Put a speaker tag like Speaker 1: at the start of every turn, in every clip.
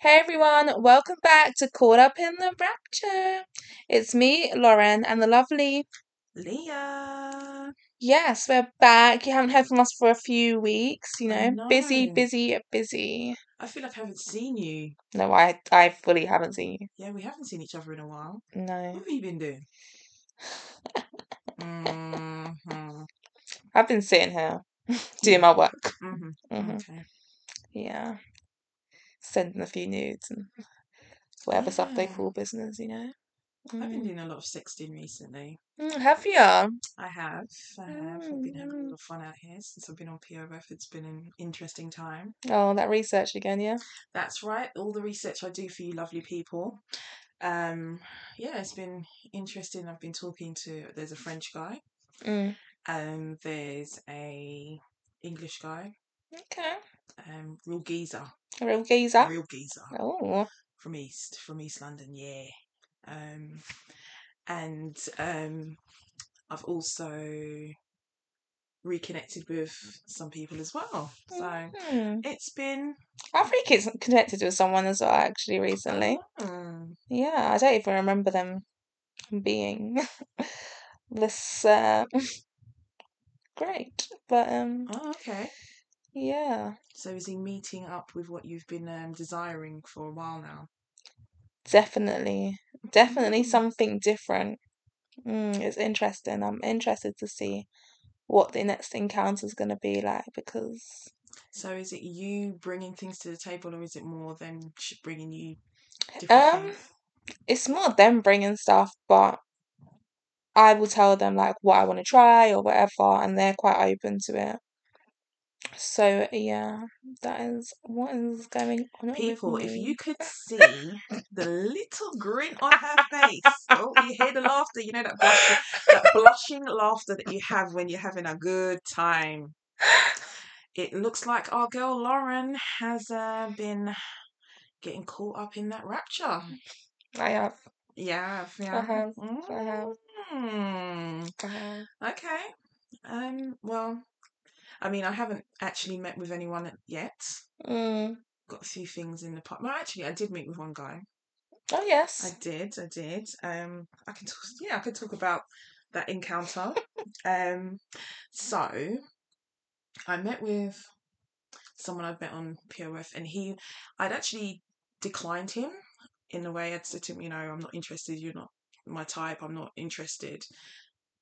Speaker 1: Hey everyone, welcome back to Caught Up in the Rapture. It's me, Lauren, and the lovely.
Speaker 2: Leah.
Speaker 1: Yes, we're back. You haven't heard from us for a few weeks, you
Speaker 2: I
Speaker 1: know. Busy,
Speaker 2: know.
Speaker 1: busy, busy.
Speaker 2: I feel like I haven't seen you.
Speaker 1: No, I I fully haven't seen you.
Speaker 2: Yeah, we haven't seen each other in a while.
Speaker 1: No.
Speaker 2: What have you been doing? Mm-hmm.
Speaker 1: I've been sitting here doing
Speaker 2: Yeah.
Speaker 1: my work.
Speaker 2: Mm-hmm.
Speaker 1: hmm
Speaker 2: Okay.
Speaker 1: Yeah. Sending a few nudes and whatever stuff they
Speaker 2: Yeah.
Speaker 1: call business, you know.
Speaker 2: I've been
Speaker 1: Mm.
Speaker 2: doing a lot of sexting recently.
Speaker 1: Mm, have you?
Speaker 2: I have. I have. I've been having a
Speaker 1: Mm.
Speaker 2: lot of fun out here since I've been on POF. It's been an interesting time.
Speaker 1: Oh, that research again, yeah?
Speaker 2: That's right. All the research I do for you lovely people. Um, yeah, it's been interesting. I've been talking to, there's a French guy.
Speaker 1: Mm.
Speaker 2: Um, there's a English guy,
Speaker 1: Okay.
Speaker 2: um, real geezer,
Speaker 1: A real geezer.
Speaker 2: real geezer
Speaker 1: Oh.
Speaker 2: from East, from East London, yeah. Um, and um, I've also reconnected with some people as well. So
Speaker 1: Mm.
Speaker 2: it's been
Speaker 1: I've really connected with someone as well, actually, recently.
Speaker 2: oh,
Speaker 1: Yeah, I don't even remember them being this uh, great, but um,
Speaker 2: oh, okay.
Speaker 1: yeah,
Speaker 2: So is he meeting up with what you've been um, desiring for a while now?
Speaker 1: definitely, definitely
Speaker 2: Mm.
Speaker 1: something different. Mm, it's interesting. I'm interested to see what the next encounter is going to be like because
Speaker 2: So is it you bringing things to the table, or is it more them sh- bringing you different
Speaker 1: um,
Speaker 2: things?
Speaker 1: it's more them bringing stuff, but I will tell them like what I want to try or whatever, and they're quite open to it. So yeah, that is what is going on with
Speaker 2: People, if you
Speaker 1: me.
Speaker 2: could see the little grin on her face, oh, you hear the laughter, you know that blush, that blushing laughter that you have when you're having a good time. It looks like our girl Lauren has uh, been getting caught up in that rapture.
Speaker 1: I have,
Speaker 2: Yeah,
Speaker 1: I
Speaker 2: yeah.
Speaker 1: have, I have,
Speaker 2: Mm.
Speaker 1: I have.
Speaker 2: Okay. Um. Well, I mean, I haven't actually met with anyone yet.
Speaker 1: Mm.
Speaker 2: Got a few things in the pot. Well, actually, I did meet with one guy.
Speaker 1: Oh
Speaker 2: I
Speaker 1: yes.
Speaker 2: did, I did. Um, I could, talk, yeah, I could talk about that encounter. Um, so I met with someone I've met on POF, and he, I'd actually declined him in a way. I'd said to him, you know, I'm not interested. You're not my type. I'm not interested.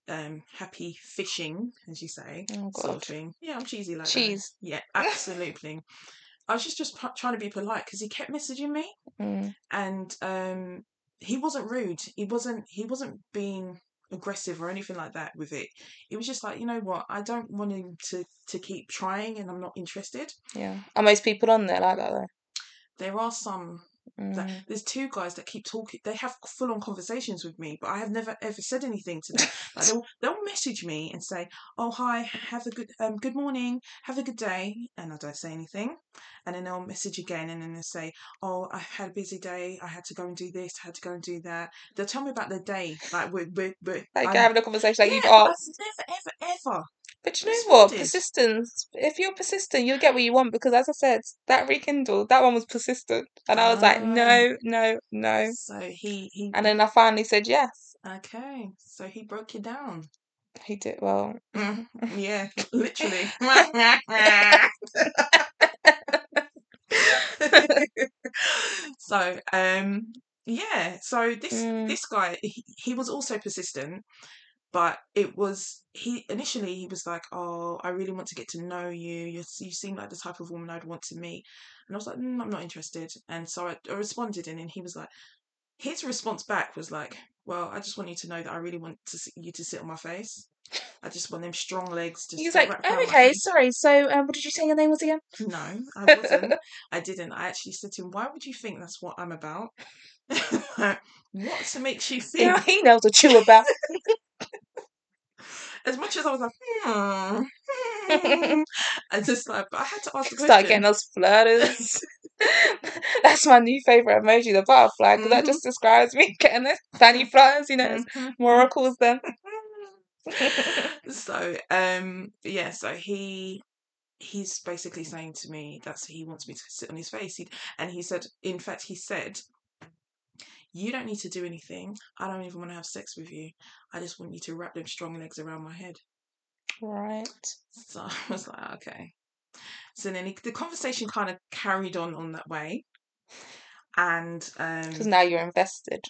Speaker 2: Um, happy fishing, as you say,
Speaker 1: Oh
Speaker 2: sort of
Speaker 1: god.
Speaker 2: thing. Yeah, I'm cheesy like that.
Speaker 1: Cheese.
Speaker 2: Yeah, absolutely. I was just just p- trying to be polite because he kept messaging me,
Speaker 1: mm.
Speaker 2: and um he wasn't rude he wasn't he wasn't being aggressive or anything like that with it it was just like you know what i don't want him to to keep trying and i'm not interested
Speaker 1: Yeah. Are most people on there like that though?
Speaker 2: there are some that
Speaker 1: Mm.
Speaker 2: there's two guys that keep talking they have full-on conversations with me but i have never ever said anything to them like they'll they'll message me and say oh hi have a good um good morning have a good day and i don't say anything and then they'll message again and then they'll say oh i had a busy day i had to go and do this i had to go and do that they'll tell me about their day like we're, we're, we're
Speaker 1: Like
Speaker 2: i'm
Speaker 1: having a conversation like you've
Speaker 2: yeah i've
Speaker 1: asked.
Speaker 2: never ever ever
Speaker 1: But you know what?
Speaker 2: responded
Speaker 1: Persistence. If you're persistent, you'll get what you want because as I said, that rekindle, that one was persistent. And I was like,
Speaker 2: ah
Speaker 1: no, no, no.
Speaker 2: so he he
Speaker 1: And then I finally said yes.
Speaker 2: okay so he broke you down
Speaker 1: He did well.
Speaker 2: Mm, yeah, literally. so, um, yeah. So this
Speaker 1: Mm.
Speaker 2: this guy, he, he was also persistent, but it was he initially he was like, "Oh, I really want to get to know you. You you seem like the type of woman I'd want to meet." And I was like, mm, "I'm not interested." And so I, I responded, and then he was like, his response back was like, "Well, I just want you to know that I really want to see, you to sit on my face." I just want them strong legs
Speaker 1: He
Speaker 2: just
Speaker 1: was
Speaker 2: go
Speaker 1: like,
Speaker 2: wrap
Speaker 1: oh,
Speaker 2: around my
Speaker 1: okay,
Speaker 2: face.
Speaker 1: sorry. So, um, what did you say your name was again?
Speaker 2: No, I wasn't. I didn't. I actually said to him, Why would you think that's what I'm about? what makes you
Speaker 1: Yeah,
Speaker 2: think?
Speaker 1: he knows what you about.
Speaker 2: As much as I was like, hmm, hmm, I just like, but I had to ask the
Speaker 1: Start
Speaker 2: question.
Speaker 1: getting us flirters. That's my new favorite emoji, the butterfly, because that
Speaker 2: Mhm.
Speaker 1: just describes me getting it. Danny flies, you know, it's more oracles than
Speaker 2: so um yeah so he he's basically saying to me that's he wants me to sit on his face he, and he said in fact he said you don't need to do anything i don't even want to have sex with you i just want you to wrap them strong legs around my head
Speaker 1: right.
Speaker 2: so i was like "Ah, okay so then he, the conversation kind of carried on on that way and
Speaker 1: Because
Speaker 2: um
Speaker 1: now you're invested.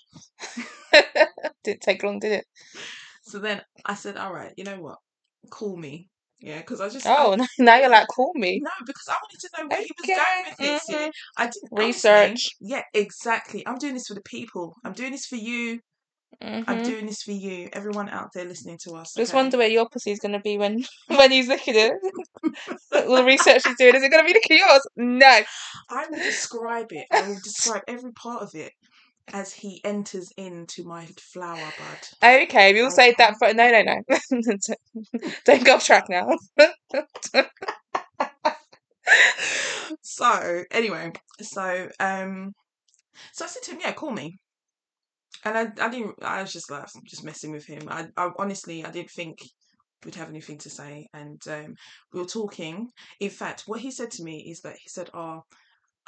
Speaker 1: Didn't take long, did it?
Speaker 2: so then i said all right you know what call me yeah because i just I,
Speaker 1: Oh, now you're like, call me.
Speaker 2: No, because I wanted to know where he was
Speaker 1: Okay,
Speaker 2: going with this. Yeah.
Speaker 1: mhm.
Speaker 2: I didn't I was saying,
Speaker 1: Research.
Speaker 2: Yeah, exactly. I'm doing this for the people. I'm doing this for you. I'm
Speaker 1: hmm
Speaker 2: doing this for you. Everyone out there listening to us.
Speaker 1: Just
Speaker 2: Okay.
Speaker 1: wonder where your pussy's gonna be when when he's looking at it. All the research he's doing. Is it gonna be looking at yours? No.
Speaker 2: I will describe it. I will describe every part of it as he enters into my flower bud.
Speaker 1: Okay,
Speaker 2: Oh,
Speaker 1: we'll save that
Speaker 2: Okay.
Speaker 1: for no, no, no. Don't go off track now.
Speaker 2: So anyway, so um so I said to him, Yeah, call me. And I, I didn't. I was just like just messing with him. I, I honestly, I didn't think we'd have anything to say. And um, we were talking. In fact, what he said to me is that he said, "Oh,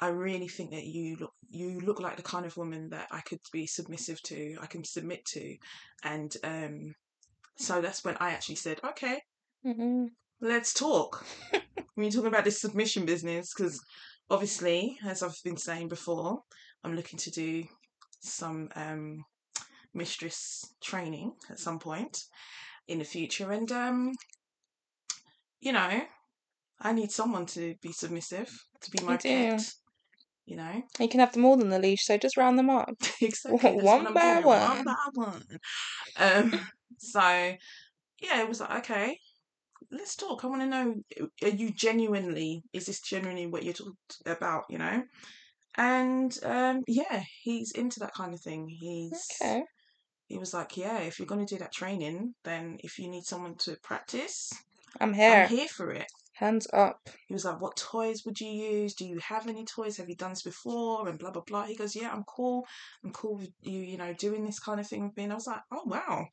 Speaker 2: I really think that you look you look like the kind of woman that I could be submissive to. I can submit to." And um, so that's when I actually said, "Okay, Mm-hmm.
Speaker 1: Mhm.
Speaker 2: let's talk." We're talking about this submission business because obviously, as I've been saying before, I'm looking to do some um mistress training at some point in the future and um you know i need someone to be submissive to be
Speaker 1: You
Speaker 2: my pet
Speaker 1: do.
Speaker 2: you know
Speaker 1: You can have them all on the leash, so just round them up.
Speaker 2: exactly that's what
Speaker 1: One
Speaker 2: i'm
Speaker 1: by
Speaker 2: doing one
Speaker 1: one.
Speaker 2: by one um so yeah it was like okay let's talk i want to know uh, are you genuinely is this genuinely what you're talking about you know and um yeah he's into that kind of thing he's
Speaker 1: Okay.
Speaker 2: he was like yeah if you're going to do that training then if you need someone to practice
Speaker 1: I'm
Speaker 2: i'm
Speaker 1: here.
Speaker 2: here for it
Speaker 1: Hands up.
Speaker 2: He was like, What toys would you use? Do you have any toys? Have you done this before? And blah, blah, blah. He goes, Yeah, I'm cool. I'm cool with you, you know, doing this kind of thing with me. And I was like, Oh, wow.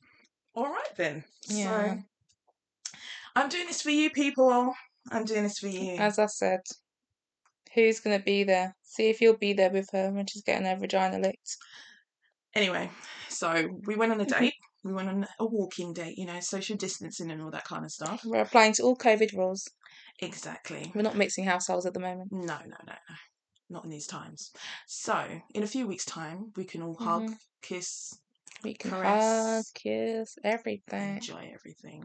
Speaker 2: All right, then. So
Speaker 1: Yeah.
Speaker 2: I'm doing this for you, people. I'm doing this for you.
Speaker 1: As I said, who's gonna be there? See if you'll be there with her when she's getting her vagina licked.
Speaker 2: Anyway, so we went on a date. We went on a walking date, you know, social distancing and all that kind of stuff.
Speaker 1: We're applying to all COVID rules.
Speaker 2: Exactly.
Speaker 1: We're not mixing households at the moment.
Speaker 2: No, no, no, no. Not in these times. So in a few weeks' time, we can all hug,
Speaker 1: hmm
Speaker 2: kiss,
Speaker 1: We can hug,
Speaker 2: caress,
Speaker 1: kiss, everything.
Speaker 2: enjoy everything.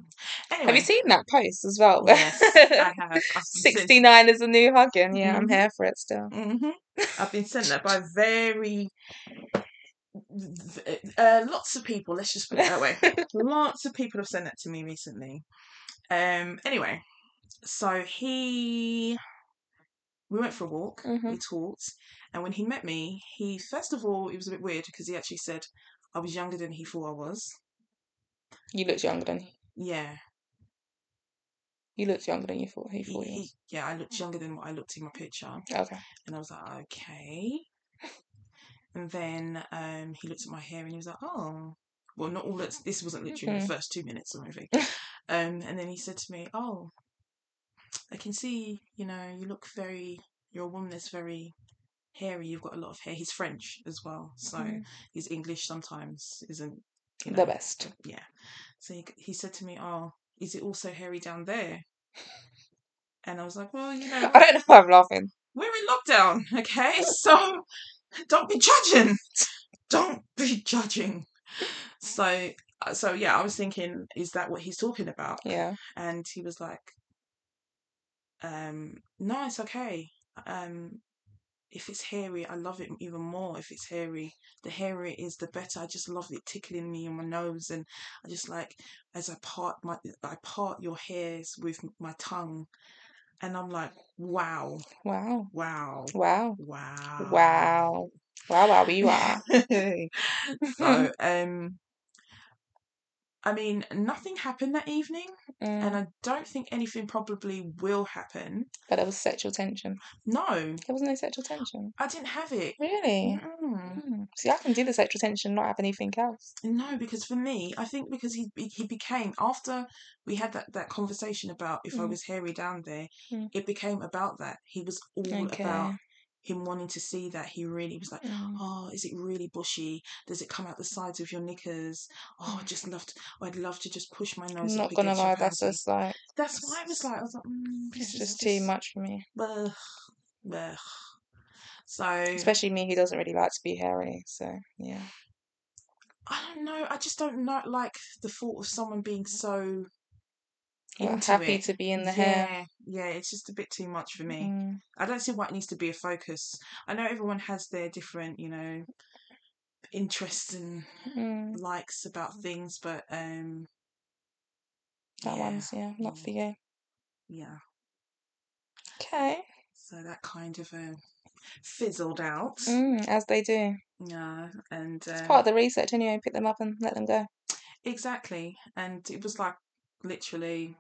Speaker 1: Have you
Speaker 2: Anyway,
Speaker 1: seen that post as well?
Speaker 2: yes, I have. I've been sent.
Speaker 1: 69 is a new hugging. Yeah, I'm
Speaker 2: Mhm,
Speaker 1: here for it still.
Speaker 2: mhm.
Speaker 1: Mm-hmm.
Speaker 2: I've been sent that by very v- uh, lots of people. Let's just put it that way. Lots of people have sent that to me recently. Um. Anyway, so he we went for a walk.
Speaker 1: hmm
Speaker 2: We talked, and when he met me, he first of all it was a bit weird because he actually said I was younger than he thought I was.
Speaker 1: You looked younger than
Speaker 2: Yeah,
Speaker 1: you looked younger than you thought he
Speaker 2: he,
Speaker 1: thought you
Speaker 2: he
Speaker 1: was. Mm.
Speaker 2: yeah I looked younger than what I looked in my picture,
Speaker 1: Okay.
Speaker 2: and I was like okay. And then um, he looked at my hair and he was like, "Oh, well, not all that. This wasn't literally in the
Speaker 1: Mhm.
Speaker 2: first two minutes or anything." Um, and then he said to me, "Oh, I can see. You know, you look very. You're a woman that's very hairy. You've got a lot of hair. He's French as well, so
Speaker 1: Mm.
Speaker 2: his English sometimes isn't. You
Speaker 1: The
Speaker 2: know,
Speaker 1: best.
Speaker 2: yeah. So he, he said to me, "Oh, is it also hairy down there?" And I was like, "Well, you know,
Speaker 1: I
Speaker 2: we're
Speaker 1: don't know why I'm laughing.
Speaker 2: we're in lockdown, okay? So don't be judging. Don't be judging." So, uh, so yeah, I was thinking, is that what he's talking about?
Speaker 1: Yeah.
Speaker 2: And he was like, um, no, it's okay. Um, if it's hairy, I love it even more. If it's hairy, the hairier it is, the better. I just love it tickling me in my nose, and I just like as I part my, I part your hairs with my tongue, and I'm like, wow,
Speaker 1: Wow.
Speaker 2: wow,
Speaker 1: Wow.
Speaker 2: wow.
Speaker 1: Wow. Mm, Wow, wow, we are.
Speaker 2: so, um, I mean, nothing happened that evening,
Speaker 1: Mm.
Speaker 2: and I don't think anything probably will happen.
Speaker 1: but there was sexual tension.
Speaker 2: No,
Speaker 1: There was no sexual tension.
Speaker 2: I didn't have it.
Speaker 1: Really?
Speaker 2: Mm-mm.
Speaker 1: Mm. See, I can do the sexual tension, not have anything else.
Speaker 2: No, because for me, I think because he be- he became after we had that, that conversation about if I
Speaker 1: Mm.
Speaker 2: was hairy down there,
Speaker 1: Mm.
Speaker 2: it became about that. He was all
Speaker 1: Okay.
Speaker 2: about him wanting to see that. He really was like,
Speaker 1: Mm.
Speaker 2: oh, is it really bushy? Does it come out the sides of your knickers? Oh, I
Speaker 1: Mm.
Speaker 2: just love to. I'd love to just push my nose up
Speaker 1: Not gonna
Speaker 2: against your
Speaker 1: lie, that's
Speaker 2: panty.
Speaker 1: just like
Speaker 2: That's why I was like, I was like, mm,
Speaker 1: it's
Speaker 2: this is
Speaker 1: just too
Speaker 2: just.
Speaker 1: much for me.
Speaker 2: Bleh, bleh. So
Speaker 1: Especially me, who doesn't really like to be hairy. So yeah.
Speaker 2: I don't know. I just don't know, like the thought of someone being so
Speaker 1: Well,
Speaker 2: into
Speaker 1: happy
Speaker 2: it.
Speaker 1: to be in the hair.
Speaker 2: Yeah, yeah, it's just a bit too much for me.
Speaker 1: Mm.
Speaker 2: I don't see why it needs to be a focus. I know everyone has their different, you know, interests and
Speaker 1: Mm.
Speaker 2: likes about things, but um,
Speaker 1: That
Speaker 2: yeah,
Speaker 1: one's yeah, not
Speaker 2: mm,
Speaker 1: for you.
Speaker 2: yeah.
Speaker 1: Okay.
Speaker 2: So that kind of um, fizzled out.
Speaker 1: Mm, as they do.
Speaker 2: Yeah, and
Speaker 1: It's
Speaker 2: um,
Speaker 1: part of the research anyway. Pick them up and let them go.
Speaker 2: exactly, and it was like literally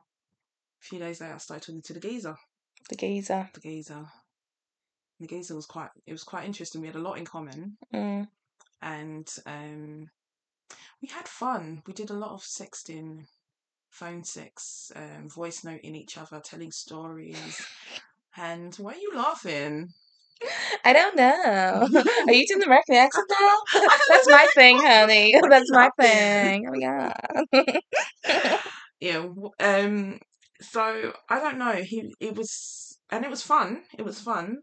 Speaker 2: a few days later. I started talking to the geezer.
Speaker 1: The geezer.
Speaker 2: The geezer. The geezer was quite. It was quite interesting. We had a lot in common,
Speaker 1: Mm.
Speaker 2: and um, we had fun. We did a lot of sexting, phone sex, um, voice noting each other, telling stories. And why are you laughing?
Speaker 1: I don't know. Are you doing the American accent now? That's
Speaker 2: Why
Speaker 1: my thing, honey.
Speaker 2: are
Speaker 1: That's my
Speaker 2: you laughing?
Speaker 1: thing. Oh my god.
Speaker 2: Yeah. w- Um. So I don't know. He. It was, and it was fun. It was fun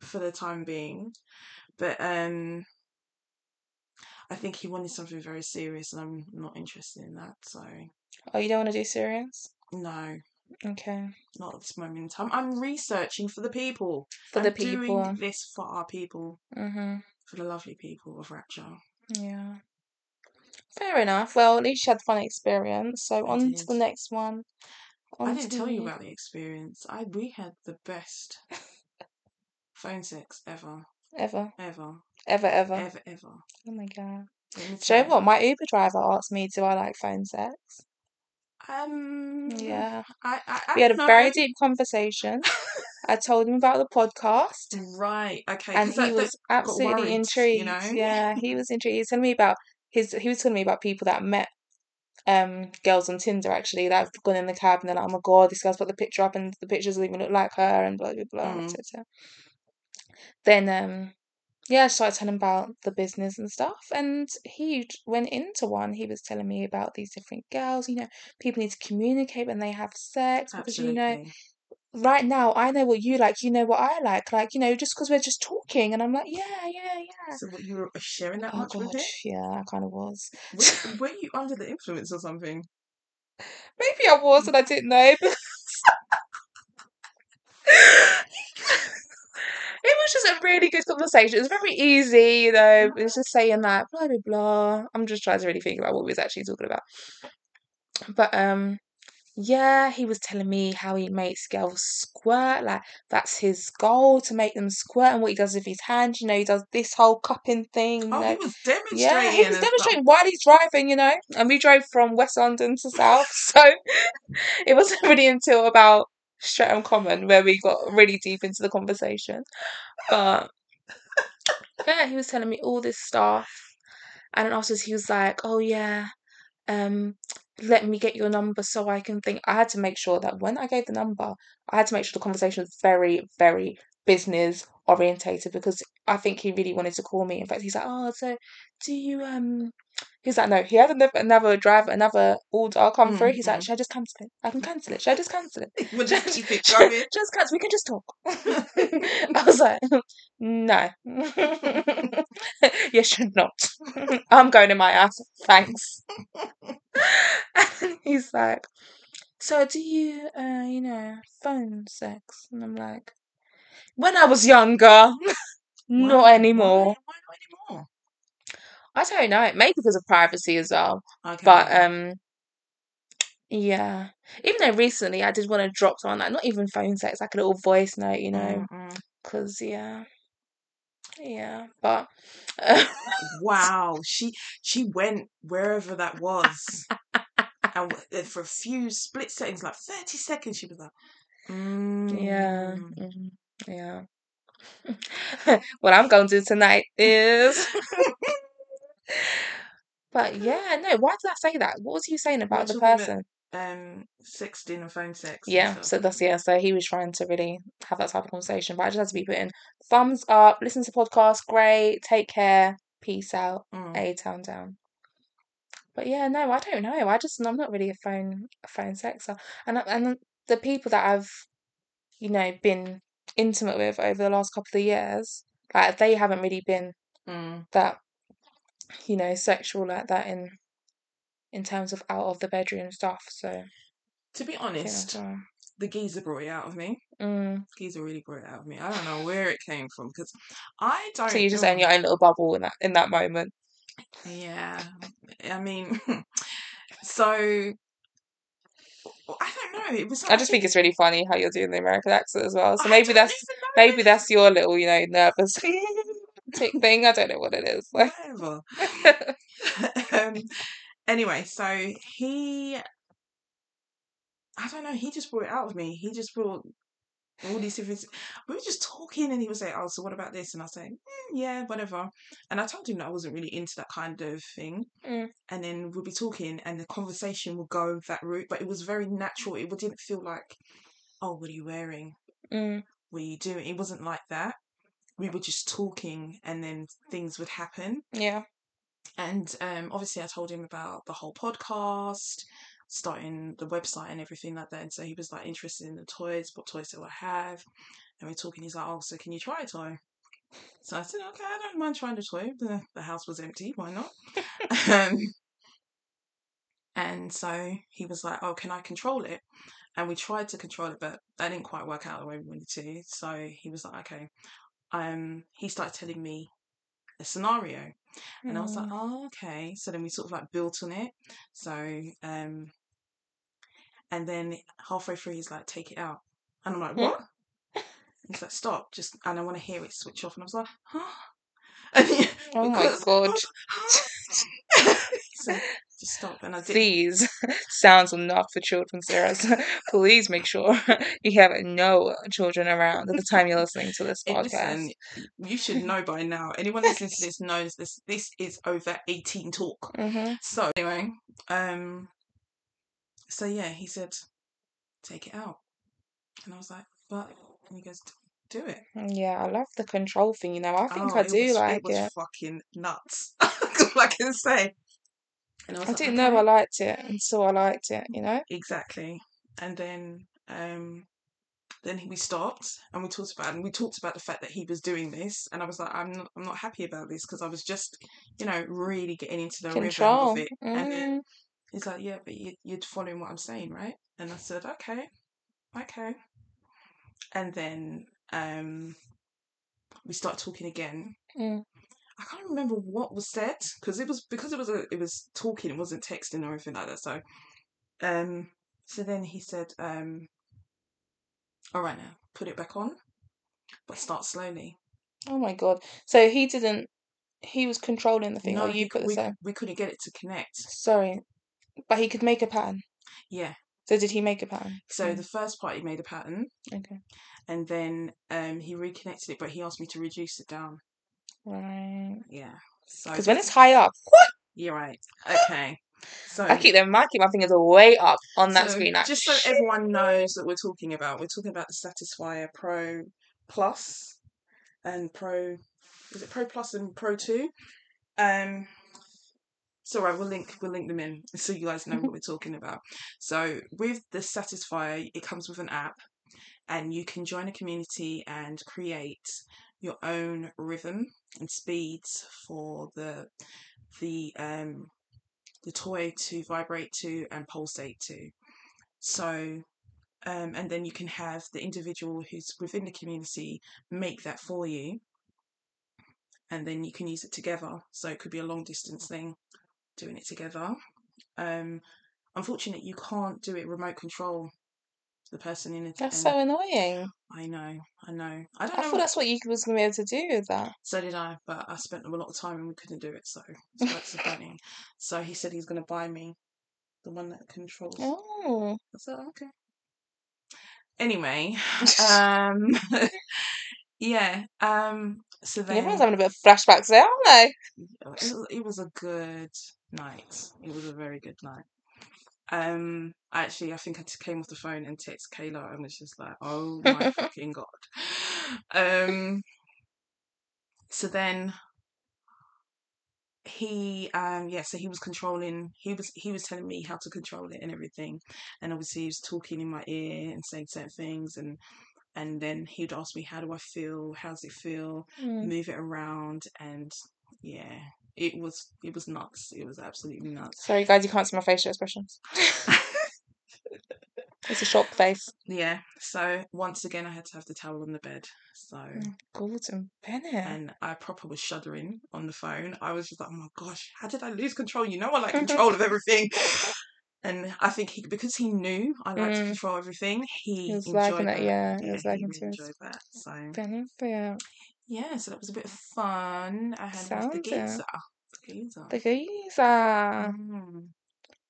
Speaker 2: for the time being, but um, I think he wanted something very serious, and I'm not interested in that. So
Speaker 1: Oh, you don't want to do serious?
Speaker 2: no,
Speaker 1: Okay.
Speaker 2: not at this moment in time. I'm researching for the people.
Speaker 1: For the
Speaker 2: I'm doing
Speaker 1: people.
Speaker 2: this for our people,
Speaker 1: hmm
Speaker 2: for the lovely people of Rapture.
Speaker 1: Yeah. Fair enough. Well, at least you had a fun experience. So
Speaker 2: I
Speaker 1: on to
Speaker 2: did.
Speaker 1: the next one.
Speaker 2: I
Speaker 1: On
Speaker 2: didn't tell you
Speaker 1: to
Speaker 2: about the experience. I we had the best phone sex ever,
Speaker 1: ever,
Speaker 2: ever,
Speaker 1: ever, ever.
Speaker 2: ever, ever.
Speaker 1: Oh my god.
Speaker 2: Let me
Speaker 1: Do you
Speaker 2: tell
Speaker 1: know what?
Speaker 2: you.
Speaker 1: My Uber driver asked me, do I like phone sex?
Speaker 2: Um,
Speaker 1: Yeah.
Speaker 2: I I,
Speaker 1: We had a very
Speaker 2: I
Speaker 1: deep conversation. I told him about the podcast.
Speaker 2: don't know. Right. Okay.
Speaker 1: and
Speaker 2: Because
Speaker 1: he
Speaker 2: that that
Speaker 1: was
Speaker 2: got
Speaker 1: absolutely
Speaker 2: worried. You
Speaker 1: intrigued.
Speaker 2: know.
Speaker 1: Yeah, he was intrigued. He was telling me about his. He was telling me about people that met um girls on Tinder actually that have gone in the cab and they're like, oh my god, this girl's put the picture up and the picture doesn't even look like her and blah blah blah. Et
Speaker 2: Mm.
Speaker 1: cetera. Then um yeah, I started telling him about the business and stuff, and he j- went into one. He was telling me about these different girls. You know, people need to communicate when they have sex because you know
Speaker 2: Absolutely.
Speaker 1: right now I know what you like, you know what I like, like you know, just because we're just talking, and I'm like, yeah, yeah, yeah.
Speaker 2: So what you were sharing that
Speaker 1: Oh
Speaker 2: much with
Speaker 1: God,
Speaker 2: him?
Speaker 1: yeah, I kind of was.
Speaker 2: Were you, were you under the influence or something?
Speaker 1: Maybe I was, and I didn't know. But it was just a really good conversation. It was very easy, you know. It was just saying that blah blah blah. I'm just trying to really think about what we was actually talking about. But um, yeah, he was telling me how he makes girls squirt. Like that's his goal to make them squirt, and what he does with his hand. You know, he does this whole cupping thing. You
Speaker 2: Oh,
Speaker 1: know,
Speaker 2: he was
Speaker 1: Yeah, he
Speaker 2: demonstrating
Speaker 1: was
Speaker 2: and stuff.
Speaker 1: demonstrating while he's driving, you know. And we drove from West London to South, so it wasn't really until about Streatham Common where we got really deep into the conversation. But yeah, he was telling me all this stuff, and then afterwards he was like, "Oh yeah, um, let me get your number so I can think." I had to make sure that when I gave the number, I had to make sure the conversation was very, very business orientated because I think he really wanted to call me. In fact, he's like, "Oh, so do you um?" He's like, no, he had another, another drive, another order come through. He's like,
Speaker 2: Mm-mm.
Speaker 1: should I just cancel it? I can cancel it. Should I just cancel it?
Speaker 2: We'll
Speaker 1: Should,
Speaker 2: just keep it
Speaker 1: should,
Speaker 2: going.
Speaker 1: just cancel. We can just talk. I was like, no, you should not. I'm going in my ass. Thanks. And he's like, so do you, uh, you know, phone sex? And I'm like, when I was younger,
Speaker 2: Why?
Speaker 1: not
Speaker 2: Why?
Speaker 1: anymore.
Speaker 2: Why not
Speaker 1: I don't know. Maybe because of privacy as well,
Speaker 2: anymore?
Speaker 1: but
Speaker 2: Okay.
Speaker 1: um. Yeah. Even though recently I did want to drop someone, like not even phone sex, like a little voice note, you know,
Speaker 2: Mm-mm.
Speaker 1: because yeah, yeah. But uh,
Speaker 2: Wow. She she went wherever that was. And w- then for a few split seconds, like 30 seconds, she was like,
Speaker 1: Yeah.
Speaker 2: "Mm."
Speaker 1: mhm, Yeah. what I'm going to do tonight is. But yeah, no, why did I say that? What was you saying about the
Speaker 2: talking about-
Speaker 1: person?
Speaker 2: um, sexting and phone sex. and
Speaker 1: Yeah,
Speaker 2: stuff.
Speaker 1: so that's yeah, so he was trying to really have that type of conversation, but I just had to be putting thumbs up, listen to podcast, great, take care, peace out,
Speaker 2: Mm.
Speaker 1: A town down. But yeah, no, I don't know. I just I'm not really a phone a phone sexer, and I- and the people that I've you know been intimate with over the last couple of years, like they haven't really been
Speaker 2: Mm.
Speaker 1: that you know sexual like that in in terms of out of the bedroom stuff. So I
Speaker 2: To be
Speaker 1: think that's
Speaker 2: honest,
Speaker 1: why.
Speaker 2: the geezer brought it out of me.
Speaker 1: Mm.
Speaker 2: Geezer really brought it out of me. I don't know where it came from because I don't.
Speaker 1: So you're just in your own little bubble in that in that moment.
Speaker 2: Yeah, I mean, so I don't know. It was.
Speaker 1: I just think it's really funny how you're doing the American accent as well. So
Speaker 2: I
Speaker 1: maybe
Speaker 2: don't
Speaker 1: that's
Speaker 2: even know
Speaker 1: maybe
Speaker 2: where
Speaker 1: that's your little, you know, nervous
Speaker 2: this-
Speaker 1: tick thing. I don't know what it is. Like,
Speaker 2: Whatever. um, anyway, so he, I don't know, he just brought it out of me. He just brought all these different. We were just talking, and he was like, "Oh, so what about this?" And I say, mm, "Yeah, whatever." And I told him that I wasn't really into that kind of thing.
Speaker 1: Mm.
Speaker 2: And then we'll be talking, and the conversation will go that route. But it was very natural. It didn't feel like, "Oh, what are you wearing?
Speaker 1: mm,
Speaker 2: What are you doing?" It wasn't like that. We were just talking, and then things would happen.
Speaker 1: yeah.
Speaker 2: And um, obviously, I told him about the whole podcast, starting the website and everything like that. And so he was like interested in the toys, what toys do I have? And we're talking. He's like, "Oh, so can you try a toy?" So I said, "Okay, I don't mind trying a toy." The, the house was empty. Why not? um, and so he was like, "Oh, can I control it?" And we tried to control it, but that didn't quite work out the way we wanted to. So he was like, "Okay." Um, he started telling me a scenario. And I was like,
Speaker 1: Mm.
Speaker 2: oh, okay. So then we sort of like built on it. So, um, and then halfway through, he's like, take it out. And I'm like,
Speaker 1: Hmm?
Speaker 2: what? He's like, stop, just, and I want to hear it switch off. And I was like, huh? And he,
Speaker 1: Oh my
Speaker 2: because, I
Speaker 1: god.
Speaker 2: was like, huh? He said, just stop. And I did.
Speaker 1: These sounds are not for children, Sarah. So please make sure you have no children around at the time you're listening to this
Speaker 2: It,
Speaker 1: podcast.
Speaker 2: listen, y- you should know by now. Anyone listening to this knows this. This is over 18 talk.
Speaker 1: hmm
Speaker 2: So anyway, um, so yeah, he said, take it out. And I was like, but, and he goes, do it.
Speaker 1: Yeah, I love the control thing. You know, I think
Speaker 2: Oh,
Speaker 1: I
Speaker 2: it
Speaker 1: do
Speaker 2: was it
Speaker 1: like
Speaker 2: was
Speaker 1: it.
Speaker 2: fucking nuts. That's all I can say. And I was
Speaker 1: I
Speaker 2: like,
Speaker 1: didn't know I
Speaker 2: okay,
Speaker 1: liked it until I liked it. You know.
Speaker 2: exactly. And then um then we stopped and we talked about and we talked about the fact that he was doing this and I was like, I'm not I'm not happy about this because I was just, you know, really getting into the rhythm of
Speaker 1: Control.
Speaker 2: it. And then
Speaker 1: Mm.
Speaker 2: he's like, yeah, but you, you're following what I'm saying, right? And I said, okay, okay. And then um we start talking again
Speaker 1: Mm.
Speaker 2: I can't remember what was said because it was because it was a, it was talking, it wasn't texting or anything like that. So, um, so then he said, um, "All right, now put it back on, but start slowly."
Speaker 1: Oh my god. So he didn't. He was controlling the thing, or
Speaker 2: No,
Speaker 1: you
Speaker 2: he
Speaker 1: put
Speaker 2: cou-
Speaker 1: the
Speaker 2: we
Speaker 1: same.
Speaker 2: we couldn't get it to connect.
Speaker 1: Sorry, but he could make a pattern.
Speaker 2: Yeah.
Speaker 1: So did he make a pattern?
Speaker 2: So the
Speaker 1: Mm,
Speaker 2: first part he made a pattern,
Speaker 1: okay.
Speaker 2: and then um he reconnected it, but he asked me to reduce it down.
Speaker 1: Right.
Speaker 2: Yeah. So
Speaker 1: Because when it's
Speaker 2: this,
Speaker 1: high up, what?
Speaker 2: you're right.
Speaker 1: I
Speaker 2: Okay. So
Speaker 1: keep them. I keep my fingers way up on that
Speaker 2: So,
Speaker 1: screen. Like,
Speaker 2: just so
Speaker 1: shit.
Speaker 2: everyone knows that we're talking about, we're talking about the Satisfyer Pro Plus and Pro. Is it Pro Plus and Pro Two? Um, so right, we'll link we'll link them in so you guys know what we're talking about. So with the Satisfyer, it comes with an app, and you can join a community and create your own rhythm and speeds for the the um the toy to vibrate to and pulsate to. So um, and then you can have the individual who's within the community make that for you, and then you can use it together. So it could be a long distance thing, doing it together. Um, unfortunately, you can't do it remote control. The person in it,
Speaker 1: That's
Speaker 2: and
Speaker 1: so annoying.
Speaker 2: I know, I know,
Speaker 1: I
Speaker 2: I don't know.
Speaker 1: thought
Speaker 2: what-
Speaker 1: that's what you was gonna be able to do with that.
Speaker 2: So did I, but I spent a lot of time and we couldn't do it, so it's quite disappointing. So he said he's going to buy me the one that controls.
Speaker 1: Oh.
Speaker 2: I said, okay. Anyway, um, yeah, um, so then
Speaker 1: Everyone's having a bit of flashbacks there, aren't they?
Speaker 2: uh, it was, it was a good night. It was a very good night. Um, actually, I think I t- came off the phone and texted Kayla and was just like, "Oh my fucking god." Um, so then he, um, yeah, so he was controlling. He was he was telling me how to control it and everything, and obviously he was talking in my ear and saying certain things, and and then he'd ask me, "How do I feel? How's it feel?"
Speaker 1: Mm.
Speaker 2: move it around and yeah it was it was nuts it was absolutely nuts
Speaker 1: Sorry, guys, you can't see my facial expressions. It's a shock face.
Speaker 2: yeah so once again i had to have the towel on the bed so
Speaker 1: Gordon Bennett.
Speaker 2: and i proper was shuddering on the phone i was just like oh my gosh how did i lose control you know i like control of everything and i think he because he knew i like to
Speaker 1: Mm.
Speaker 2: control everything he,
Speaker 1: He was
Speaker 2: enjoyed
Speaker 1: liking
Speaker 2: that
Speaker 1: it, yeah. He
Speaker 2: yeah
Speaker 1: was liking
Speaker 2: he
Speaker 1: to
Speaker 2: really
Speaker 1: his
Speaker 2: enjoyed that so
Speaker 1: benefit.
Speaker 2: yeah so that was a bit of fun i had with the
Speaker 1: Sounds it.
Speaker 2: geezer Oh, the geezer
Speaker 1: The geezer.
Speaker 2: Mm.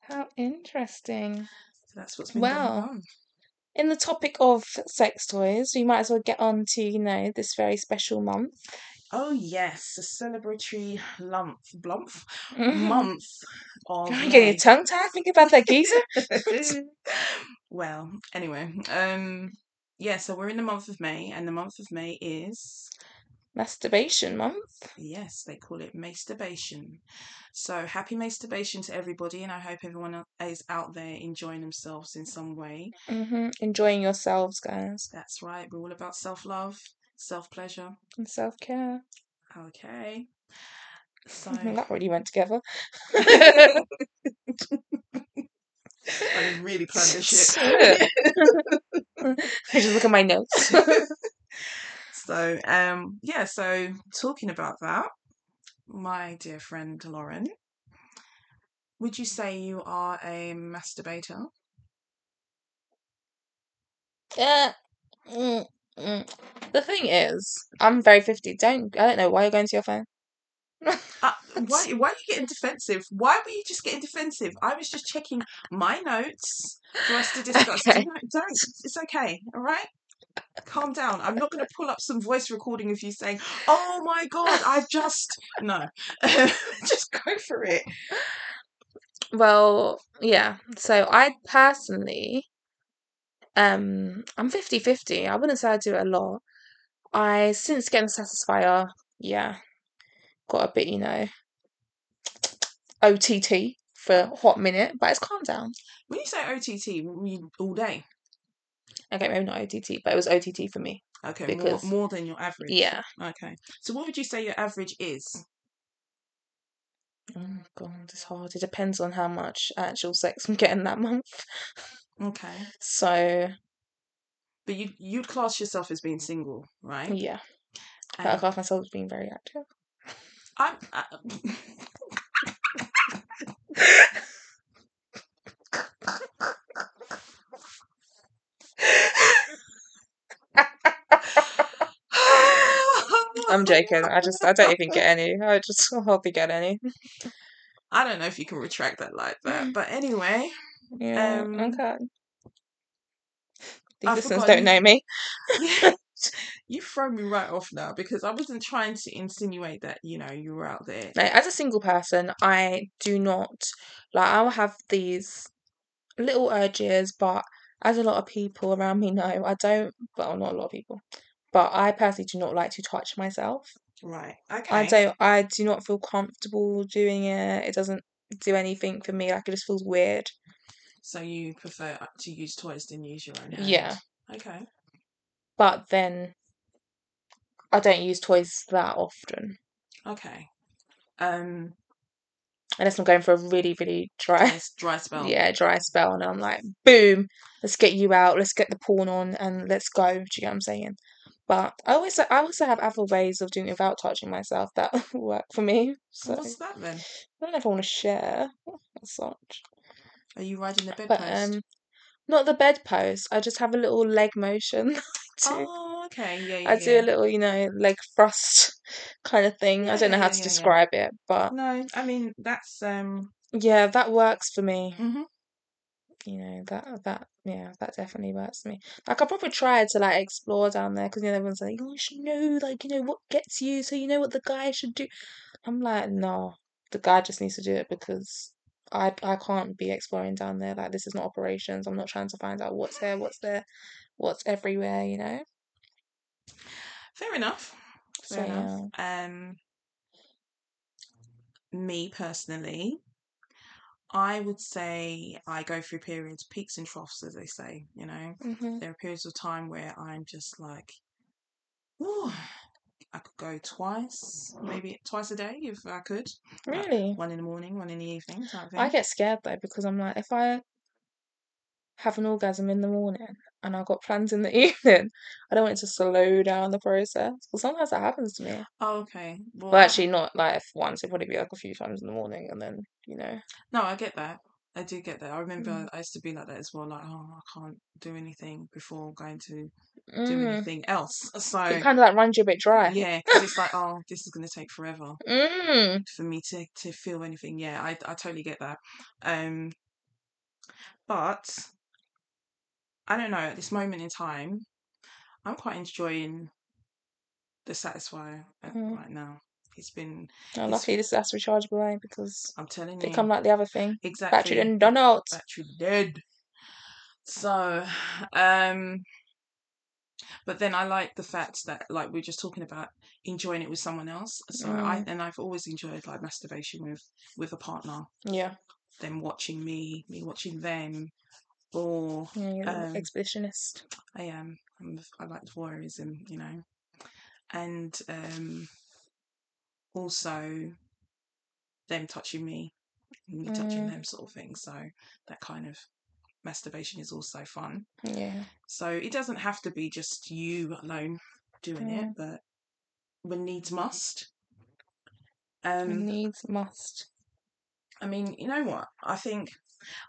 Speaker 1: How interesting.
Speaker 2: So that's what's been
Speaker 1: Well,
Speaker 2: going on.
Speaker 1: in the topic of sex toys, we might as well get on to, you know, this very special month.
Speaker 2: Oh yes, the celebratory lump blump
Speaker 1: Mm-hmm.
Speaker 2: month of
Speaker 1: I'm getting a
Speaker 2: May.
Speaker 1: tongue tied thinking about that geezer.
Speaker 2: well, anyway, um yeah, so we're in the month of May and the month of May is
Speaker 1: Masturbation month.
Speaker 2: yes, they call it masturbation. So happy masturbation to everybody and I hope everyone el- is out there enjoying themselves in some way.
Speaker 1: hmm Enjoying yourselves, guys,
Speaker 2: That's right, we're all about self-love, self-pleasure.
Speaker 1: and self care.
Speaker 2: Okay. So
Speaker 1: Mm-hmm. that really went together.
Speaker 2: I really planned this shit.
Speaker 1: Shit. I just look at my notes.
Speaker 2: so um yeah so talking about that my dear friend lauren would you say you are a masturbator
Speaker 1: Yeah. Mm, mm. The thing is, I'm very 50. Don't, I don't know why you're going to your phone.
Speaker 2: uh, why, why are you getting defensive why were you just getting defensive i was just checking my notes for us to discuss
Speaker 1: Okay.
Speaker 2: no, don't it's okay all right calm down i'm not going to pull up some voice recording of you saying oh my god i just no just go for it
Speaker 1: Well, yeah. So I personally, um, I'm 50-50. I wouldn't say I do it a lot. I, since getting Satisfier, yeah, got a bit, you know, OTT for a hot minute, but it's calmed down.
Speaker 2: when you say ott you mean all day
Speaker 1: Okay, maybe not OTT, but it was OTT for me
Speaker 2: Okay, more
Speaker 1: because,
Speaker 2: more than your average.
Speaker 1: yeah.
Speaker 2: Okay. So what would you say your average is?
Speaker 1: Oh my god, it's hard. It depends on how much actual sex I'm getting that month. Mm.
Speaker 2: Okay.
Speaker 1: So,
Speaker 2: But you you'd class yourself as being single, right?
Speaker 1: yeah. But I
Speaker 2: And
Speaker 1: class myself as being very active.
Speaker 2: I'm I,
Speaker 1: I'm joking. I just, I don't even get any. I just hardly get any.
Speaker 2: I don't know if you can retract that like
Speaker 1: Mm.
Speaker 2: that. But anyway,
Speaker 1: Yeah,
Speaker 2: um
Speaker 1: okay. These
Speaker 2: I've
Speaker 1: listeners don't
Speaker 2: forgotten
Speaker 1: know me.
Speaker 2: yeah, you've thrown me right off now because I wasn't trying to insinuate that, you know, you were out there.
Speaker 1: Like, as a single person, I do not, like, I'll have these little urges, but as a lot of people around me know, I don't, well, not a lot of people, but I personally do not like to touch myself.
Speaker 2: Right.
Speaker 1: I
Speaker 2: Okay.
Speaker 1: don't, I do not feel comfortable doing it. It doesn't do anything for me. Like, it just feels weird.
Speaker 2: So you prefer to use toys than use your own hand.
Speaker 1: Yeah.
Speaker 2: Okay.
Speaker 1: But then I don't use toys that often.
Speaker 2: Okay. Um
Speaker 1: unless I'm going for a really, really
Speaker 2: dry,
Speaker 1: dry,
Speaker 2: s- dry spell.
Speaker 1: yeah, dry spell, and I'm like, boom, let's get you out, let's get the porn on, and let's go. Do you get what I'm saying? But I always, I also have other ways of doing it without touching myself that work for me. So I
Speaker 2: What's that then?
Speaker 1: don't know if I want to share as such,
Speaker 2: Are you riding the
Speaker 1: but
Speaker 2: bedpost?
Speaker 1: um, not the bedpost. I just have a little leg motion. I do.
Speaker 2: Oh, okay. Yeah,
Speaker 1: I
Speaker 2: yeah,
Speaker 1: do
Speaker 2: yeah.
Speaker 1: a little, you know, leg thrust kind of thing. I
Speaker 2: Yeah,
Speaker 1: don't know
Speaker 2: yeah,
Speaker 1: how
Speaker 2: yeah,
Speaker 1: to
Speaker 2: yeah, yeah.
Speaker 1: describe it, but
Speaker 2: No, I mean that's um
Speaker 1: yeah, that works for me.
Speaker 2: mhm.
Speaker 1: you know that that yeah that definitely works for me like i probably tried to like explore down there because you know everyone's like oh, you should know like you know what gets you so you know what the guy should do i'm like no the guy just needs to do it because i i can't be exploring down there like this is not operations i'm not trying to find out what's here what's there what's everywhere you know
Speaker 2: Fair enough.
Speaker 1: So,
Speaker 2: Fair enough. Um, me personally, I would say I go through periods, peaks and troughs, as they say. You know,
Speaker 1: hmm
Speaker 2: there are periods of time where I'm just like, "Ooh, I could go twice, maybe twice a day if I could. like,
Speaker 1: really
Speaker 2: one in the morning, one in the evening, type thing.
Speaker 1: i get scared though because i'm like if i have an orgasm in the morning and I've got plans in the evening. I don't want it to slow down the process. But sometimes that happens to me.
Speaker 2: oh, okay. Well,
Speaker 1: Well,
Speaker 2: I-
Speaker 1: actually, not like once. It'd probably be like a few times in the morning and then, you know.
Speaker 2: No, I get that. I do get that. I remember
Speaker 1: Mm.
Speaker 2: I used to be like that as well. Like, oh, I can't do anything before going to do
Speaker 1: Mm.
Speaker 2: anything else. Uh,
Speaker 1: It
Speaker 2: So,
Speaker 1: kind of like runs you a bit dry.
Speaker 2: yeah, because it's like, oh, this is going to take forever
Speaker 1: Mm.
Speaker 2: for me to, to feel anything. Yeah, I, I totally get that. Um, but I don't know. At this moment in time, I'm quite enjoying the Satisfyer uh,
Speaker 1: Mm.
Speaker 2: right now. It's been,
Speaker 1: Oh,
Speaker 2: it's,
Speaker 1: luckily, this that's rechargeable eh, because
Speaker 2: I'm telling
Speaker 1: they come
Speaker 2: you,
Speaker 1: like the other thing. Battery
Speaker 2: exactly,
Speaker 1: done done out.
Speaker 2: battery dead. So, um, but then I like the fact that like we are just talking about enjoying it with someone else. So I
Speaker 1: Mm.
Speaker 2: and I've always enjoyed like masturbation with with a partner,
Speaker 1: Yeah.
Speaker 2: them watching me, me watching them, or
Speaker 1: Yeah, you're a little
Speaker 2: um
Speaker 1: exhibitionist.
Speaker 2: I am I'm, I like the voyeurism, you know, and um also them touching me, me touching
Speaker 1: Mm.
Speaker 2: them, sort of thing. So that kind of masturbation is also fun.
Speaker 1: Yeah.
Speaker 2: So it doesn't have to be just you alone doing it,
Speaker 1: Mm.
Speaker 2: but when needs must. Um,
Speaker 1: Needs must.
Speaker 2: I mean, you know what? I think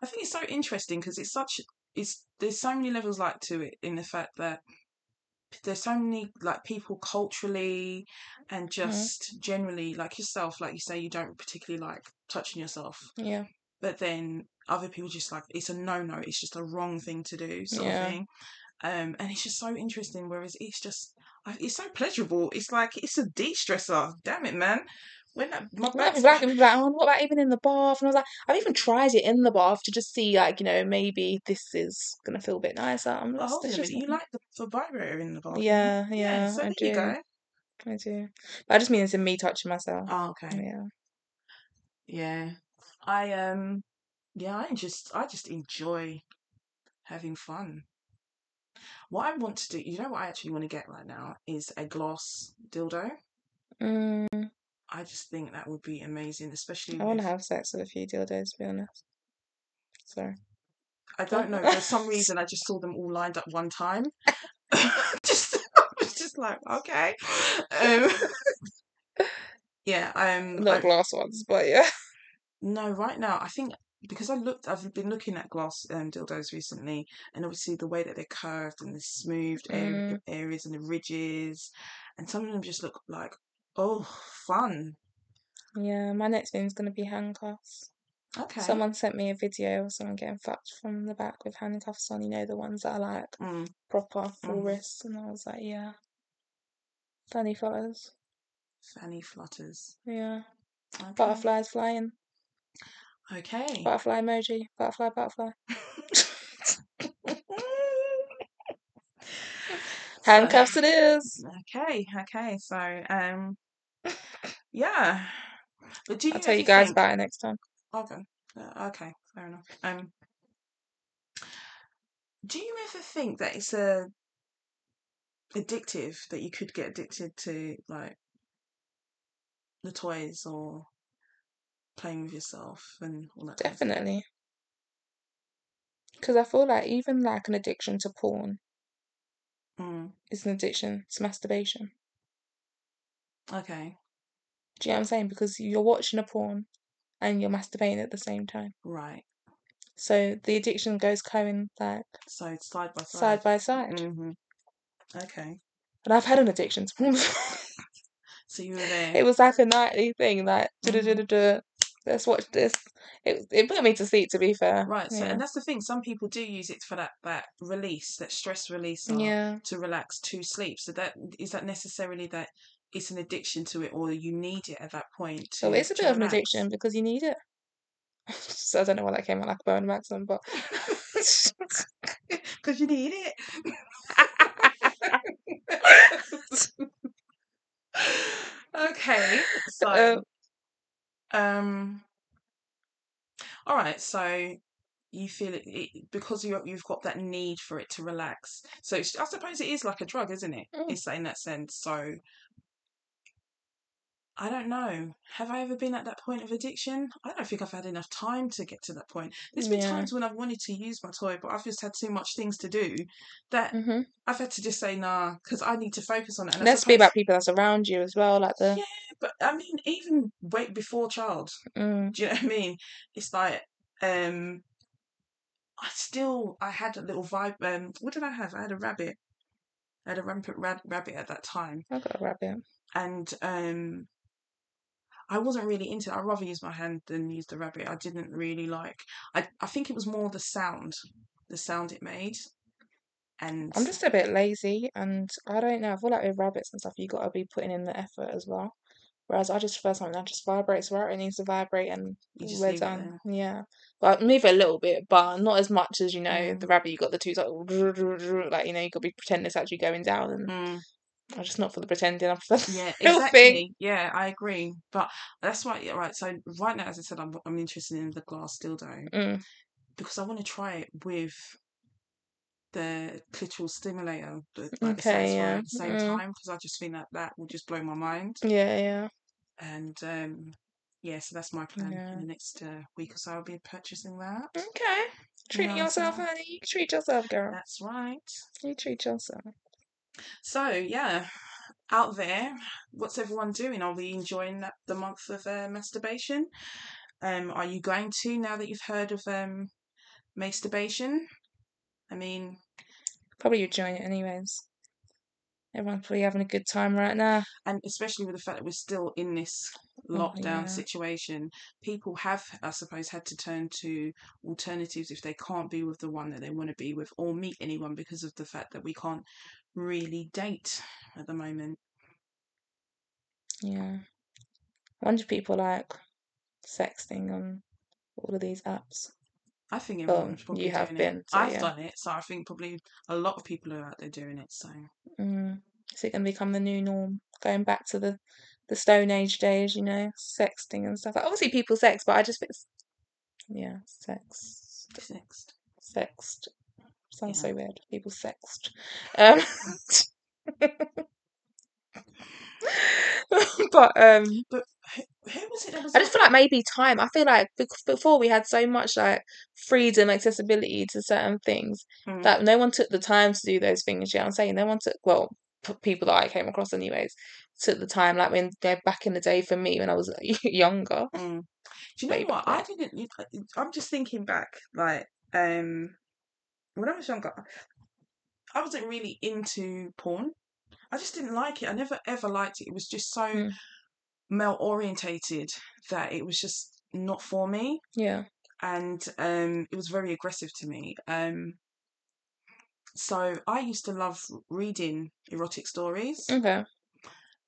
Speaker 2: I think it's so interesting because it's such it's there's so many levels like to it in the fact that p- there's so many like people culturally and
Speaker 1: Mm.
Speaker 2: just generally like yourself like you say you don't particularly like touching yourself
Speaker 1: Yeah.
Speaker 2: but then other people just like it's a no no it's just a wrong thing to do sort of
Speaker 1: Yeah.
Speaker 2: thing um and it's just so interesting whereas it's just I- it's so pleasurable it's like it's a de-stressor damn it man when that, my
Speaker 1: Yeah,
Speaker 2: back's
Speaker 1: people like, people like, oh, what about even in the bath? And I was like, I've even tried it in the bath to just see, like, you know, maybe this is gonna feel a bit nicer. I'm
Speaker 2: Oh,
Speaker 1: like,
Speaker 2: hold
Speaker 1: that's
Speaker 2: on a minute.
Speaker 1: just
Speaker 2: You
Speaker 1: not.
Speaker 2: like the, the vibrator in the bathroom?
Speaker 1: Yeah,
Speaker 2: Yeah,
Speaker 1: yeah,
Speaker 2: so
Speaker 1: I
Speaker 2: there you
Speaker 1: do,
Speaker 2: go.
Speaker 1: I do. But I just mean it's in me touching myself.
Speaker 2: Oh, okay.
Speaker 1: Yeah.
Speaker 2: Yeah. I um yeah, I just I just enjoy having fun. What I want to do, you know what I actually want to get right now is a glass dildo.
Speaker 1: Mm,
Speaker 2: I just think that would be amazing, especially
Speaker 1: I want
Speaker 2: with
Speaker 1: to have sex with a few dildos, to be honest. Sorry.
Speaker 2: I
Speaker 1: Go
Speaker 2: don't
Speaker 1: on.
Speaker 2: know, for some reason I just saw them all lined up one time. just I was just like, okay. Um yeah, um
Speaker 1: Not
Speaker 2: I
Speaker 1: glass ones, but yeah.
Speaker 2: No, right now, I think because I looked, I've been looking at glass um, dildos recently, and obviously the way that they're curved and the smoothed air,
Speaker 1: Mm,
Speaker 2: areas and the ridges, and some of them just look like, oh, fun.
Speaker 1: yeah, my next thing's gonna be handcuffs.
Speaker 2: Okay.
Speaker 1: Someone sent me a video of someone getting fucked from the back with handcuffs on, you know, the ones that are like
Speaker 2: Mm,
Speaker 1: proper full
Speaker 2: mm.
Speaker 1: wrists, and I was like, yeah, funny fellas,
Speaker 2: Fanny flutters.
Speaker 1: yeah,
Speaker 2: Okay.
Speaker 1: butterflies flying,
Speaker 2: Okay.
Speaker 1: butterfly emoji, butterfly, butterfly,
Speaker 2: So,
Speaker 1: handcuffs it is.
Speaker 2: okay, okay. So, um, yeah. But do
Speaker 1: I'll
Speaker 2: you
Speaker 1: tell
Speaker 2: ever
Speaker 1: you guys
Speaker 2: think,
Speaker 1: about it next time.
Speaker 2: okay, uh, okay, fair enough. Um, do you ever think that it's a addictive that you could get addicted to like the toys or playing with yourself and all that kind of thing.
Speaker 1: Definitely, because I feel like even like an addiction to porn
Speaker 2: Mm,
Speaker 1: is an addiction to masturbation.
Speaker 2: okay,
Speaker 1: Do you know what I'm saying? Because you're watching a porn and you're masturbating at the same time,
Speaker 2: right.
Speaker 1: so the addiction goes going like
Speaker 2: So it's side by side.
Speaker 1: side by side.
Speaker 2: hmm Okay.
Speaker 1: And I've had an addiction to porn before.
Speaker 2: So you were there.
Speaker 1: it was like a nightly thing, like duh, duh, duh,
Speaker 2: Mm,
Speaker 1: duh, duh. Let's watch this. It, it put me to sleep, to be fair.
Speaker 2: Right. So,
Speaker 1: yeah.
Speaker 2: and that's the thing. Some people do use it for that that release, that stress release, or
Speaker 1: yeah.
Speaker 2: to relax, to sleep. So that is that necessarily that it's an addiction to it, or you need it at that point.
Speaker 1: So
Speaker 2: to-
Speaker 1: it's a
Speaker 2: to
Speaker 1: bit of an
Speaker 2: relax?
Speaker 1: addiction because you need it. so I don't know why that came out like a bone maxim, but
Speaker 2: because you need it. okay,
Speaker 1: um,
Speaker 2: so um, all right, so you feel it, it because you you've got that need for it to relax. So it's, I suppose it is like a drug, isn't it?
Speaker 1: Mm.
Speaker 2: It's in that sense. So I don't know. Have I ever been at that point of addiction? I don't think I've had enough time to get to that point. There's been
Speaker 1: Yeah.
Speaker 2: times when I've wanted to use my toy, but I've just had too much things to do that
Speaker 1: hmm
Speaker 2: I've had to just say nah because I need to focus on it. And I
Speaker 1: let's be
Speaker 2: suppose-
Speaker 1: about people that's around you as well, like the
Speaker 2: Yeah, but I mean, even wait before child.
Speaker 1: mm,
Speaker 2: Do you know what I mean? It's like um, I still I had a little vibe. Um, what did I have? I had a rabbit. I had a rampant rad- rabbit at that time,
Speaker 1: I've got a rabbit.
Speaker 2: and um, I wasn't really into. I'd rather use my hand than use the rabbit. I didn't really like. I I think it was more the sound, the sound it made, and
Speaker 1: I'm just a bit lazy, and I don't know. I feel like with rabbits and stuff, you gotta be putting in the effort as well. Whereas I just prefer something that just vibrates where it needs to vibrate, and
Speaker 2: you just
Speaker 1: we're
Speaker 2: leave it
Speaker 1: done.
Speaker 2: there.
Speaker 1: Yeah, but move it a little bit, but not as much as you know
Speaker 2: Mm.
Speaker 1: the rabbit. You got the two like, like you know you could be pretending it's actually going down, and
Speaker 2: Mm.
Speaker 1: I'm just not for the pretending. I prefer the
Speaker 2: Yeah,
Speaker 1: real thing.
Speaker 2: exactly. Yeah, I agree. But that's why, yeah, right. So right now, as I said, I'm I'm interested in the glass dildo
Speaker 1: Mm.
Speaker 2: because I want to try it with the clitoral stimulator, the, like the
Speaker 1: Okay,
Speaker 2: satisfier
Speaker 1: yeah,
Speaker 2: at the same
Speaker 1: mm.
Speaker 2: time because I just think that that will just blow my mind.
Speaker 1: yeah, yeah,
Speaker 2: And um, yeah, so that's my plan. In
Speaker 1: yeah. Mm.
Speaker 2: the next uh, week or so, I'll be purchasing that.
Speaker 1: Okay, treating
Speaker 2: Yeah, so
Speaker 1: yourself, honey. You treat yourself, girl.
Speaker 2: that's right.
Speaker 1: You treat yourself.
Speaker 2: So yeah, out there, what's everyone doing? Are we enjoying that the month of uh, masturbation? Um, are you going to now that you've heard of um masturbation? I mean,
Speaker 1: Probably you're enjoying it anyways. Everyone's probably having a good time right now.
Speaker 2: and especially with the fact that we're still in this
Speaker 1: Oh
Speaker 2: lockdown
Speaker 1: yeah.
Speaker 2: situation, people have, I suppose, had to turn to alternatives if they can't be with the one that they want to be with or meet anyone because of the fact that we can't really date at the moment.
Speaker 1: Yeah. Wonder if people like sexting on all of these apps.
Speaker 2: I think
Speaker 1: Well, Um,
Speaker 2: everyone's
Speaker 1: you
Speaker 2: probably
Speaker 1: have
Speaker 2: doing it.
Speaker 1: been, so
Speaker 2: I've
Speaker 1: yeah.
Speaker 2: done it, so I think probably a lot of people are out there doing it. So
Speaker 1: Mm. Is it going to become the new norm? Going back to the the Stone Age days, you know, sexting and stuff. Like, obviously, people sex, but I just think, it's- yeah, sex,
Speaker 2: next,
Speaker 1: sexed. Sounds
Speaker 2: yeah.
Speaker 1: so weird. People sexed. Um, but um,
Speaker 2: But who, who was it that was
Speaker 1: I just
Speaker 2: like?
Speaker 1: feel like maybe time. I feel like bec- before we had so much like freedom, accessibility to certain things
Speaker 2: Mm,
Speaker 1: that no one took the time to do those things. Yeah, I'm saying no one took. Well, p- people that I came across, anyways, took the time. Like when they're back in the day for me when I was younger,
Speaker 2: mm. Do you know
Speaker 1: way back
Speaker 2: what? I
Speaker 1: when.
Speaker 2: didn't. you- I- I'm just thinking back, like, um, when I was younger, I wasn't really into porn. I just didn't like it. I never ever liked it. It was just so
Speaker 1: Mm,
Speaker 2: male orientated that it was just not for me,
Speaker 1: yeah,
Speaker 2: and um, it was very aggressive to me. Um, so I used to love reading erotic stories.
Speaker 1: okay,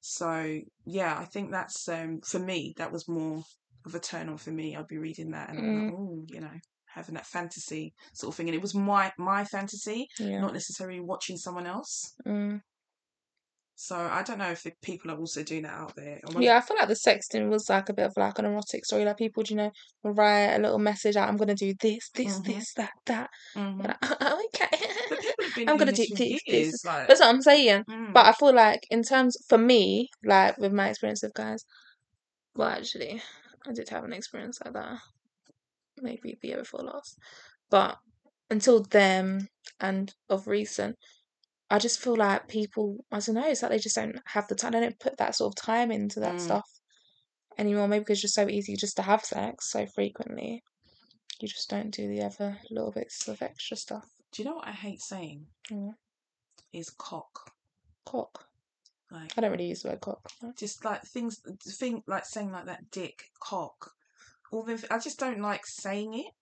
Speaker 2: So yeah, I think that's um for me that was more of a turn on for me. I'd be reading that and I'd be
Speaker 1: mm,
Speaker 2: like, oh, you know, having that fantasy sort of thing. And it was my my fantasy,
Speaker 1: yeah,
Speaker 2: not necessarily watching someone else.
Speaker 1: mm.
Speaker 2: So I don't know if the people are also doing that out there. I wonder.
Speaker 1: yeah. I feel like the sexting was like a bit of like an erotic story. Like people, do you know, would write a little message like, "I'm gonna do this, this,
Speaker 2: Mhm.
Speaker 1: this, that, that."
Speaker 2: Mhm.
Speaker 1: You're like, oh, okay.
Speaker 2: But people have been
Speaker 1: I'm
Speaker 2: doing
Speaker 1: gonna
Speaker 2: this
Speaker 1: do
Speaker 2: for
Speaker 1: this, this.
Speaker 2: years. Like,
Speaker 1: That's what I'm saying. But
Speaker 2: mm,
Speaker 1: I feel like in terms for me, like with my experience with guys, well, actually, I did have an experience like that. Maybe the year before last, but until then and of recent, I just feel like people, I don't know, it's like they just don't have the time. They don't put that sort of time into that
Speaker 2: mm.
Speaker 1: stuff anymore. Maybe because it's just so easy just to have sex so frequently. You just don't do the other little bits of extra stuff.
Speaker 2: Do you know what I hate saying?
Speaker 1: Mm.
Speaker 2: Is cock.
Speaker 1: Cock.
Speaker 2: Like
Speaker 1: I don't really use the word cock.
Speaker 2: just like things, thing like saying like that, dick, cock. all the. I just don't like saying it.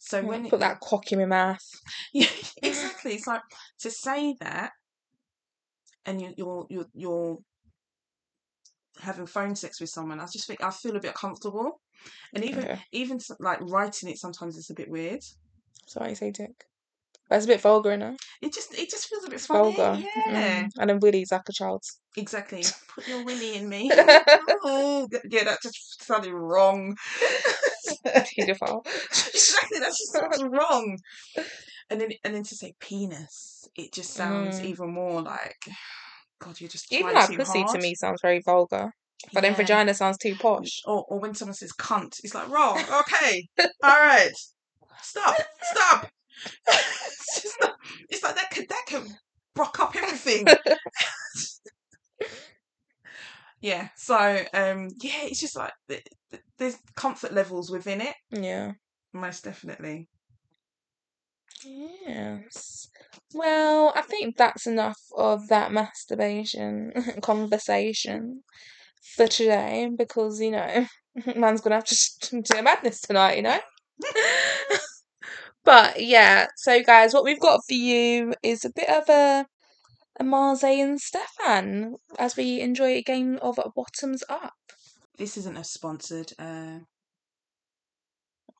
Speaker 2: So when
Speaker 1: put Hmm, that cock in my mouth.
Speaker 2: Yeah, exactly. It's like to say that, and you, you're you're you're having phone sex with someone. I just think I feel a bit comfortable, and even
Speaker 1: Okay.
Speaker 2: even s- like writing it sometimes it's a bit weird.
Speaker 1: So why you say dick? That's a bit vulgar, innit?
Speaker 2: It just it just feels a bit
Speaker 1: It's
Speaker 2: funny.
Speaker 1: vulgar.
Speaker 2: Yeah,
Speaker 1: Mm. And then Willie's like a child's.
Speaker 2: exactly. Put your willy in me. Oh, th- yeah, that just sounded wrong.
Speaker 1: Pedophile.
Speaker 2: exactly, that just sounds wrong. And then and then to say penis, it just sounds
Speaker 1: Mm.
Speaker 2: even more like. God, you're just
Speaker 1: Even
Speaker 2: trying
Speaker 1: like
Speaker 2: too
Speaker 1: pussy
Speaker 2: hard.
Speaker 1: to me sounds very vulgar. But then
Speaker 2: Yeah.
Speaker 1: vagina sounds too posh.
Speaker 2: or, or when someone says cunt, it's like, wrong, okay, all right, stop, stop. it's, just not, it's like that could, that can rock up everything. yeah, so, um, yeah, it's just like th- th- there's comfort levels within it,
Speaker 1: Yeah.
Speaker 2: most definitely.
Speaker 1: Yes. Well, I think that's enough of that masturbation conversation for today because, you know, man's gonna have to do madness tonight, you know? But yeah, so guys, what we've got for you is a bit of a, a Marseille and Stefan as we enjoy a game of bottoms up.
Speaker 2: This isn't a sponsored uh,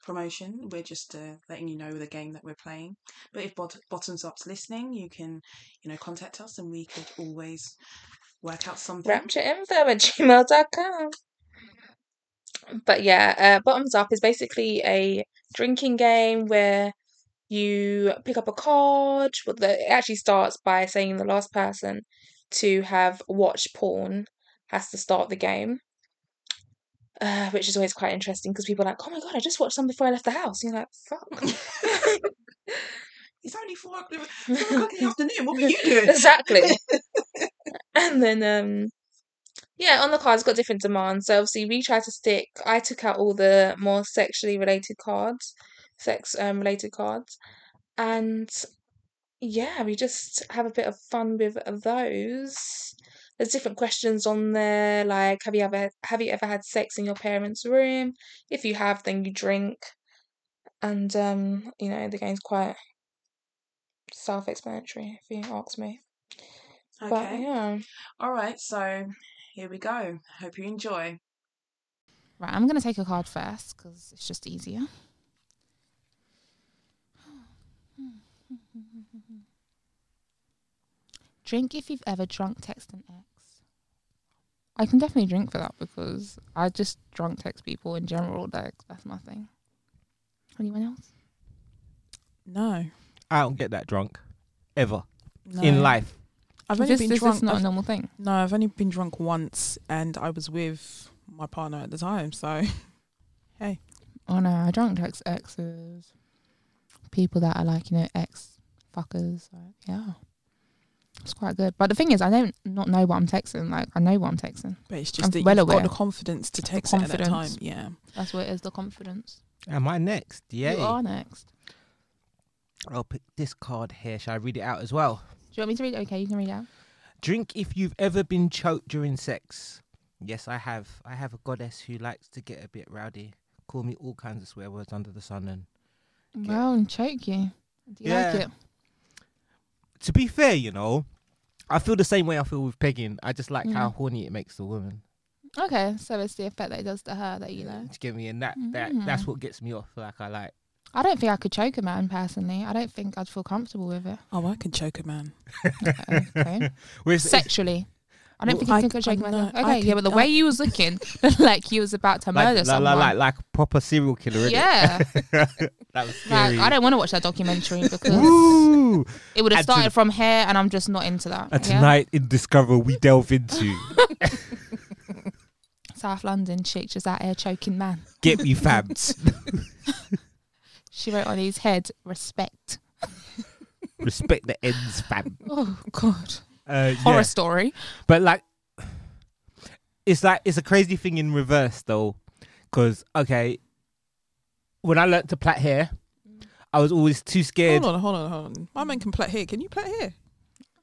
Speaker 2: promotion, we're just uh, letting you know the game that we're playing. But if bot- Bottoms Up's listening, you can, you know, contact us and we could always work out something.
Speaker 1: raptureinfo at gmail.com. But yeah, uh, Bottoms Up is basically a drinking game where you pick up a card. Well, the, it actually starts by saying the last person to have watched porn has to start the game, uh, which is always quite interesting because people are like, oh my god, I just watched some before I left the house. And you're like,
Speaker 2: It's only four o'clock, four
Speaker 1: fuck.
Speaker 2: o'clock in the afternoon. What were you doing?
Speaker 1: exactly. and then, um, yeah, on the cards, got different demands. So obviously, we try to stick. I took out all the more sexually related cards, sex um, related cards, and yeah, we just have a bit of fun with those. There's different questions on there, like have you ever have you ever had sex in your parents' room? If you have, then you drink, and um, you know the game's quite self-explanatory if you ask me. But
Speaker 2: Okay.
Speaker 1: yeah,
Speaker 2: All right. So here we go. Hope you enjoy.
Speaker 3: Right, I'm going to take a card first because it's just easier. Drink if you've ever drunk text an ex. I can definitely drink for that because I just drunk text people in general. Like, that's my thing. Anyone else?
Speaker 4: No,
Speaker 5: I don't get that drunk ever
Speaker 4: no.
Speaker 5: in life.
Speaker 4: I've only
Speaker 3: This,
Speaker 4: been
Speaker 3: this, this
Speaker 4: drunk.
Speaker 3: is not
Speaker 4: I've-
Speaker 3: a normal thing.
Speaker 4: no, I've only been drunk once, and I was with my partner at the time. So
Speaker 3: Oh no, I drunk text exes. People that are like, you know, ex fuckers. So, yeah. It's quite good. But the thing is, I don't not know what I'm texting. Like, I know what I'm texting.
Speaker 4: But it's just
Speaker 3: I'm
Speaker 4: that
Speaker 3: well
Speaker 4: you've
Speaker 3: aware.
Speaker 4: got the confidence to text it at that time.
Speaker 3: confidence.
Speaker 4: Yeah.
Speaker 3: That's what it is, the confidence.
Speaker 5: Am I next?
Speaker 3: You
Speaker 5: Yeah.
Speaker 3: are next.
Speaker 5: I'll pick this card here. Shall I read it out as well?
Speaker 3: Do you want me to read it? Okay, you can read it out.
Speaker 5: Drink if you've ever been choked during sex. Yes, I have. I have a goddess who likes to get a bit rowdy. Call me all kinds of swear words under the sun. And Okay.
Speaker 3: Well, and choke you. Do you like
Speaker 5: Yeah.
Speaker 3: it?
Speaker 5: to be fair, you know, I feel the same way I feel with pegging. I just like how
Speaker 3: Mhm.
Speaker 5: horny it makes the woman.
Speaker 3: Okay, so it's the effect that it does to her that you like.
Speaker 5: Do you get me? And that, that
Speaker 3: Mm.
Speaker 5: that's what gets me off. Like I like.
Speaker 3: I don't think I could choke a man personally. I don't think I'd feel comfortable with it.
Speaker 4: Oh, I can choke a man.
Speaker 3: Okay.
Speaker 5: Whereas it's-
Speaker 3: Sexually. I don't
Speaker 5: Well,
Speaker 3: think I
Speaker 4: I-
Speaker 3: could choke a man.
Speaker 4: I know-
Speaker 3: Okay,
Speaker 4: I
Speaker 3: yeah, but the
Speaker 4: could-
Speaker 3: way you was looking looked like you was about to murder
Speaker 5: like, like,
Speaker 3: someone.
Speaker 5: like, like, like a proper serial killer. innit?
Speaker 3: yeah.
Speaker 5: that was
Speaker 3: like
Speaker 5: scary.
Speaker 3: I don't want to watch that documentary because
Speaker 5: Woo!
Speaker 3: it would have
Speaker 5: And to-
Speaker 3: started from here and I'm just not into that.
Speaker 5: And
Speaker 3: yeah?
Speaker 5: tonight in Discover, we delve into
Speaker 3: South London chick just out here choking man.
Speaker 5: Get Me Fabbed.
Speaker 3: She wrote on his head, respect.
Speaker 5: Respect the ends, fam.
Speaker 3: Oh God.
Speaker 5: Uh,
Speaker 3: Horror
Speaker 5: yeah.
Speaker 3: story.
Speaker 5: But like, it's like, it's a crazy thing in reverse though. Because, okay, when I learnt to plait hair, I was always too scared.
Speaker 4: Hold on, hold on, hold on. My man can plait here. Can you plait here?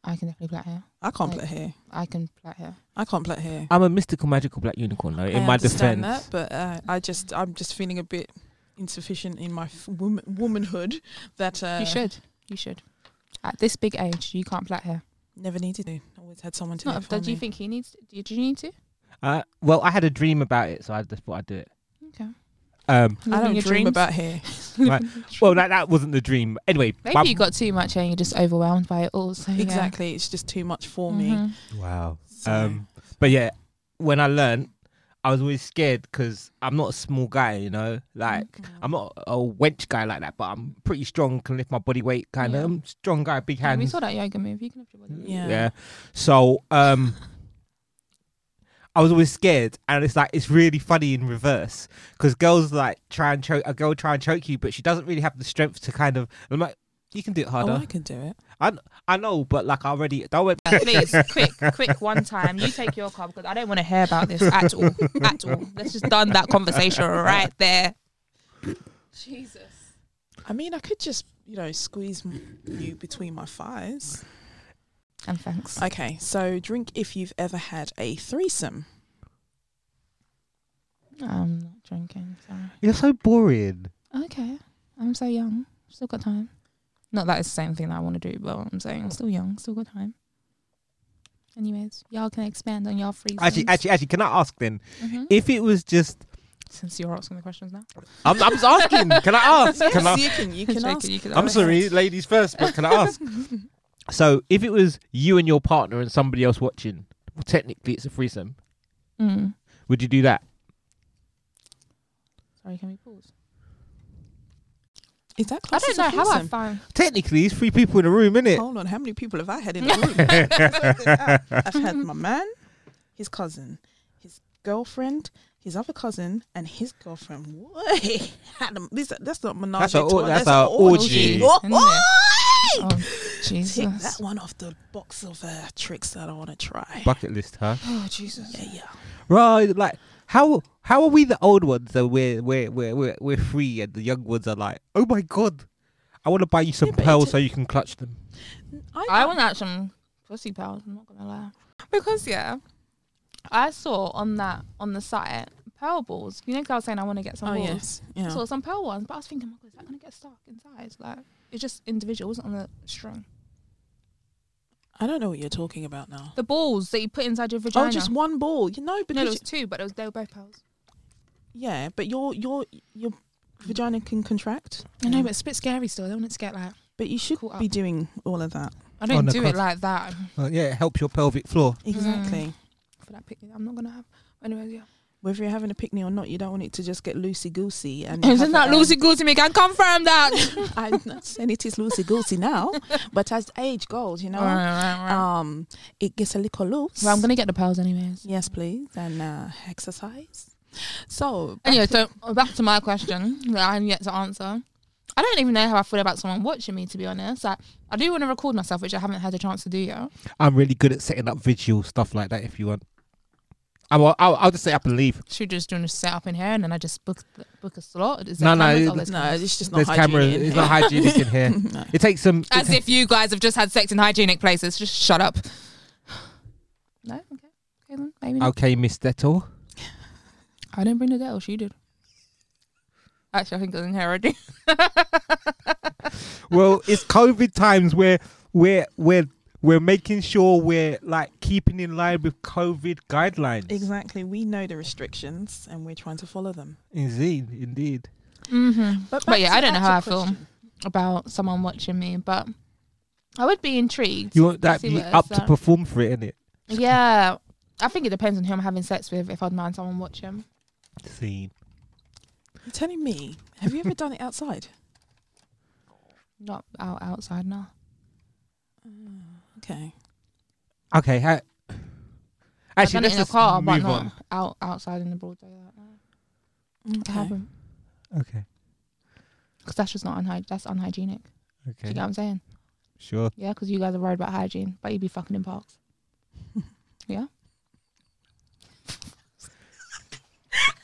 Speaker 3: I can definitely play here.
Speaker 4: I can't
Speaker 3: Like-
Speaker 4: plait hair.
Speaker 3: I can plait hair.
Speaker 4: I can't plait hair.
Speaker 5: I'm a mystical, magical black unicorn, though. In
Speaker 4: I
Speaker 5: my
Speaker 4: understand
Speaker 5: defense,
Speaker 4: that, but uh, I just I'm just feeling a bit insufficient in my f- woman, womanhood that uh,
Speaker 3: you should. You should. At this big age, you can't plait hair.
Speaker 4: never needed to. Always had someone to.
Speaker 3: Not
Speaker 4: do it
Speaker 3: if,
Speaker 4: for
Speaker 3: do you
Speaker 4: me.
Speaker 3: think he needs? Do you need to?
Speaker 5: uh, well, I had a dream about it, so I just thought I'd do it.
Speaker 3: Okay.
Speaker 5: Um,
Speaker 4: I
Speaker 3: Living
Speaker 4: don't
Speaker 3: your
Speaker 4: dream
Speaker 3: dreams.
Speaker 4: about hair.
Speaker 5: right. well, that, that wasn't the dream. Anyway,
Speaker 3: Maybe
Speaker 5: my-
Speaker 3: you got too much and you're just overwhelmed by it all. So yeah.
Speaker 4: Exactly, it's just too much for me.
Speaker 3: Mhm.
Speaker 5: wow.
Speaker 4: So,
Speaker 5: Um, but yeah, when I learned, I was always scared because I'm not a small guy, you know. Like
Speaker 3: Mm-hmm.
Speaker 5: I'm not a wench guy like that, but I'm pretty strong, can lift my body weight, kind
Speaker 3: Yeah.
Speaker 5: of strong guy, big
Speaker 3: Yeah,
Speaker 5: hands.
Speaker 3: we saw that yoga move. You can lift your body.
Speaker 4: Yeah.
Speaker 5: So um, I was always scared, and it's like it's really funny in reverse because girls like try and choke a girl try and choke you, but she doesn't really have the strength to kind of. I'm like, you can do it
Speaker 4: oh, I
Speaker 5: harder.
Speaker 4: could do it.
Speaker 5: I I know, but like I already that went.
Speaker 3: Please, quick, quick, one time. You take your car because I don't want to hear about this at all. At all. Let's just done that conversation right there. Jesus.
Speaker 4: I mean, I could just you know squeeze m- you between my thighs.
Speaker 3: And thanks.
Speaker 4: Okay, so drink if you've ever had a threesome.
Speaker 3: I'm not drinking. Sorry.
Speaker 5: You're so boring.
Speaker 3: Okay. I'm so young. Still got time. Not that it's the same thing that I want to do, but I'm saying I'm still young. Still got time. Anyways, y'all can expand on your free.
Speaker 5: Actually, actually, actually, can I ask then?
Speaker 3: Mhm.
Speaker 5: If it was just,
Speaker 3: since you're asking the questions now,
Speaker 5: I'm, I'm just asking. can I ask? Can I?
Speaker 4: you can, you can
Speaker 3: Joking,
Speaker 4: ask.
Speaker 3: you can
Speaker 5: I'm
Speaker 3: ask.
Speaker 5: sorry, ladies first, but can I ask? so, if it was you and your partner and somebody else watching, well, technically it's a threesome.
Speaker 3: Mm.
Speaker 5: Would you do that?
Speaker 3: Sorry, can we pause?
Speaker 4: Is that
Speaker 3: I
Speaker 4: class
Speaker 3: don't know how I found.
Speaker 5: Technically, it's three people in a room, isn't it?
Speaker 4: Hold on, how many people have I had in the room? I've had my man, his cousin, his girlfriend, his other cousin, and his girlfriend. What? Had 'em- this- That's not menage.
Speaker 5: That's
Speaker 4: a
Speaker 5: a or- that's a
Speaker 3: Orgy,
Speaker 5: orgy.
Speaker 4: Oh,
Speaker 3: isn't it?
Speaker 4: oi!
Speaker 3: Oh,
Speaker 4: Take that
Speaker 3: Jesus.
Speaker 4: one off the box of uh, tricks that I want to try.
Speaker 5: Bucket list, huh?
Speaker 3: Oh, Jesus.
Speaker 4: Yeah, yeah.
Speaker 5: Right, like how how are we the old ones that we're we're we're we're, we're free and the young ones are like, oh my god, I want to buy you some
Speaker 4: Yeah, but
Speaker 5: pearls
Speaker 4: it's a-
Speaker 5: so you can clutch them.
Speaker 3: I want to add some pussy pals. I'm not gonna lie, because yeah, I saw on that on the site pearl balls. You know, 'cause I was saying I want to get some
Speaker 4: Oh
Speaker 3: balls.
Speaker 4: yes, yeah.
Speaker 3: I saw some pearl ones, but I was thinking, my God, is that gonna get stuck inside? Like it's just individual, it wasn't on the string.
Speaker 4: I don't know what you're talking about now.
Speaker 3: The balls that you put inside your vagina.
Speaker 4: Oh, just one ball. You know,
Speaker 3: no,
Speaker 4: because
Speaker 3: there was two, but it was, they were both pearls.
Speaker 4: yeah, but your your your vagina can contract.
Speaker 3: I know, but it's a bit scary still. I don't want it to get like.
Speaker 4: But you should
Speaker 3: Caught up.
Speaker 4: be doing all of that.
Speaker 3: I don't
Speaker 5: no,
Speaker 3: do
Speaker 5: cause-
Speaker 3: it like that
Speaker 5: Uh, yeah, it helps your pelvic floor.
Speaker 3: Mm.
Speaker 4: Exactly.
Speaker 3: for that picnic. I'm not gonna have. Anyways, yeah.
Speaker 4: Whether you're having a picnic or not, you don't want it to just get loosey goosey. And have
Speaker 3: Isn't
Speaker 4: a- um,
Speaker 3: that loosey goosey? Me can confirm that.
Speaker 4: I'm not saying it is loosey goosey now, but as age goes, you know,
Speaker 3: Right, right, right.
Speaker 4: um, it gets a little loose.
Speaker 3: well, I'm gonna get the pearls anyways.
Speaker 4: yes, please, and uh, exercise. So back
Speaker 3: Anyway,
Speaker 4: to-
Speaker 3: so uh, back to my question that I'm yet to answer. I don't even know how I feel about someone watching me, to be honest. Like, I do want to record myself, which I haven't had a chance to do yet.
Speaker 5: I'm really good at setting up visual stuff like that. If you want, I'm, I'll I'll just set up and leave.
Speaker 3: Should just doing a set up in here, and then I just book book a slot. Is there
Speaker 5: No, no,
Speaker 3: cameras?
Speaker 5: it-
Speaker 3: Oh, there's
Speaker 4: no,
Speaker 3: cameras.
Speaker 4: it's just not
Speaker 5: There's cameras.
Speaker 4: hygienic in
Speaker 5: It's
Speaker 4: here.
Speaker 5: not hygienic in here.
Speaker 4: No.
Speaker 5: It takes some.
Speaker 3: As if you guys have just had sex in hygienic places. Just shut up. No, okay, okay then. Maybe not.
Speaker 5: Okay, Miss Dettel.
Speaker 3: I didn't bring the girl. She did. Actually, I think it was in here already.
Speaker 5: well, it's COVID times where we're we're we're making sure we're like keeping in line with COVID guidelines.
Speaker 4: Exactly. We know the restrictions, and we're trying to follow them.
Speaker 5: Indeed, indeed.
Speaker 3: mm-hmm. But
Speaker 4: But, back
Speaker 3: yeah,
Speaker 4: to-
Speaker 3: I don't know
Speaker 4: back
Speaker 3: how I
Speaker 4: to
Speaker 3: feel.
Speaker 4: question.
Speaker 3: About someone watching me, but I would be intrigued.
Speaker 5: You want that
Speaker 3: See
Speaker 5: you
Speaker 3: what it's
Speaker 5: up to
Speaker 3: like.
Speaker 5: perform for it, innit?
Speaker 3: Yeah, I think it depends on who I'm having sex with. If I'd mind someone watching,
Speaker 5: See,
Speaker 4: You're telling me, have you ever done it outside?
Speaker 3: not out outside now.
Speaker 4: Okay.
Speaker 5: okay. ha-
Speaker 3: I've
Speaker 5: Actually,
Speaker 3: done
Speaker 5: let's
Speaker 3: it in a
Speaker 5: just
Speaker 3: car, but
Speaker 5: move
Speaker 3: not
Speaker 5: on.
Speaker 3: out outside in the broad daylight. no. I
Speaker 4: okay.
Speaker 3: haven't
Speaker 5: Okay,
Speaker 3: because that's just not unhyg- That's unhygienic. Do you
Speaker 5: okay,
Speaker 3: get what I'm saying?
Speaker 5: sure.
Speaker 3: Yeah, because you guys are worried about hygiene, but you'd be fucking in parks. yeah.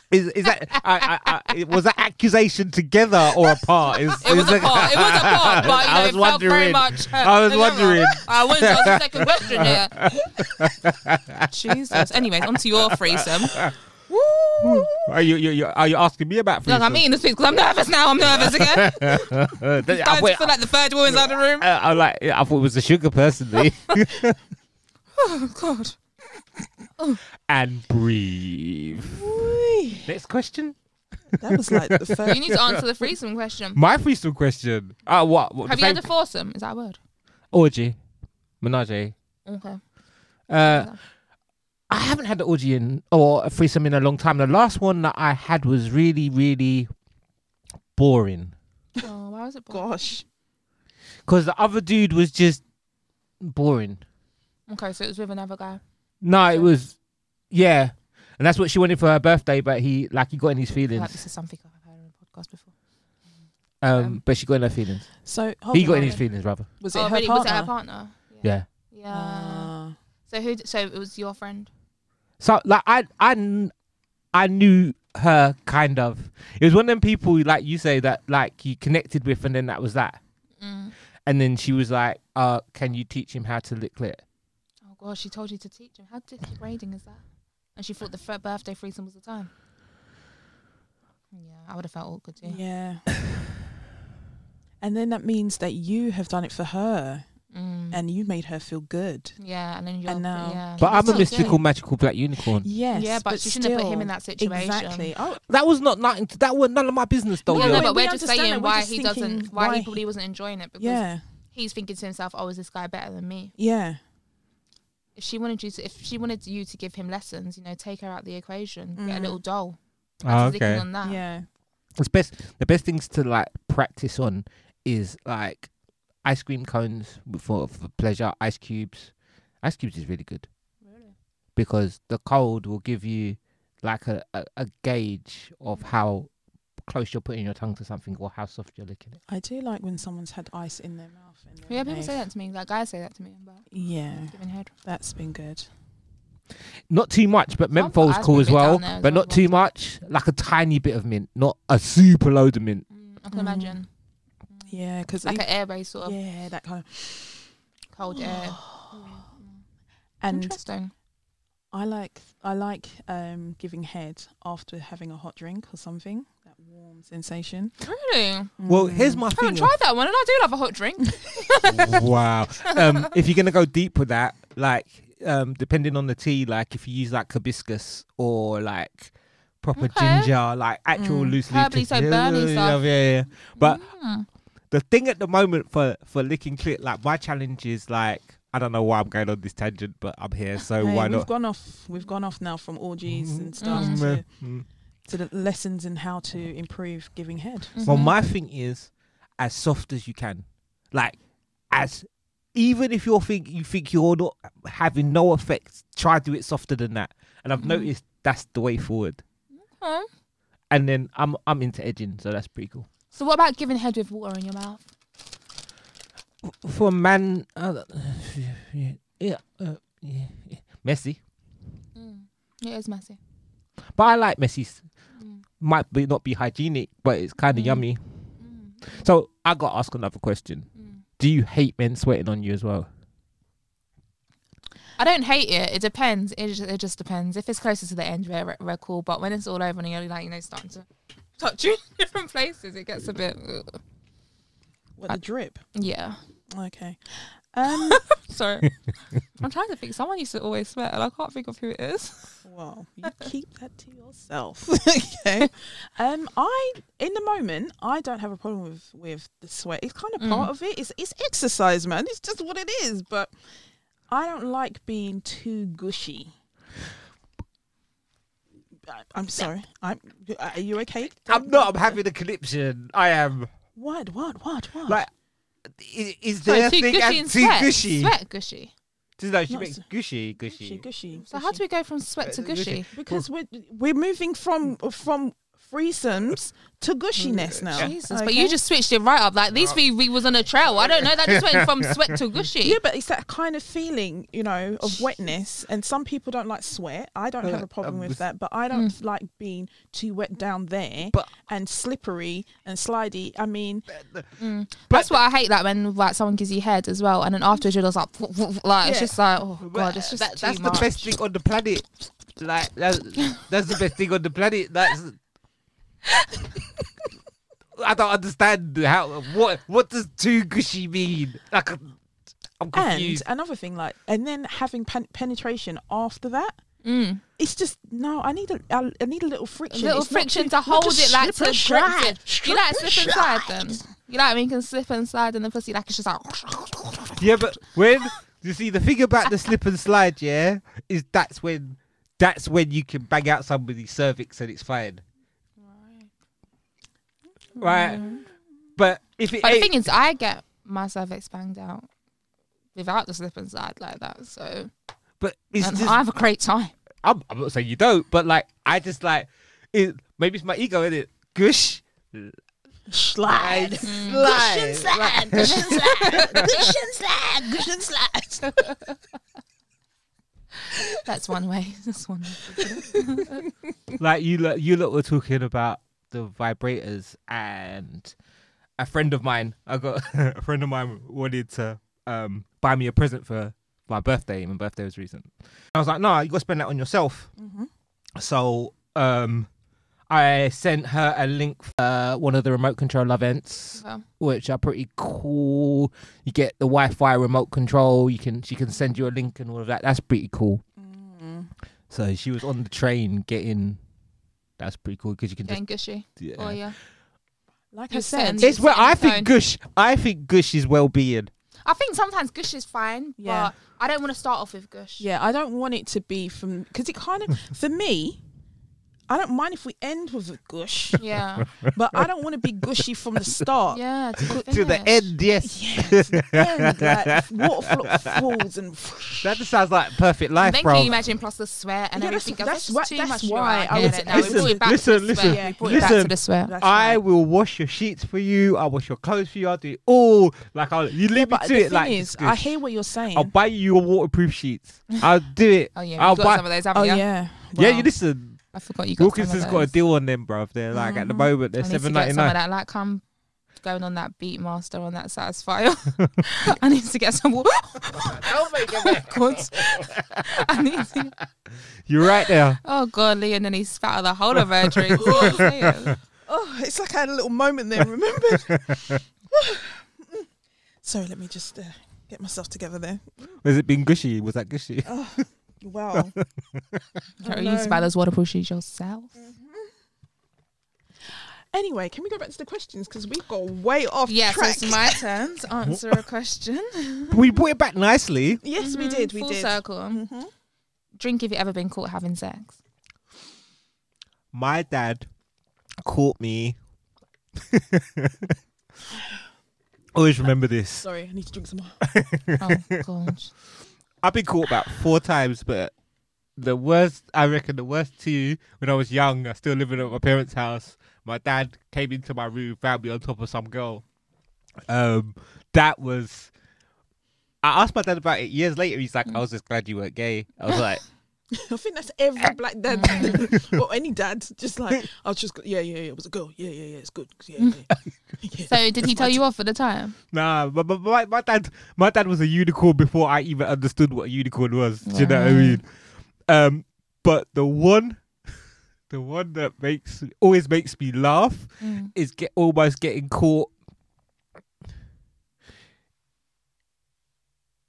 Speaker 5: Is is that I, I, I, was that accusation together or apart? Is,
Speaker 3: It was a part. It was a part, but you know,
Speaker 5: I was
Speaker 3: it felt very
Speaker 5: wondering.
Speaker 3: much. uh,
Speaker 5: I was
Speaker 3: together.
Speaker 5: wondering.
Speaker 3: I went to the second question there. Jesus. Anyways, on to your threesome. Woo!
Speaker 5: Are you, you, you are you asking me about?
Speaker 3: Look, I'm
Speaker 5: threesomes?
Speaker 3: eating the sweets because I'm nervous now. I'm nervous again.
Speaker 5: Uh, th- I,
Speaker 3: Starting to
Speaker 5: wait,
Speaker 3: feel like the third woman's out of the room.
Speaker 5: uh, I'm like, yeah, I thought it was a sugar personally.
Speaker 3: Oh, God.
Speaker 5: and breathe.
Speaker 4: Whee!
Speaker 5: Next question.
Speaker 4: That was like the first.
Speaker 3: You need to answer the threesome question.
Speaker 5: My threesome question. Ah, what? what
Speaker 3: Have
Speaker 5: the
Speaker 3: you had
Speaker 5: same-
Speaker 3: a foursome? Is that a word?
Speaker 5: orgy? Menage.
Speaker 3: Okay.
Speaker 5: Uh, I haven't had an orgy in or a threesome in a long time. The last one that I had was really, really boring
Speaker 3: Oh, why was it boring?
Speaker 4: Gosh.
Speaker 5: because the other dude was just boring.
Speaker 3: Okay, so it was with another guy.
Speaker 5: No, it was, yeah, and that's what she wanted for her birthday. But he, like, he got in his
Speaker 3: Like,
Speaker 5: feelings.
Speaker 3: this is something I've heard on the podcast before.
Speaker 5: Um, but she got in her feelings.
Speaker 4: So
Speaker 5: He got in
Speaker 4: on.
Speaker 5: his feelings rather.
Speaker 4: Was it
Speaker 3: Oh,
Speaker 4: her
Speaker 3: really? Was
Speaker 4: partner? Ah,
Speaker 3: it her partner?
Speaker 5: Yeah.
Speaker 3: Yeah. So who? d- So it was your friend.
Speaker 5: So like I I kn- I knew her kind of. It was one of them people like you say that like you connected with, and then that was that.
Speaker 3: Mm.
Speaker 5: And then she was like, "Uh, can you teach him how to lick lit?"
Speaker 3: Oh god, she told you to teach him. How degrading is that? And she thought the fir- birthday threesome was the time. Yeah, I would have felt awkward too.
Speaker 4: yeah. And then that means that you have done it for her,
Speaker 3: Mm.
Speaker 4: and you made her feel good.
Speaker 3: yeah, and then you're.
Speaker 4: And now-
Speaker 3: Yeah.
Speaker 5: But I'm
Speaker 4: that's
Speaker 5: a
Speaker 4: so
Speaker 5: mystical,
Speaker 4: silly.
Speaker 5: magical black unicorn.
Speaker 4: Yes.
Speaker 3: yeah, but, she shouldn't have put him in that situation.
Speaker 4: Exactly. Oh,
Speaker 5: That was not nothing. To, that was none of my business, though.
Speaker 3: Yeah,
Speaker 5: yo.
Speaker 3: no,
Speaker 4: we-
Speaker 3: but
Speaker 4: we
Speaker 3: we're just
Speaker 4: understand
Speaker 3: saying
Speaker 4: that, we're
Speaker 3: why
Speaker 4: just
Speaker 3: he
Speaker 4: thinking
Speaker 3: doesn't, why,
Speaker 4: why
Speaker 3: he
Speaker 4: he-
Speaker 3: probably wasn't enjoying it because
Speaker 4: yeah,
Speaker 3: he's thinking to himself, "Oh, is this guy better than me?"
Speaker 4: yeah.
Speaker 3: If she wanted you to, if she wanted you to give him lessons, you know, take her out the equation, get a
Speaker 4: Mm.
Speaker 3: little doll,
Speaker 5: Ah,
Speaker 3: Just zicking on that.
Speaker 4: Yeah.
Speaker 5: It's best. The best things to like practice on is like ice cream cones for, for pleasure. Ice cubes. Ice cubes is really good.
Speaker 3: Really?
Speaker 5: because the cold will give you like a, a, a gauge of how close you're putting your tongue to something or how soft you're licking it.
Speaker 4: I do like when someone's had ice in their mouth. And
Speaker 3: Yeah, people
Speaker 4: they've-
Speaker 3: say that to me. Like guys say that to me about
Speaker 4: Yeah,
Speaker 3: giving head.
Speaker 4: that's been good.
Speaker 3: Mm.
Speaker 5: Not too much, but
Speaker 3: I've got
Speaker 5: menthol's
Speaker 3: ice
Speaker 5: cool
Speaker 3: cream
Speaker 5: as
Speaker 3: down
Speaker 5: well,
Speaker 3: there as
Speaker 5: but
Speaker 3: well,
Speaker 5: not too much. Like a tiny bit of mint, not a super load of mint.
Speaker 3: Mm, I can
Speaker 4: Mm.
Speaker 3: imagine.
Speaker 4: Yeah, because
Speaker 3: Like an air raid sort of
Speaker 4: yeah, that kind of
Speaker 3: cold air.
Speaker 4: and
Speaker 3: Interesting.
Speaker 4: I like I like um, giving head after having a hot drink or something. That warm sensation.
Speaker 3: Really? I
Speaker 5: Well, here's
Speaker 4: Mm.
Speaker 5: my thing.
Speaker 3: haven't tried that one and I do love a hot drink.
Speaker 5: wow. Um, if you're gonna go deep with that, like um, depending on the tea, like if you use like hibiscus or like proper
Speaker 3: Okay.
Speaker 5: ginger, like actual
Speaker 4: Mm.
Speaker 5: loose leaf.
Speaker 3: Herbally, so
Speaker 5: ginger-
Speaker 3: burny
Speaker 5: Yeah,
Speaker 3: stuff.
Speaker 5: yeah, yeah. But
Speaker 3: Mm.
Speaker 5: the thing at the moment for for licking clit, like my challenge is like I don't know why I'm going on this tangent, but I'm here, so
Speaker 4: Hey,
Speaker 5: why
Speaker 4: we've
Speaker 5: not? Mm-hmm.
Speaker 4: gone off. We've gone off now from orgies and stuff
Speaker 3: Mm.
Speaker 4: to,
Speaker 5: Mm.
Speaker 4: to the lessons in how to improve giving head.
Speaker 5: Well,
Speaker 3: Mhm.
Speaker 5: my thing is as soft as you can, like as even if you're think you think you're not having no effect, try to do it softer than that. And I've
Speaker 3: Mhm.
Speaker 5: noticed that's the way forward.
Speaker 3: Okay.
Speaker 5: And then I'm I'm into edging, so that's pretty cool.
Speaker 3: So what about giving head with water in your mouth?
Speaker 5: For a man, uh, yeah, yeah, uh, yeah, yeah, messy,
Speaker 3: Mm. It is messy.
Speaker 5: but I like messy s-
Speaker 3: Mm.
Speaker 5: might be not be hygienic, but it's kind of
Speaker 3: Mm.
Speaker 5: yummy.
Speaker 3: Mm.
Speaker 5: So I got to ask another question.
Speaker 3: Mm.
Speaker 5: Do you hate men sweating on you as well?
Speaker 3: I don't hate it. It depends. It just, it just depends. If it's closer to the end, we're, we're cool. But when it's all over and you're like, you know, starting to touch you in different places, it gets a bit. ugh.
Speaker 4: What the drip?
Speaker 3: Yeah.
Speaker 4: Okay. Um.
Speaker 3: Sorry. I'm trying to think. Someone used to always sweat, and I can't think of who it is.
Speaker 4: Well, you keep that to yourself. okay. Um, I in the moment I don't have a problem with with the sweat. It's kind of
Speaker 3: Mm.
Speaker 4: part of it. It's it's exercise, man. It's just what it is. But I don't like being too gushy. I- I'm sorry. I'm. Are you okay?
Speaker 5: I'm not. I'm having a conniption. I am.
Speaker 4: What? What? What? What?
Speaker 5: Like, is, is
Speaker 3: Sorry,
Speaker 5: there a
Speaker 3: too
Speaker 5: thing
Speaker 3: gushy
Speaker 5: as
Speaker 3: and
Speaker 5: too
Speaker 3: sweat.
Speaker 5: gushy?
Speaker 3: Sweat gushy.
Speaker 5: No, she
Speaker 4: Not
Speaker 5: meant
Speaker 4: s-
Speaker 5: gushy,
Speaker 4: gushy,
Speaker 5: gushy.
Speaker 4: gushy.
Speaker 3: So how do we go from sweat to
Speaker 5: Uh, gushy.
Speaker 3: gushy?
Speaker 4: Because we're we're moving from from threesomes to gushiness now.
Speaker 3: Mm. Jesus, but you just switched it right up. Like these three, we was on a trail. I don't know. That just went from sweat to gushy.
Speaker 4: Yeah, but it's that kind of feeling, you know, of wetness. And some people don't like sweat. I don't
Speaker 5: Well,
Speaker 4: have a problem
Speaker 5: um,
Speaker 4: with
Speaker 5: with-
Speaker 4: that, but I
Speaker 3: Hmm.
Speaker 4: don't like being too wet down there
Speaker 5: But-
Speaker 4: and slippery and slidey. I mean,
Speaker 3: That's why I hate that when like someone gives you head as well, and then afterwards you're just like, like it's
Speaker 4: Yeah.
Speaker 3: just like, oh god,
Speaker 5: But
Speaker 3: it's just
Speaker 5: that-
Speaker 3: too
Speaker 5: that's
Speaker 3: much.
Speaker 5: the best thing on the planet. Like that's, that's the best thing on the planet. That's I don't understand how what what does too gushy mean? Like I'm
Speaker 4: and
Speaker 5: confused.
Speaker 4: another thing, like, and then having pen- penetration after that.
Speaker 3: Mm.
Speaker 4: It's just no. I need a. I I need a little friction.
Speaker 3: Little
Speaker 4: It's not
Speaker 3: friction
Speaker 4: too-
Speaker 3: to
Speaker 4: not
Speaker 3: hold
Speaker 4: just
Speaker 3: it like to
Speaker 4: slip and
Speaker 3: grip
Speaker 4: slide,
Speaker 3: it. You like
Speaker 4: slip
Speaker 3: slip
Speaker 4: and
Speaker 3: inside
Speaker 4: slide.
Speaker 3: then. You like when you can slip inside and the pussy like it's just like.
Speaker 5: yeah, but when you see the thing about the slip and slide, yeah, is that's when that's when you can bang out somebody's cervix and it's fine. Right. But if it
Speaker 3: But the
Speaker 5: ain't,
Speaker 3: thing is, I get my cervix banged out without the slip inside like that. So
Speaker 5: but it's
Speaker 3: and
Speaker 5: just
Speaker 3: I have a great time.
Speaker 5: I'm, I'm not saying you don't, but like I just like it. Maybe it's my ego in it. Gush,
Speaker 4: Slide.
Speaker 5: slide, slide.
Speaker 3: That's one way. That's one. Way.
Speaker 5: like you, lot, you lot were talking about the vibrators, and a friend of mine, I got a friend of mine wanted to um buy me a present for my birthday. My birthday was recent. I was like, nah, you got to spend that on yourself. So um, I sent her a link for uh, one of the remote control events.
Speaker 3: Well,
Speaker 5: which are pretty cool. You get the Wi-Fi remote control. You can she can send you a link and all of that. That's pretty cool. Mm. So she was on the train getting. That's pretty cool because you can just.
Speaker 3: getting gushy.
Speaker 5: Yeah.
Speaker 3: Oh yeah.
Speaker 4: Like
Speaker 3: You
Speaker 4: I said,
Speaker 3: send-
Speaker 5: It's where I
Speaker 3: Phone.
Speaker 5: think Gush. I think Gush is well-being.
Speaker 3: I think sometimes gush is fine,
Speaker 4: Yeah.
Speaker 3: but I don't want to start off with gush.
Speaker 4: Yeah, I don't want it to be from because it kind of for me. I don't mind if we end with a gush,
Speaker 3: Yeah.
Speaker 4: but I don't want to be gushy from the start.
Speaker 3: Yeah. To,
Speaker 5: To the
Speaker 3: finish.
Speaker 5: end, yes.
Speaker 4: Yes, end, like, water flo- falls and.
Speaker 5: That just sounds like perfect life,
Speaker 3: then
Speaker 5: bro.
Speaker 3: can you imagine plus the sweat and
Speaker 4: Yeah, that's-
Speaker 3: everything? That's,
Speaker 4: that's why-
Speaker 3: too
Speaker 4: that's
Speaker 3: much.
Speaker 4: why
Speaker 3: right?
Speaker 4: I
Speaker 3: Yeah,
Speaker 4: would
Speaker 3: no,
Speaker 4: say-
Speaker 3: no, we brought it back
Speaker 5: Listen,
Speaker 3: to the
Speaker 5: listen,
Speaker 3: sweat.
Speaker 4: listen,
Speaker 3: we brought it back to
Speaker 5: listen.
Speaker 3: the sweat.
Speaker 4: That's
Speaker 5: I
Speaker 4: right.
Speaker 5: will wash your sheets for you. I'll wash your clothes for you. I'll do it all. Like I'll you leave
Speaker 4: But
Speaker 5: me
Speaker 4: the
Speaker 5: to
Speaker 4: thing
Speaker 5: it. Like Oh,
Speaker 4: is,
Speaker 5: it's
Speaker 4: I
Speaker 5: Gush.
Speaker 4: hear what you're saying.
Speaker 5: I'll buy you your waterproof sheets. I'll do it.
Speaker 3: Oh yeah, you
Speaker 5: I'll
Speaker 3: got
Speaker 5: buy.
Speaker 3: some of those, haven't
Speaker 4: oh
Speaker 3: you?
Speaker 4: yeah,
Speaker 5: Yeah,
Speaker 4: wow.
Speaker 5: you listen.
Speaker 3: I forgot you got
Speaker 5: Wilkinson's
Speaker 3: some of
Speaker 5: got a
Speaker 3: those.
Speaker 5: deal on them, bruv. They're like at the
Speaker 3: Mhm.
Speaker 5: moment they're
Speaker 3: I need to
Speaker 5: seven
Speaker 3: get
Speaker 5: ninety
Speaker 3: some of
Speaker 5: nine.
Speaker 3: that. Like I'm going on that Beatmaster on that Satisfyer. I need to get some. wa-
Speaker 5: Oh my
Speaker 3: oh god. I need to.
Speaker 5: You're right there.
Speaker 3: Oh god, Lee, and then he spat out the whole of her drink. What I'm saying.
Speaker 4: Oh, it's like I had a little moment there. Remember? Sorry, let me just uh, get myself together there.
Speaker 5: Was it being gushy? Was that gushy?
Speaker 3: Oh.
Speaker 4: Wow.
Speaker 3: Don't you spat those waterproof sheets yourself?
Speaker 4: Anyway, can we go back to the questions because we've got way off
Speaker 3: Yeah, so
Speaker 4: track.
Speaker 3: it's my turn to answer a question.
Speaker 5: we brought it back nicely.
Speaker 4: yes, we
Speaker 3: Mhm,
Speaker 4: did. We
Speaker 3: Full
Speaker 4: did.
Speaker 3: circle.
Speaker 4: Mhm.
Speaker 3: Drink if you ever been caught having sex.
Speaker 5: My dad caught me. Always remember this.
Speaker 4: Sorry, I need to drink some more.
Speaker 3: Oh gosh.
Speaker 5: I've been caught about four times, but the worst, I reckon, the worst two when I was young, I was still living at my parents' house. My dad came into my room, found me on top of some girl. Um, that was. I asked my dad about it years later. He's like, "I was just glad you weren't gay." I was like,
Speaker 4: I think that's every black dad or any dad. Just like I was just go- yeah, yeah, yeah. It was a girl. Yeah, yeah, yeah. It's good. Yeah, yeah. yeah.
Speaker 3: So did he tell you off at the time?
Speaker 5: "Nah." But, but my, my dad, my dad was a unicorn before I even understood what a unicorn was. Do you know what I mean? Um, but the one, the one that makes always makes me laugh is get almost getting caught.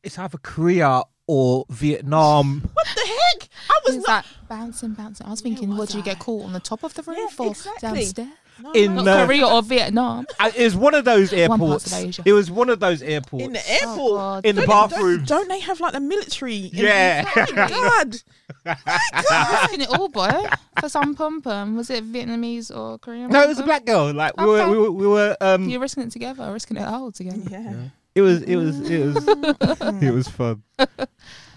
Speaker 5: It's either Korea or Vietnam.
Speaker 4: What the heck? I was
Speaker 3: It's
Speaker 4: not.
Speaker 3: like bouncing, bouncing. I was thinking,
Speaker 4: was
Speaker 3: what do you get
Speaker 4: I?
Speaker 3: caught on the top of the roof
Speaker 4: Yeah,
Speaker 3: or
Speaker 4: exactly.
Speaker 3: downstairs?
Speaker 4: No,
Speaker 5: in
Speaker 3: Not
Speaker 4: no,
Speaker 5: the-
Speaker 4: sorry.
Speaker 3: Korea or Vietnam.
Speaker 5: I- It was one of those
Speaker 3: One part
Speaker 5: airports.
Speaker 3: of Asia.
Speaker 5: It was one of those airports.
Speaker 4: in the
Speaker 3: Oh,
Speaker 4: airport.
Speaker 3: God.
Speaker 5: In the
Speaker 4: Don't-
Speaker 5: bathroom.
Speaker 4: Don't, don't they have like the military? in-
Speaker 5: Yeah.
Speaker 4: My
Speaker 3: Oh,
Speaker 4: God.
Speaker 3: Fucking it all, boy. For some pom pom, was it Vietnamese or Korean?
Speaker 5: No, it was a
Speaker 3: pom-pom?
Speaker 5: black girl. Like we were,
Speaker 3: Okay.
Speaker 5: we were, we were. Um,
Speaker 3: You're risking it together, risking it all together.
Speaker 4: Yeah.
Speaker 5: it was, it was, it was, it was fun.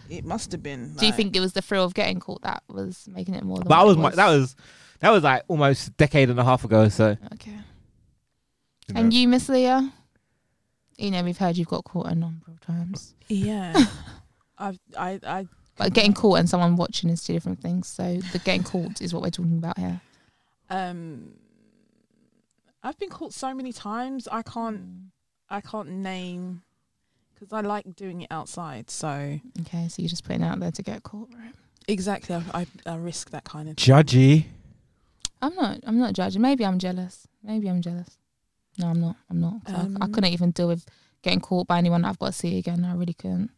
Speaker 4: It must have been.
Speaker 3: Do you
Speaker 4: like-
Speaker 3: think it was the thrill of getting caught that was making it more? Than
Speaker 5: But I
Speaker 3: what
Speaker 5: was,
Speaker 3: it
Speaker 5: my, that was that was like almost a decade and a half ago. So
Speaker 3: okay.
Speaker 5: you
Speaker 3: And
Speaker 5: know.
Speaker 3: you, Miss Leah, you know we've heard you've got caught a number of times,
Speaker 4: Yeah. I've, I, I,
Speaker 3: but getting caught and someone watching is two different things. So the getting caught is what we're talking about here.
Speaker 4: um, I've been caught so many times. I can't, I can't name because I like doing it outside. So
Speaker 3: Okay, so you're just putting it out there to get caught, right?
Speaker 4: exactly, I, I, I risk that kind of.
Speaker 5: judgy.
Speaker 3: I'm not. I'm not judging. Maybe I'm jealous. Maybe I'm jealous. No, I'm not. I'm not. 'Cause I- I,
Speaker 4: Um,
Speaker 3: couldn't even deal with getting caught by anyone that I've got to see again. I really couldn't.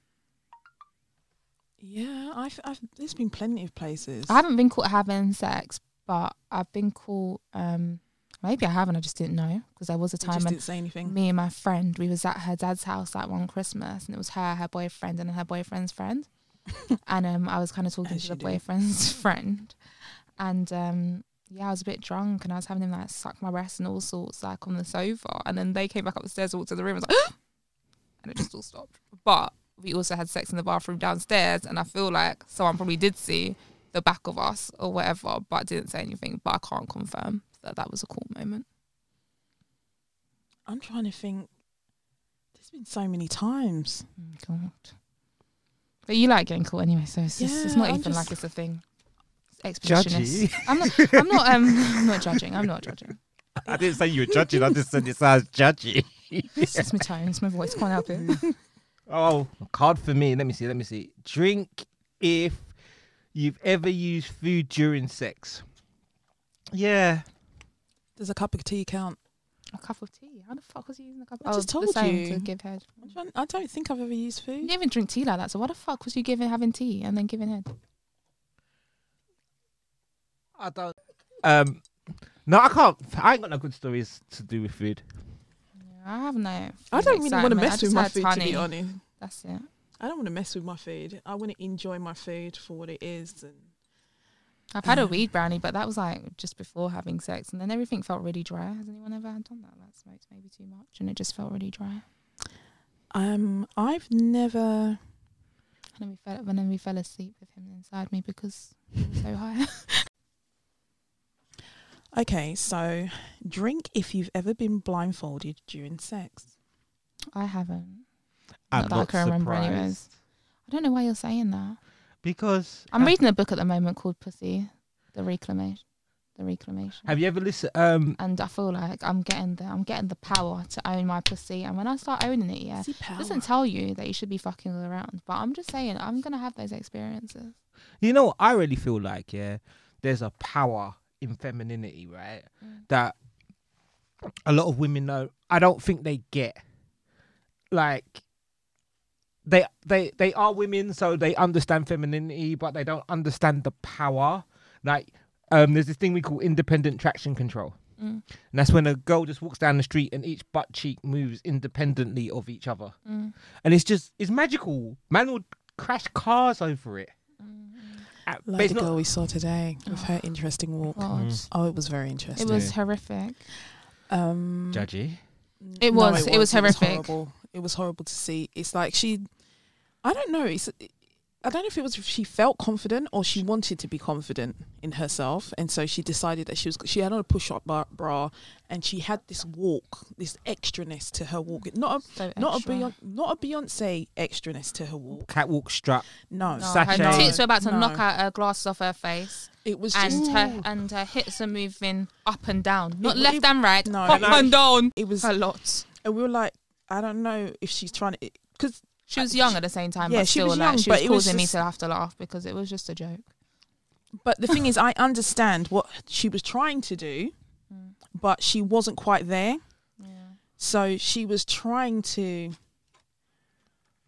Speaker 4: Yeah, I've, I've there's been plenty of places.
Speaker 3: I haven't been caught having sex, but I've been caught. Um, maybe I haven't. I just didn't know because there was a
Speaker 4: You
Speaker 3: time
Speaker 4: just
Speaker 3: when
Speaker 4: didn't say anything.
Speaker 3: me and my friend we was at her dad's house that one Christmas, and it was her, her boyfriend, and her boyfriend's friend. and um, I was kind of talking
Speaker 4: As
Speaker 3: to
Speaker 4: you
Speaker 3: the
Speaker 4: do.
Speaker 3: boyfriend's friend, and um, yeah, I was a bit drunk, and I was having him like suck my breast and all sorts, like on the sofa. And then they came back up the stairs, walked to the room, I was like, and it just all stopped. But we also had sex in the bathroom downstairs, and I feel like someone probably did see the back of us or whatever, but didn't say anything. But I can't confirm that that was a cool moment.
Speaker 4: I'm trying to think. There's been so many times.
Speaker 3: God. But you like getting caught anyway, so it's, just, it's
Speaker 4: Yeah,
Speaker 3: not
Speaker 4: I'm
Speaker 3: even
Speaker 4: just-
Speaker 3: like it's a thing. It's
Speaker 5: Judgy.
Speaker 3: expeditionist. I'm not. I'm not. Um, I'm not judging. I'm not judging.
Speaker 5: I didn't say you were judging. I just said it sounds judgy.
Speaker 3: It's just my tone. It's my voice. Can't help it.
Speaker 5: Oh, card for me. Let me see. Let me see. Drink if you've ever used food during sex. Yeah.
Speaker 4: Does a cup of tea count?
Speaker 3: A cup of tea. How the fuck was you using a cup?
Speaker 4: I just
Speaker 3: the
Speaker 4: told
Speaker 3: same
Speaker 4: you.
Speaker 3: to give head.
Speaker 4: I'm trying- I don't think I've ever used
Speaker 3: You
Speaker 4: food.
Speaker 3: didn't even drink tea like that. So why the fuck was you giving having tea and then giving head?
Speaker 5: I don't. Um. No, I can't. I ain't got no good stories to do with food.
Speaker 3: I have no.
Speaker 4: I don't really want to
Speaker 3: excitement. I
Speaker 4: mess with
Speaker 3: just
Speaker 4: my
Speaker 3: had
Speaker 4: food, to
Speaker 3: honey.
Speaker 4: be honest.
Speaker 3: That's it.
Speaker 4: I don't want to mess with my food. I want to enjoy my food for what it is. And
Speaker 3: I've had a weed brownie, but that was like just before having sex, and then everything felt really dry. Has anyone ever had done that? Like smoked maybe too much, and it just felt really dry.
Speaker 4: um, I've never.
Speaker 3: And then we fell, and then we fell asleep with him inside me because he was so high.
Speaker 4: Okay, so drink if you've ever been blindfolded during sex.
Speaker 3: I haven't.
Speaker 5: I'm
Speaker 3: Not that I
Speaker 5: not
Speaker 3: can remember
Speaker 5: surprised.
Speaker 3: anyways. I don't know why you're saying that.
Speaker 5: Because
Speaker 3: I'm
Speaker 5: uh,
Speaker 3: reading a book at the moment called Pussy, the reclamation, the reclamation.
Speaker 5: Have you ever listened? Um.
Speaker 3: and I feel like I'm getting the I'm getting the power to own my pussy. And when I start owning it, yeah,
Speaker 4: See,
Speaker 3: it
Speaker 4: power.
Speaker 3: doesn't tell you that you should be fucking around. But I'm just saying, I'm gonna have those experiences.
Speaker 5: You know what I really feel like? Yeah, there's a power in femininity, right? That a lot of women know. I don't think they get. Like, they they they are women, so they understand femininity, but they don't understand the power. Like, um, there's this thing we call independent traction control.
Speaker 3: Mm.
Speaker 5: And that's when a girl just walks down the street and each butt cheek moves independently of each other.
Speaker 3: Mm.
Speaker 5: And it's just, it's magical. Man will crash cars over it.
Speaker 3: Mm.
Speaker 5: Uh, but
Speaker 4: Like
Speaker 5: it's
Speaker 4: the
Speaker 5: not-
Speaker 4: girl we saw today with her interesting walk.
Speaker 3: God,
Speaker 5: Mm.
Speaker 4: Oh, it was very
Speaker 3: it
Speaker 4: interesting.
Speaker 3: was horrific.
Speaker 4: um,
Speaker 5: Judgy.
Speaker 4: n-
Speaker 3: It
Speaker 4: no,
Speaker 3: was- it was horrific.
Speaker 4: horrible. It was horrible to see. It's like she. I don't know. It's. I don't know if it was if she felt confident or she wanted to be confident in herself, and so she decided that she was. She had on a push-up bar, bra, and she had this walk, this extraness to her walk. Not a
Speaker 3: So
Speaker 4: not a
Speaker 3: extra.
Speaker 4: Beyonce, not a Beyonce extraness to her walk.
Speaker 5: Catwalk strap.
Speaker 4: No,
Speaker 3: No,
Speaker 5: Sachet.
Speaker 3: her tits were about to
Speaker 4: No.
Speaker 3: knock out her uh, glasses off her face,
Speaker 4: It was just.
Speaker 3: and her and her hips are moving up and down, not
Speaker 4: It-
Speaker 3: left
Speaker 4: it-
Speaker 3: and right,
Speaker 4: no,
Speaker 3: up
Speaker 4: no.
Speaker 3: and down.
Speaker 4: It was,
Speaker 3: A lot.
Speaker 4: and we were like, I don't know if she's trying to, because
Speaker 3: She was young at the same time,
Speaker 4: Yeah,
Speaker 3: but
Speaker 4: she
Speaker 3: still,
Speaker 4: was
Speaker 3: like
Speaker 4: young,
Speaker 3: she
Speaker 4: but
Speaker 3: was
Speaker 4: it
Speaker 3: causing
Speaker 4: was
Speaker 3: me
Speaker 4: just-
Speaker 3: to have to laugh because it was just a joke.
Speaker 4: But the thing is, I understand what she was trying to do,
Speaker 3: Mm.
Speaker 4: but she wasn't quite there. So she was trying to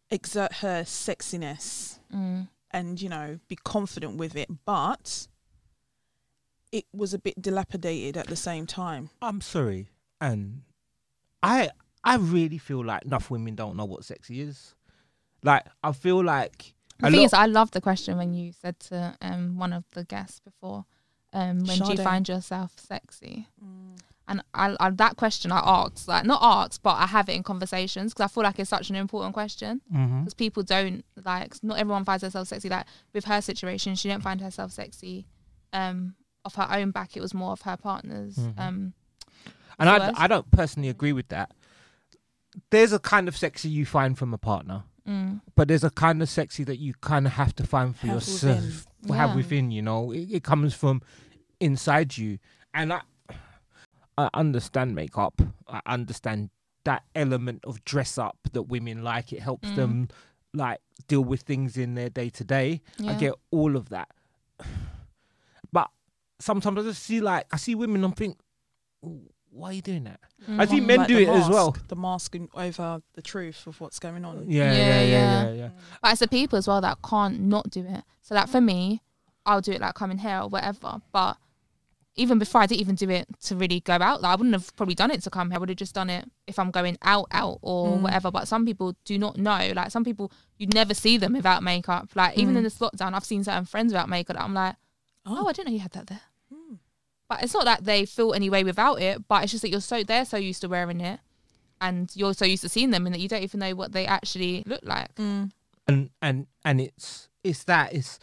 Speaker 4: exert her sexiness
Speaker 3: Mm.
Speaker 4: and, you know, be confident with it, but it was a bit dilapidated at the same time.
Speaker 5: I'm sorry, and I I really feel like enough women don't know what sexy is. Like I feel like
Speaker 3: The
Speaker 5: a
Speaker 3: thing
Speaker 5: lot-
Speaker 3: is, I love the question when you said to um, one of the guests before, um, when do you
Speaker 4: Sade.
Speaker 3: find yourself sexy? And I, I, that question I asked, like not asked, but I have it in conversations because I feel like it's such an important question
Speaker 5: Mm-hmm.
Speaker 3: because people don't like not everyone finds herself sexy like with her situation she didn't find herself sexy um off her own back it was more of her partner's
Speaker 5: Mhm.
Speaker 3: um
Speaker 5: And I,
Speaker 3: Otherwise-
Speaker 5: I don't personally agree with that. There's a kind of sexy you find from a partner,
Speaker 3: mm,
Speaker 5: but there's a kind of sexy that you kind of have to find for
Speaker 4: Have
Speaker 5: yourself, have
Speaker 3: Yeah.
Speaker 5: within. You know, it, it comes from inside you, and I, I understand makeup. I understand that element of dress up that women like. It helps
Speaker 3: Mm.
Speaker 5: them like deal with things in their day to day. I
Speaker 3: yeah.
Speaker 5: get all of that. But sometimes I just see like I see women and think, why are you doing that?
Speaker 3: Mm.
Speaker 5: I think men do
Speaker 4: the
Speaker 5: it as well.
Speaker 4: mask- The masking over the truth of what's going on.
Speaker 5: Yeah,
Speaker 3: Yeah,
Speaker 5: yeah, yeah, yeah,
Speaker 3: yeah.
Speaker 5: yeah.
Speaker 3: but it's the people as well that can't not do it so like for me I'll do it like coming here or whatever but even before I didn't even do it to really go out like I wouldn't have probably done it to come here I would have just done it if I'm going out out or
Speaker 4: Mm.
Speaker 3: whatever but some people do not know like some people you'd never see them without makeup like even
Speaker 4: Mm.
Speaker 3: in this lockdown I've seen certain friends without makeup that I'm like oh I didn't know you had that there
Speaker 4: Mm.
Speaker 3: But it's not that they feel any way without it, but it's just that you're so they're so used to wearing it and you're so used to seeing them and that you don't even know what they actually look like.
Speaker 4: Mm.
Speaker 5: And and and it's it's that it's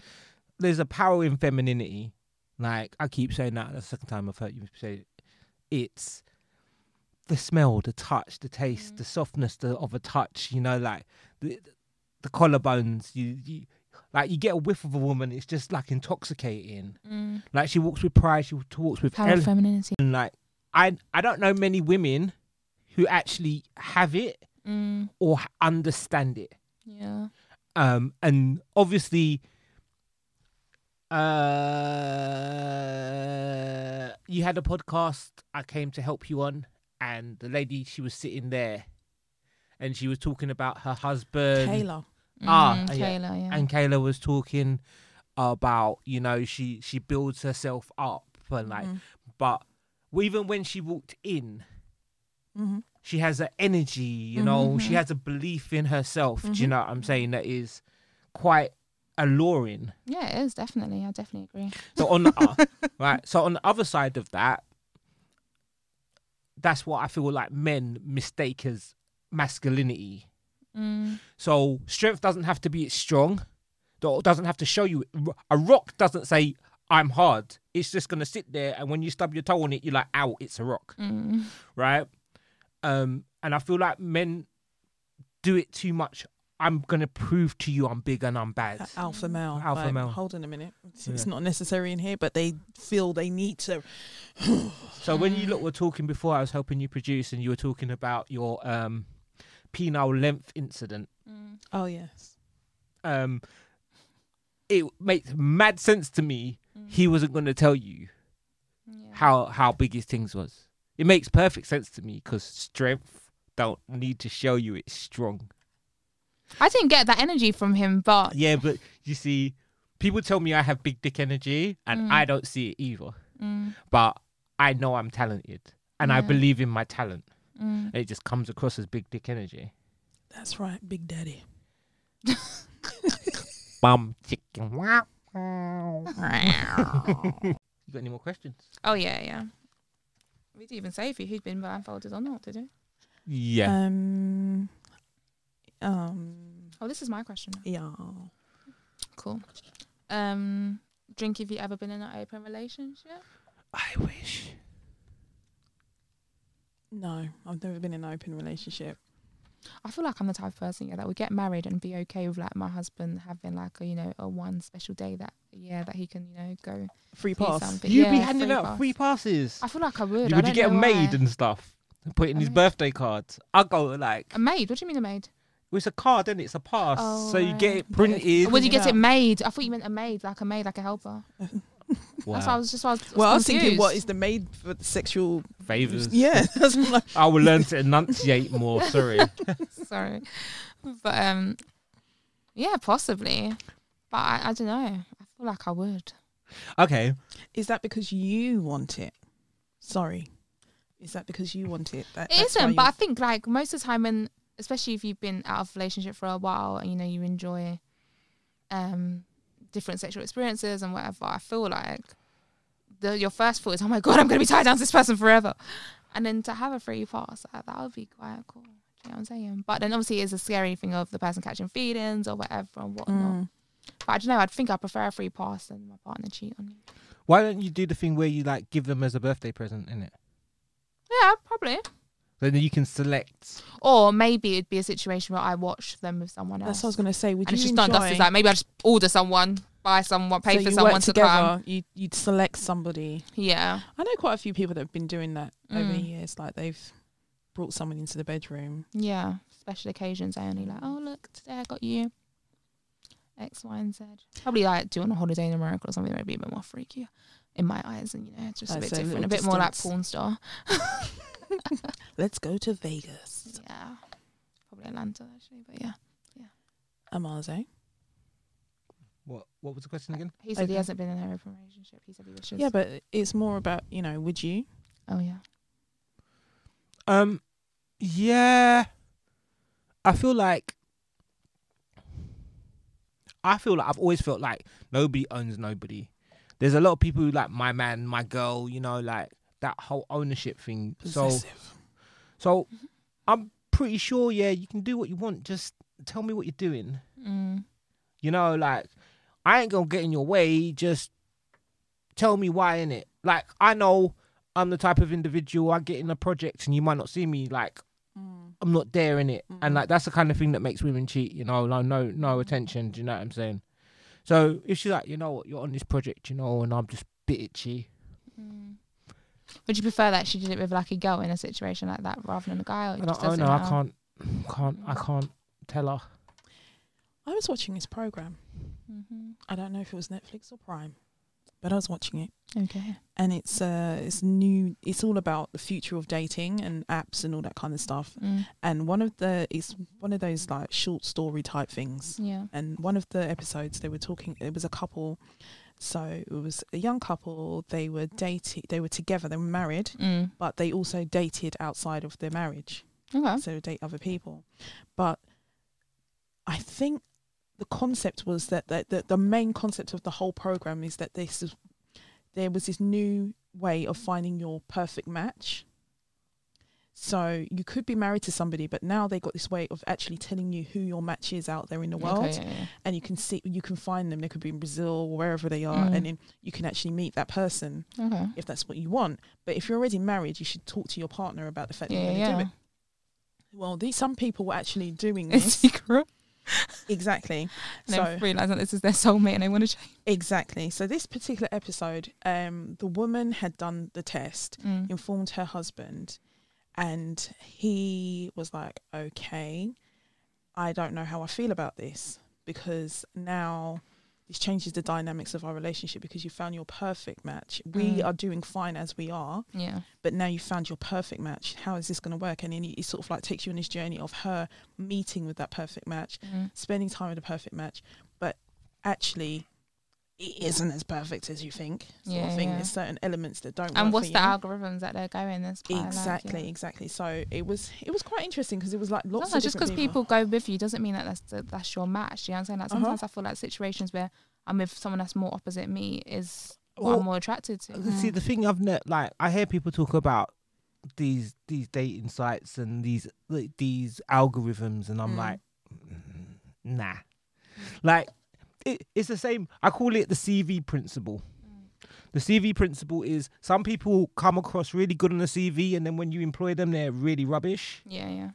Speaker 5: there's a power in femininity. Like I keep saying that the second time I've heard you say it. It's the smell, the touch, the
Speaker 3: Mm.
Speaker 5: taste, the softness the, of a touch. You know, like the the collarbones. You, you like you get a whiff of a woman. It's just like intoxicating.
Speaker 3: Mm.
Speaker 5: Like she walks with pride. She walks with
Speaker 3: Power
Speaker 5: ele-
Speaker 3: of femininity.
Speaker 5: and like I I don't know many women who actually have it
Speaker 3: Mm.
Speaker 5: or h- understand it.
Speaker 3: Yeah.
Speaker 5: Um, and obviously, uh, you had a podcast I came to help you on, and the lady she was sitting there, and she was talking about her husband.
Speaker 4: Taylor.
Speaker 5: Ah,
Speaker 3: Mm,
Speaker 5: yeah.
Speaker 3: Taylor, yeah.
Speaker 5: and Kayla was talking about you know she she builds herself up and like
Speaker 4: Mm.
Speaker 5: but even when she walked in
Speaker 4: Mhm.
Speaker 5: she has an energy you know she
Speaker 3: Mhm.
Speaker 5: has a belief in herself do you know what i'm saying that is quite alluring
Speaker 3: yeah, it is definitely. I definitely agree.
Speaker 5: so on the uh, right so on the other side of that that's what i feel like men mistake as masculinity
Speaker 3: Mm.
Speaker 5: so strength doesn't have to be it's strong. That doesn't have to show you. A rock doesn't say I'm hard. It's just gonna sit there, and when you stub your toe on it, you're like, "Ow, it's a rock,"
Speaker 3: Mm.
Speaker 5: right? Um, and I feel like men do it too much. I'm gonna prove to you I'm big and I'm bad.
Speaker 4: That
Speaker 3: Uh,
Speaker 4: alpha male.
Speaker 5: Alpha
Speaker 4: like,
Speaker 5: male.
Speaker 4: Hold on a minute. It's, it's
Speaker 5: Yeah.
Speaker 4: not necessary in here, but they feel they need to.
Speaker 5: So when you lot
Speaker 3: Ah.
Speaker 5: were talking before, I was helping you produce, and you were talking about your um, penile length incident.
Speaker 3: Mm.
Speaker 4: Oh yes.
Speaker 5: Um, it makes mad sense to me. He wasn't gonna tell you.
Speaker 3: Mm. Yeah.
Speaker 5: how how big his things was. It makes perfect sense to me because strength don't need to show you it's strong.
Speaker 3: I didn't get that energy from him, but
Speaker 5: Yeah, but you see, people tell me I have big dick energy, and
Speaker 3: Mm.
Speaker 5: I don't see it either.
Speaker 3: mm,
Speaker 5: But I know I'm talented, and I
Speaker 3: Yeah.
Speaker 5: believe in my talent.
Speaker 3: mm.
Speaker 5: And it just comes across as big dick energy.
Speaker 4: That's right, Big Daddy.
Speaker 5: Bum chicken wow. wow. you got any more questions?
Speaker 3: Oh yeah, yeah. We didn't even say if who'd been blindfolded or not, did we?
Speaker 5: Yeah.
Speaker 4: Um. Um.
Speaker 3: Oh, this is my question.
Speaker 4: Yeah.
Speaker 3: Cool. Um, drink if you ever been in an open relationship.
Speaker 5: I wish.
Speaker 4: No, I've never been in an open relationship.
Speaker 3: I feel like I'm the type of person yeah, that would get married and be okay with like my husband having like a you know a one special day that yeah that he can you know go
Speaker 4: Free
Speaker 3: do
Speaker 4: pass.
Speaker 3: something.
Speaker 5: You'd be
Speaker 3: Yeah,
Speaker 5: handing out
Speaker 3: pass.
Speaker 5: free passes.
Speaker 3: I feel like I would.
Speaker 5: You
Speaker 3: I
Speaker 5: would
Speaker 3: don't
Speaker 5: you get a
Speaker 3: know
Speaker 5: maid
Speaker 3: why. Um,
Speaker 5: and stuff? And put in
Speaker 3: A
Speaker 5: his
Speaker 3: maid.
Speaker 5: birthday cards. I'll go like
Speaker 3: A maid? What do you mean a maid?
Speaker 5: well, it's a card, and it's a pass.
Speaker 3: Oh,
Speaker 5: so you get
Speaker 3: right.
Speaker 5: it printed.
Speaker 3: Would you
Speaker 4: bring it
Speaker 3: get it
Speaker 4: up.
Speaker 3: made? I thought you meant a maid, like a maid, like a helper. That's why I
Speaker 5: Wow.
Speaker 3: was just. I was, I was
Speaker 4: Well, I was thinking,
Speaker 3: confused.
Speaker 4: what is the maid for the sexual?
Speaker 5: Favors.
Speaker 4: Yeah, that's what I'm like,
Speaker 5: I will learn to enunciate more. Sorry.
Speaker 3: Sorry, but um, yeah, possibly, but I, I don't know. I feel like I would.
Speaker 5: Okay.
Speaker 4: is that because you want it? Sorry, is that because you want it? That,
Speaker 3: It
Speaker 4: that's why
Speaker 3: isn't, but I
Speaker 4: you're-
Speaker 3: think like most of the time, when especially if you've been out of relationship for a while and you know you enjoy um different sexual experiences and whatever, I feel like the, your first thought is, oh my god, I'm gonna be tied down to this person forever, and then to have a free pass, that, that would be quite cool. Do you know what I'm saying? But then obviously it's a scary thing of the person catching feelings or whatever and whatnot.
Speaker 4: Mm.
Speaker 3: But I don't know. I'd think I prefer a free pass than my partner cheat on you.
Speaker 5: Why don't you do the thing where you like give them as a birthday present in it?
Speaker 3: Yeah, probably.
Speaker 5: Then you can select.
Speaker 3: Or maybe it'd be a situation where I watch them with someone else.
Speaker 4: That's what I was gonna say. Would
Speaker 3: and
Speaker 4: you
Speaker 3: it's just
Speaker 4: enjoy?
Speaker 3: done dusted. Like maybe I just order someone, buy someone, pay
Speaker 4: so
Speaker 3: for
Speaker 4: you
Speaker 3: someone
Speaker 4: work
Speaker 3: to
Speaker 4: together,
Speaker 3: come.
Speaker 4: You you'd select somebody.
Speaker 3: Yeah.
Speaker 4: I know quite a few people that have been doing that over the
Speaker 3: Mm.
Speaker 4: years. Like they've brought someone into the bedroom.
Speaker 3: Yeah. Special occasions only. Like, oh, look, today I got you. X, Y, and Z. Probably like doing a holiday in America or something, maybe a bit more freaky in my eyes. And, you know, it's just a
Speaker 4: Like,
Speaker 3: bit
Speaker 4: so a
Speaker 3: different.
Speaker 4: little
Speaker 3: A bit more like
Speaker 4: distance.
Speaker 3: porn star.
Speaker 4: Let's go to Vegas.
Speaker 3: yeah. Probably Atlanta, actually. But yeah.
Speaker 4: Amazo.
Speaker 5: What What was the question again?
Speaker 3: He said he
Speaker 4: Okay.
Speaker 3: hasn't been in an open relationship. He said he wishes.
Speaker 4: Yeah, but it's more about you know. Would you?
Speaker 3: Oh, yeah.
Speaker 5: Um, yeah, I feel like I feel like I've always felt like nobody owns nobody. There's a lot of people who like my man, my girl. You know, like that whole ownership thing. So,
Speaker 4: Possessive.
Speaker 5: so I'm pretty sure. Yeah, you can do what you want. Just tell me what you're doing.
Speaker 3: Mm.
Speaker 5: You know, like I ain't gonna get in your way. Just tell me why in it. Like I know I'm the type of individual. I get in a project and you might not see me. Like
Speaker 4: Mm.
Speaker 5: I'm not there in it, and
Speaker 3: Mm.
Speaker 4: Mhm.
Speaker 5: like that's the kind of thing that makes women cheat. You know, like no no attention. Do you know what I'm saying? So if she's like, you know what, you're on this project, you know, and I'm just bitchy.
Speaker 3: Mm. Would you prefer that she did it with like a girl in a situation like that rather than a guy? Or it
Speaker 5: I
Speaker 3: just
Speaker 5: don't, oh
Speaker 3: doesn't
Speaker 5: no, I
Speaker 3: matter?
Speaker 5: can't, can't, I can't tell her.
Speaker 4: I was watching this program.
Speaker 3: Mhm.
Speaker 4: I don't know if it was Netflix or Prime, but I was watching it.
Speaker 3: Okay.
Speaker 4: and it's uh it's new it's all about the future of dating and apps and all that kind of stuff
Speaker 3: Mm.
Speaker 4: and one of the it's one of those like short story type things
Speaker 3: Yeah.
Speaker 4: and one of the episodes they were talking it was a couple so it was a young couple they were dating they were together they were married
Speaker 3: Mm.
Speaker 4: but they also dated outside of their marriage
Speaker 3: Okay.
Speaker 4: so date other people but i think the concept was that, that, that the main concept of the whole program is that this is there was this new way of finding your perfect match so you could be married to somebody but now they got this way of actually telling you who your match is out there in the world
Speaker 3: Okay, yeah, yeah.
Speaker 4: and you can see you can find them they could be in brazil or wherever they are
Speaker 3: Mm.
Speaker 4: and then you can actually meet that person
Speaker 3: Okay.
Speaker 4: if that's what you want but if you're already married you should talk to your partner about the fact that
Speaker 3: Yeah,
Speaker 4: you're going to do
Speaker 3: yeah.
Speaker 4: it well, these some people were actually doing
Speaker 3: In
Speaker 4: this
Speaker 3: secret.
Speaker 4: exactly.
Speaker 3: And so,
Speaker 4: So
Speaker 3: then realising that this is their soulmate and they want to change.
Speaker 4: exactly. So this particular episode, um, the woman had done the test,
Speaker 3: Mm.
Speaker 4: informed her husband, and he was like, "Okay, I don't know how I feel about this because now." This changes the dynamics of our relationship because you found your perfect match. We
Speaker 3: Mm.
Speaker 4: are doing fine as we are,
Speaker 3: Yeah.
Speaker 4: but now you found your perfect match. How is this going to work? And then it it sort of like takes you on this journey of her meeting with that perfect match,
Speaker 3: Mm.
Speaker 4: spending time with a perfect match, but actually it isn't as perfect as you think. Sort
Speaker 3: Yeah,
Speaker 4: of thing.
Speaker 3: yeah.
Speaker 4: There's certain elements that don't.
Speaker 3: And
Speaker 4: work
Speaker 3: what's
Speaker 4: for
Speaker 3: the
Speaker 4: you.
Speaker 3: algorithms that they're going this by, like,
Speaker 4: Exactly,
Speaker 3: yeah.
Speaker 4: exactly. So it was it was quite interesting because it was like lots
Speaker 3: Sometimes
Speaker 4: of
Speaker 3: just because
Speaker 4: different
Speaker 3: people go with you doesn't mean that that's that that's your match. You know what I'm saying? Like
Speaker 4: Uh-huh.
Speaker 3: sometimes I feel like situations where I'm with someone that's more opposite me is what
Speaker 5: Well,
Speaker 3: I'm more attracted to.
Speaker 5: See, the thing I've ne- like, I hear people talk about these these dating sites and these like, these algorithms, and I'm
Speaker 4: Mm.
Speaker 5: like, nah. Like, it, it's the same. I call it the CV principle. The CV principle is some people come across really good on the CV, and then when you employ them, they're really rubbish.
Speaker 3: Yeah, yeah.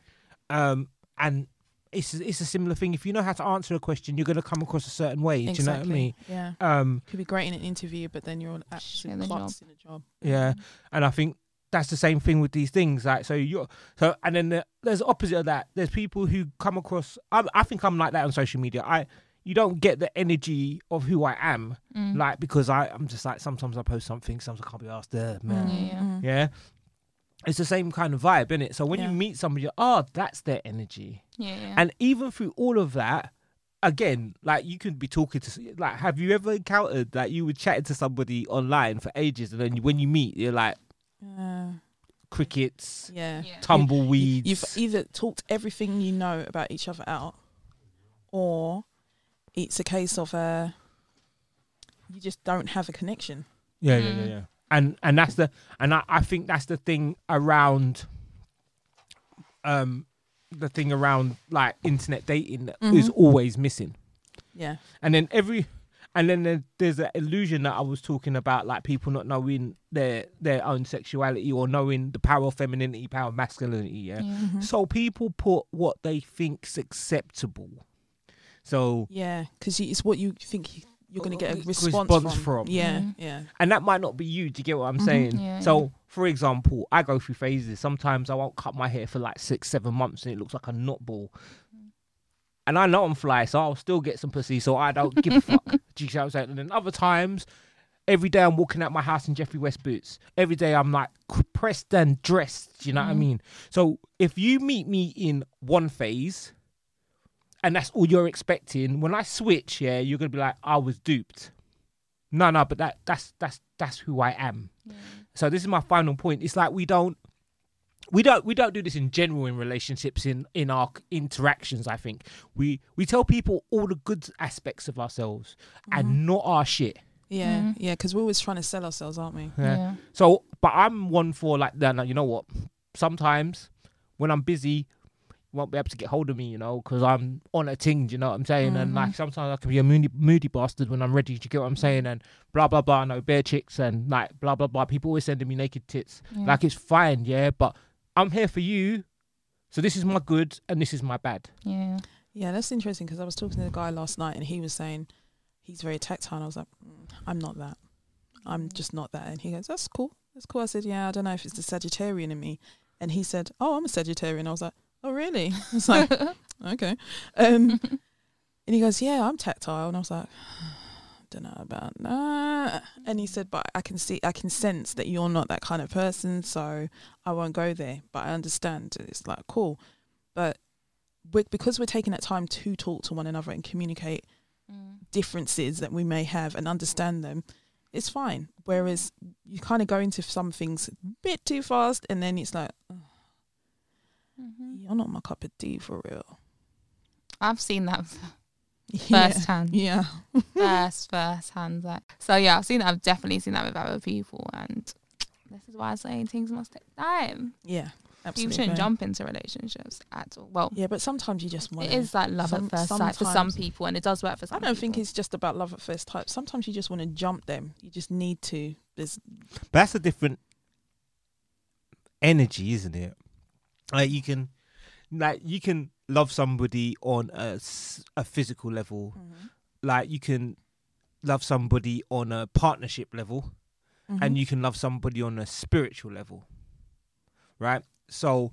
Speaker 5: Um, and it's it's a similar thing. If you know how to answer a question, you're going to come across a certain way. Do you know what I mean?
Speaker 4: Yeah,
Speaker 5: Um,
Speaker 4: could be great in an interview, but then you're
Speaker 3: in
Speaker 4: an absolute
Speaker 3: the
Speaker 4: klutz in a job.
Speaker 5: Yeah, and I think that's the same thing with these things. Like, so you're so, and then the, there's the opposite of that. There's people who come across. I, I think I'm like that on social media. I you don't get the energy of who I am,
Speaker 3: Mm.
Speaker 5: like because I I'm just like sometimes I post something, sometimes I can't be asked. Uh, man,
Speaker 3: Mm. Yeah.
Speaker 4: Mm.
Speaker 5: yeah. It's the same kind of vibe, is it? So when
Speaker 4: Yeah.
Speaker 5: you meet somebody, you're, oh, that's their energy.
Speaker 3: Yeah, yeah.
Speaker 5: And even through all of that, again, like you could be talking to, s- like, have you ever encountered that you were chatting to somebody online for ages, and then you- when you meet, you're like
Speaker 4: Uh,
Speaker 5: crickets,
Speaker 4: yeah.
Speaker 3: yeah.
Speaker 5: tumbleweeds.
Speaker 4: You've either talked everything you know about each other out, or it's a case of uh, you just don't have a connection.
Speaker 5: yeah,
Speaker 3: yeah, yeah, Mm.
Speaker 5: yeah. and and that's the and I, I think that's the thing around um the thing around like internet dating that is always missing
Speaker 4: Yeah.
Speaker 5: and then every and then there- there's that illusion that I was talking about, like people not knowing their their own sexuality or knowing the power of femininity, power of masculinity. Yeah. So people put what they think's acceptable. So
Speaker 4: Yeah, because it's what you think you- you're going to get a
Speaker 5: Uh,
Speaker 4: response,
Speaker 5: response
Speaker 4: from.
Speaker 5: from.
Speaker 4: Yeah,
Speaker 3: Mhm.
Speaker 4: yeah.
Speaker 5: and that might not be you. Do you get what I'm saying?
Speaker 3: Mm-hmm. yeah,
Speaker 5: so, for example, I go through phases. Sometimes I won't cut my hair for like six, seven months, and it looks like a knot ball. And I know I'm fly, so I'll still get some pussy. So I don't give a fuck. Do you see what I'm saying? And then other times, every day I'm walking out my house in Jeffrey West boots. Every day I'm like pressed and dressed. Do you know
Speaker 3: Mm-hmm.
Speaker 5: what I mean? So if you meet me in one phase. And that's all you're expecting. When I switch, yeah, you're gonna be like, I was duped. No, no, but that that's that's that's who I am. So this is my final point. It's like we don't we don't we don't do this in general in relationships in in our interactions. I think we we tell people all the good aspects of ourselves and not our shit.
Speaker 4: Yeah,
Speaker 3: Mm-hmm.
Speaker 4: yeah, because we're always trying to sell ourselves, aren't we?
Speaker 5: Yeah.
Speaker 3: Yeah.
Speaker 5: So, but I'm one for like, no, no, you know what? Sometimes when I'm busy, you won't be able to get hold of me, you know, because I'm on a ting, do you know what I'm saying? And like sometimes I can be a moody, moody bastard when I'm ready, do you get what I'm saying? And blah, blah, blah, no bare chicks and like blah, blah, blah. People always sending me naked tits. Like it's fine, yeah, but I'm here for you. So this is my good and this is my bad.
Speaker 3: Yeah.
Speaker 4: Yeah, that's interesting because I was talking to the guy last night and he was saying he's very tactile. And I was like, "Mm, I'm not that. I'm just not that. And he goes, That's cool. That's cool. I said, Yeah, I don't know if it's the Sagittarian in me. And he said, Oh, I'm a Sagittarian. I was like, Oh, really? I was like, Okay. Um, and he goes, Yeah, I'm tactile. And I was like, don't know about that and he said but i can see i can sense that you're not that kind of person so i won't go there but i understand it's like cool but we because we're taking that time to talk to one another and communicate
Speaker 3: Mm.
Speaker 4: differences that we may have and understand them, it's fine. Whereas
Speaker 3: Mm.
Speaker 4: you kind of go into some things a bit too fast, and then it's like, "Ugh,
Speaker 3: Mm-hmm.
Speaker 4: you're not my cup of tea for real.
Speaker 3: I've seen that
Speaker 4: Yeah.
Speaker 3: first hand.
Speaker 4: Yeah.
Speaker 3: first first hand like so yeah i've seen that i've definitely seen that with other people and this is why i say things must take time
Speaker 4: Yeah.
Speaker 3: you
Speaker 4: Absolutely.
Speaker 3: shouldn't jump into relationships at all well
Speaker 4: Yeah, but sometimes you just want
Speaker 3: it is like love
Speaker 4: Some-
Speaker 3: at first sight for some
Speaker 4: sometimes-
Speaker 3: people and it does work for some
Speaker 4: I don't think
Speaker 3: people.
Speaker 4: it's just about love at first type. Sometimes you just want to jump them. You just need to. There's
Speaker 5: But that's a different energy, isn't it? Like you can, like you can love somebody on a, s- a physical level, like you can love somebody on a partnership level, and you can love somebody on a spiritual level, right? So.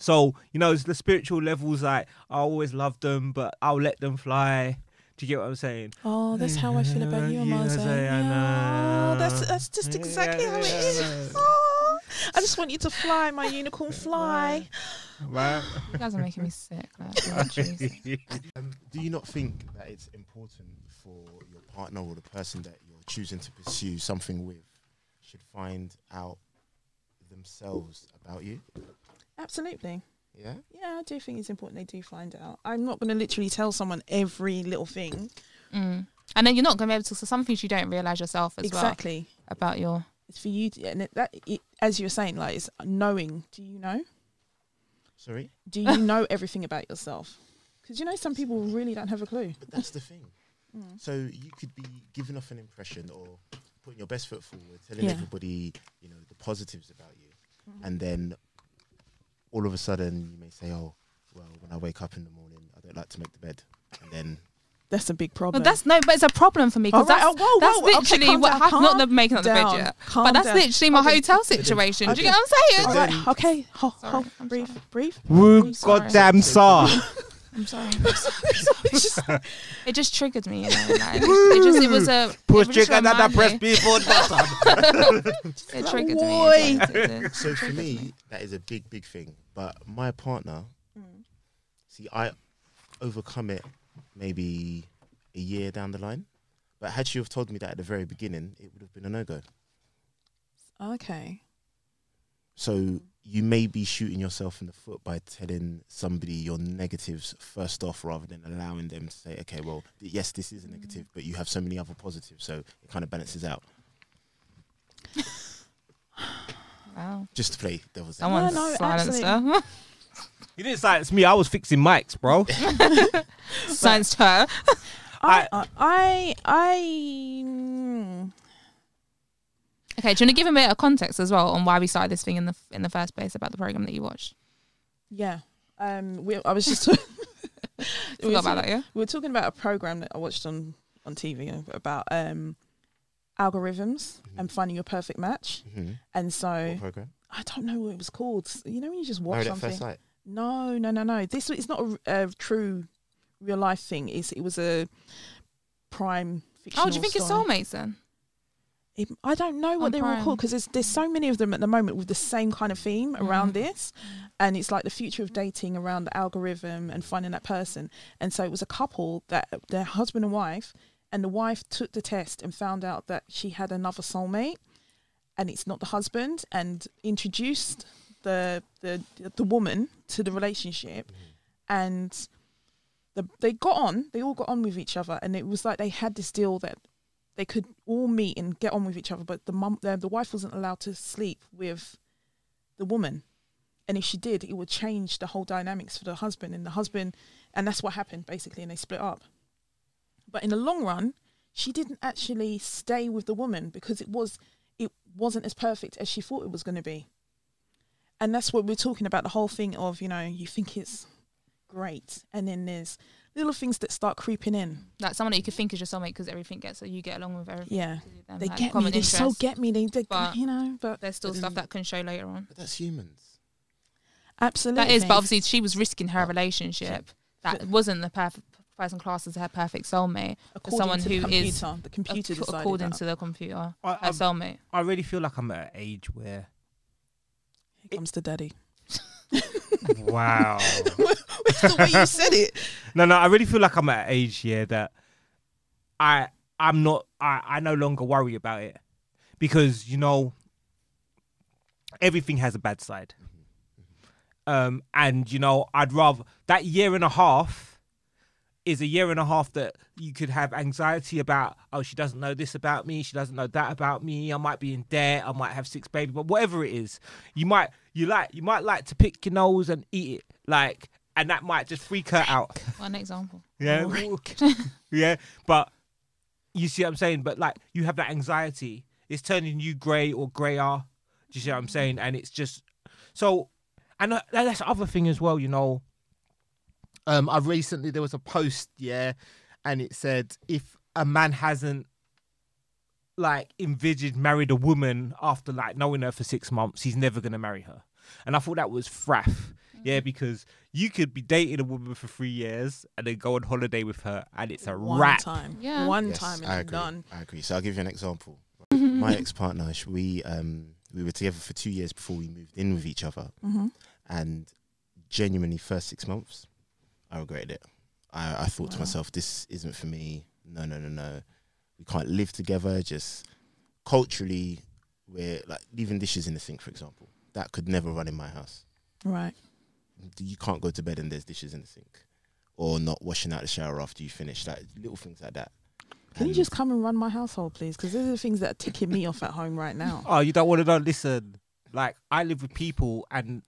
Speaker 5: So you know, it's the spiritual levels. Like I always love them, but I'll let them fly. Do you get what I'm saying?
Speaker 4: oh, that's how I feel about you,
Speaker 5: Yeah,
Speaker 4: Amazon.
Speaker 5: I say, I
Speaker 4: Yeah,
Speaker 5: know.
Speaker 4: that's that's just
Speaker 5: Yeah,
Speaker 4: exactly how it
Speaker 5: yeah,
Speaker 4: is.
Speaker 5: yeah.
Speaker 4: Oh, I just want you to fly, my unicorn fly.
Speaker 5: Right?
Speaker 3: you guys are making me sick like, literally.
Speaker 6: Um, do you not think that it's important for your partner or the person that you're choosing to pursue something with should find out themselves about you?
Speaker 4: Absolutely.
Speaker 6: Yeah.
Speaker 4: Yeah, I do think it's important they do find out. I'm not going to literally tell someone every little thing.
Speaker 3: mm. and then you're not gonna be able to so some things you don't realize yourself as
Speaker 4: exactly.
Speaker 3: well about your
Speaker 4: It's for you to, and it, that it, as you were saying, like it's knowing. Do you know?
Speaker 6: Sorry,
Speaker 4: Do you know everything about yourself? Because you know some people really don't have a clue.
Speaker 6: but that's the thing. So you could be giving off an impression or putting your best foot forward, telling
Speaker 4: Yeah.
Speaker 6: everybody you know the positives about you, and then all of a sudden you may say, "Oh, well, when I wake up in the morning, I don't like to make the bed," and then
Speaker 4: That's a big problem.
Speaker 3: Well, that's no, but it's a problem for me because
Speaker 4: All right,
Speaker 3: that's,
Speaker 4: oh, whoa,
Speaker 3: that's
Speaker 4: whoa, okay,
Speaker 3: literally
Speaker 4: calm
Speaker 3: what
Speaker 4: down,
Speaker 3: happened. Not
Speaker 4: calm
Speaker 3: the making of the bed
Speaker 4: down,
Speaker 3: yet,
Speaker 4: calm
Speaker 3: but that's
Speaker 4: down.
Speaker 3: literally my
Speaker 4: Okay.
Speaker 3: hotel situation. Do you get what
Speaker 4: Okay.
Speaker 3: I'm
Speaker 4: All
Speaker 3: saying?
Speaker 4: right,
Speaker 6: Then-
Speaker 4: okay. Ho,
Speaker 3: Sorry,
Speaker 4: ho,
Speaker 3: I'm
Speaker 4: breathe,
Speaker 3: sorry.
Speaker 4: breathe.
Speaker 5: Woo,
Speaker 3: sorry.
Speaker 5: goddamn sorry.
Speaker 3: I'm sorry. it just triggered me. You know, like, it, just, it just it was a it just reminded me.
Speaker 5: people button.
Speaker 3: It triggered me.
Speaker 4: Oi.
Speaker 3: It did, it did.
Speaker 6: So for
Speaker 3: Triggered
Speaker 6: me, that is a big, big thing. But my partner, see, I overcome it maybe a year down the line. But had she have told me that at the very beginning, it would have been a no go.
Speaker 4: Okay.
Speaker 6: So you may be shooting yourself in the foot by telling somebody your negatives first off, rather than allowing them to say, "Okay, well, th- yes, this is a negative, but you have so many other positives, so it kind of balances out."
Speaker 3: Wow.
Speaker 6: just to play devil's advocate.
Speaker 3: Someone
Speaker 4: no,
Speaker 3: silenced
Speaker 4: absolutely.
Speaker 3: her.
Speaker 5: You didn't silence me. I was fixing mics, bro.
Speaker 3: silenced her.
Speaker 5: I-
Speaker 4: I, I, I, I mm,
Speaker 3: Okay, do you want to give him a bit of context as well on why we started this thing in the in the first place about the program that you watched?
Speaker 4: yeah. Um, we, I was just we, were
Speaker 3: Forgot about
Speaker 4: talking,
Speaker 3: that, yeah.
Speaker 4: we were talking about a program that I watched on on TV about um algorithms
Speaker 3: Mm-hmm.
Speaker 4: and finding your perfect match.
Speaker 6: Mhm.
Speaker 4: And so
Speaker 6: What program?
Speaker 4: I don't know what it was called. You know when you just watch
Speaker 3: Oh,
Speaker 6: Married at
Speaker 4: something.
Speaker 6: First Sight.
Speaker 4: No, no, no, no. This is not a, a true real life thing. It's, it was a prime fictional.
Speaker 3: Oh, do you think it's
Speaker 4: story.
Speaker 3: soulmates then?
Speaker 4: It- I don't know
Speaker 3: On
Speaker 4: what they're all
Speaker 3: Prime. Mm.
Speaker 4: called because there's, there's so many of them at the moment with the same kind of theme around this. And it's like the future of dating around the algorithm and finding that person. And so it was a couple that their husband and wife, and the wife took the test and found out that she had another soulmate and it's not the husband and introduced the the the woman to the relationship and the, they got on they all got on with each other and it was like they had this deal that they could all meet and get on with each other but the mum the, the wife wasn't allowed to sleep with the woman and if she did it would change the whole dynamics for the husband and the husband and that's what happened basically and they split up but in the long run she didn't actually stay with the woman because it was it wasn't as perfect as she thought it was going to be and that's what we're talking about the whole thing of you know you think it's great and then there's little things that start creeping in
Speaker 3: Like someone that you could think is your soulmate because everything gets so you get along with everything.
Speaker 4: yeah
Speaker 3: to do them,
Speaker 4: they
Speaker 3: like,
Speaker 4: get me
Speaker 3: common
Speaker 4: they so
Speaker 3: interests.
Speaker 4: get me they, they
Speaker 3: But-
Speaker 4: you know but
Speaker 3: There's still stuff that can show later on.
Speaker 6: But that's humans.
Speaker 4: absolutely
Speaker 3: That is, but obviously she was risking her relationship that
Speaker 4: But-
Speaker 3: wasn't the perfect person classed as her perfect soulmate.
Speaker 4: according
Speaker 3: someone
Speaker 4: to the
Speaker 3: who is
Speaker 4: computer, the computer
Speaker 3: ac-
Speaker 4: decided
Speaker 3: according
Speaker 4: that.
Speaker 3: to the computer,
Speaker 5: I,
Speaker 3: her
Speaker 5: I,
Speaker 3: soulmate.
Speaker 5: I really feel like I'm at an age where
Speaker 4: Here comes to daddy
Speaker 5: wow.
Speaker 4: the way you said it
Speaker 5: No, no, I really feel like I'm at an age here that I I'm not I, I no longer worry about it. Because, you know, everything has a bad side. Um, and you know, I'd rather that year and a half is a year and a half that you could have anxiety about, oh, she doesn't know this about me, she doesn't know that about me, I might be in debt, I might have six babies, but whatever it is, you might you like you might like to pick your nose and eat it. Like and that might just freak her out.
Speaker 3: One example.
Speaker 5: Yeah. w- yeah. But you see what I'm saying? But like you have that anxiety. It's turning you grey or greyer. Do you see what I'm saying? And it's just so and uh, that- that's the other thing as well, you know. Um I recently there was a post, yeah, and it said if a man hasn't like envisaged married a woman after like knowing her for six months, he's never gonna marry her. And I thought that was fraff.
Speaker 4: Mm.
Speaker 5: Yeah, because you could be dating a woman for three years and then go on holiday with her and it's a
Speaker 4: one
Speaker 5: wrap.
Speaker 4: time
Speaker 3: Yeah.
Speaker 4: one
Speaker 6: Yes,
Speaker 4: time and
Speaker 6: I
Speaker 4: you're
Speaker 6: agree.
Speaker 4: done Mm-hmm.
Speaker 6: I agree. So I'll give you an example. My ex partner, we um we were together for two years before we moved in with each other,
Speaker 4: Mhm.
Speaker 6: and genuinely, first six months, I regretted it. I, I thought to myself, this isn't for me. No, no, no, no. We can't live together. Just culturally, we're like leaving dishes in the sink, for example. That could never run in my house.
Speaker 4: right
Speaker 6: you can't go to bed and there's dishes in the sink or not washing out the shower after you finish like little things like that
Speaker 4: Can you
Speaker 6: And
Speaker 4: just come and run my household, please? Because these are the things that are ticking me off at home right now.
Speaker 5: Oh, you don't want to know? Listen, like I live with people and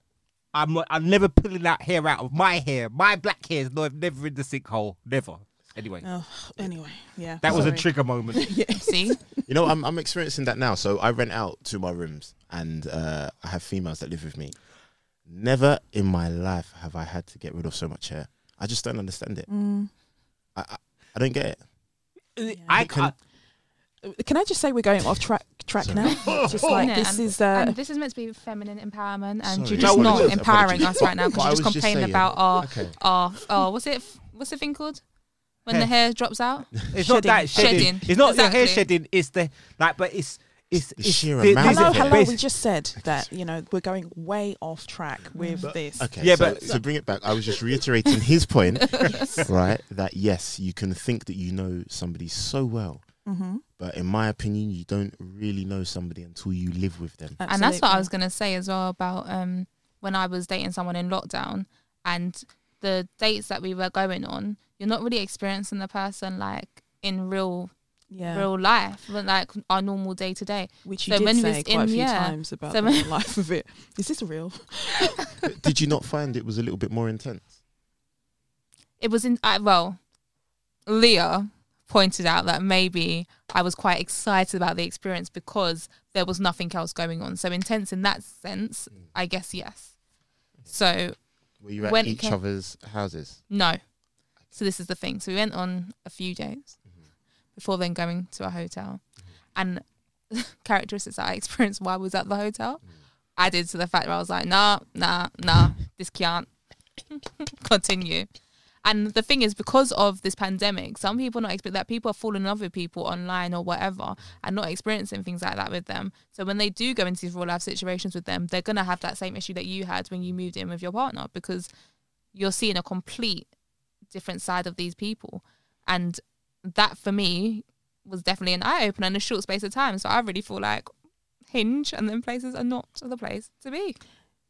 Speaker 5: I'm not, I'm never pulling that hair out of my hair. My black hair is not, never in the sinkhole. Never. Anyway,
Speaker 4: Oh, anyway, yeah.
Speaker 5: that was a
Speaker 4: sorry.
Speaker 5: trigger moment.
Speaker 4: Yeah.
Speaker 3: See?
Speaker 6: you know I'm, I'm experiencing that now so i rent out to my rooms and uh, i have females that live with me never in my life have i had to get rid of so much hair i just don't understand it
Speaker 4: Mm.
Speaker 6: i, I, I don't get it
Speaker 5: Uh, I
Speaker 6: Can-
Speaker 5: can't.
Speaker 4: Can I just say we're going off track track
Speaker 6: Sorry.
Speaker 4: now? just like
Speaker 3: Yeah,
Speaker 4: this
Speaker 3: and-
Speaker 4: is uh,
Speaker 3: and this is meant to be feminine empowerment, and
Speaker 6: Sorry.
Speaker 3: you're
Speaker 6: No,
Speaker 3: just
Speaker 5: what it
Speaker 3: not
Speaker 6: is,
Speaker 3: empowering
Speaker 6: apologies.
Speaker 3: us right now
Speaker 6: But
Speaker 3: because
Speaker 6: I
Speaker 3: you're just
Speaker 6: was just
Speaker 3: complaining
Speaker 6: saying-
Speaker 3: about our,
Speaker 6: okay
Speaker 3: our, oh, what's it? f- What's the thing called? When the hair drops out?
Speaker 5: It's not that shedding.
Speaker 3: Shedding.
Speaker 5: It's not your hair
Speaker 3: Exactly.
Speaker 5: shedding. It's the like, but it's it's
Speaker 6: The
Speaker 5: it's
Speaker 6: sheer
Speaker 5: the-
Speaker 6: amount
Speaker 5: these
Speaker 6: of
Speaker 4: hello,
Speaker 5: are
Speaker 6: it?
Speaker 4: hello. We
Speaker 5: basi-
Speaker 4: just said that you know we're going way off track with this.
Speaker 6: Okay,
Speaker 5: Yeah,
Speaker 6: yeah, so,
Speaker 5: but-
Speaker 6: but to bring it back, I was just reiterating his point, right? That yes, you can think that you know somebody so well,
Speaker 4: Mm-hmm.
Speaker 6: but in my opinion, you don't really know somebody until you live with them.
Speaker 3: And that's what I was going to say as well about um, when I was dating someone in lockdown and the dates that we were going on, you're not really experiencing the person like in real
Speaker 4: yeah,
Speaker 3: real life, but like our normal day to day.
Speaker 4: which you
Speaker 3: so
Speaker 4: did
Speaker 3: when we
Speaker 4: say
Speaker 3: was
Speaker 4: quite a
Speaker 3: in-
Speaker 4: few
Speaker 3: yeah.
Speaker 4: times about
Speaker 3: So
Speaker 4: the
Speaker 3: when-
Speaker 4: life of it. Is this real?
Speaker 6: But Did you not find it was a little bit more intense?
Speaker 3: It was in I well, Leah pointed out that maybe I was quite excited about the experience because there was nothing else going on. So intense in that sense, I guess yes. So
Speaker 6: Were you at
Speaker 3: When it
Speaker 6: each
Speaker 3: came-
Speaker 6: other's houses?
Speaker 3: No. So this is the thing. So we went on a few dates before then going to a hotel. And characteristics that I experienced while I was at the hotel added to the fact that I was like, nah, nah, nah, this can't continue. And the thing is, because of this pandemic, some people are not expect that people are falling in love with people online or whatever and not experiencing things like that with them. So when they do go into these real life situations with them, they're gonna have that same issue that you had when you moved in with your partner because you're seeing a complete different side of these people. And that for me was definitely an eye opener in a short space of time. So I really feel like Hinge and then places are not the place to be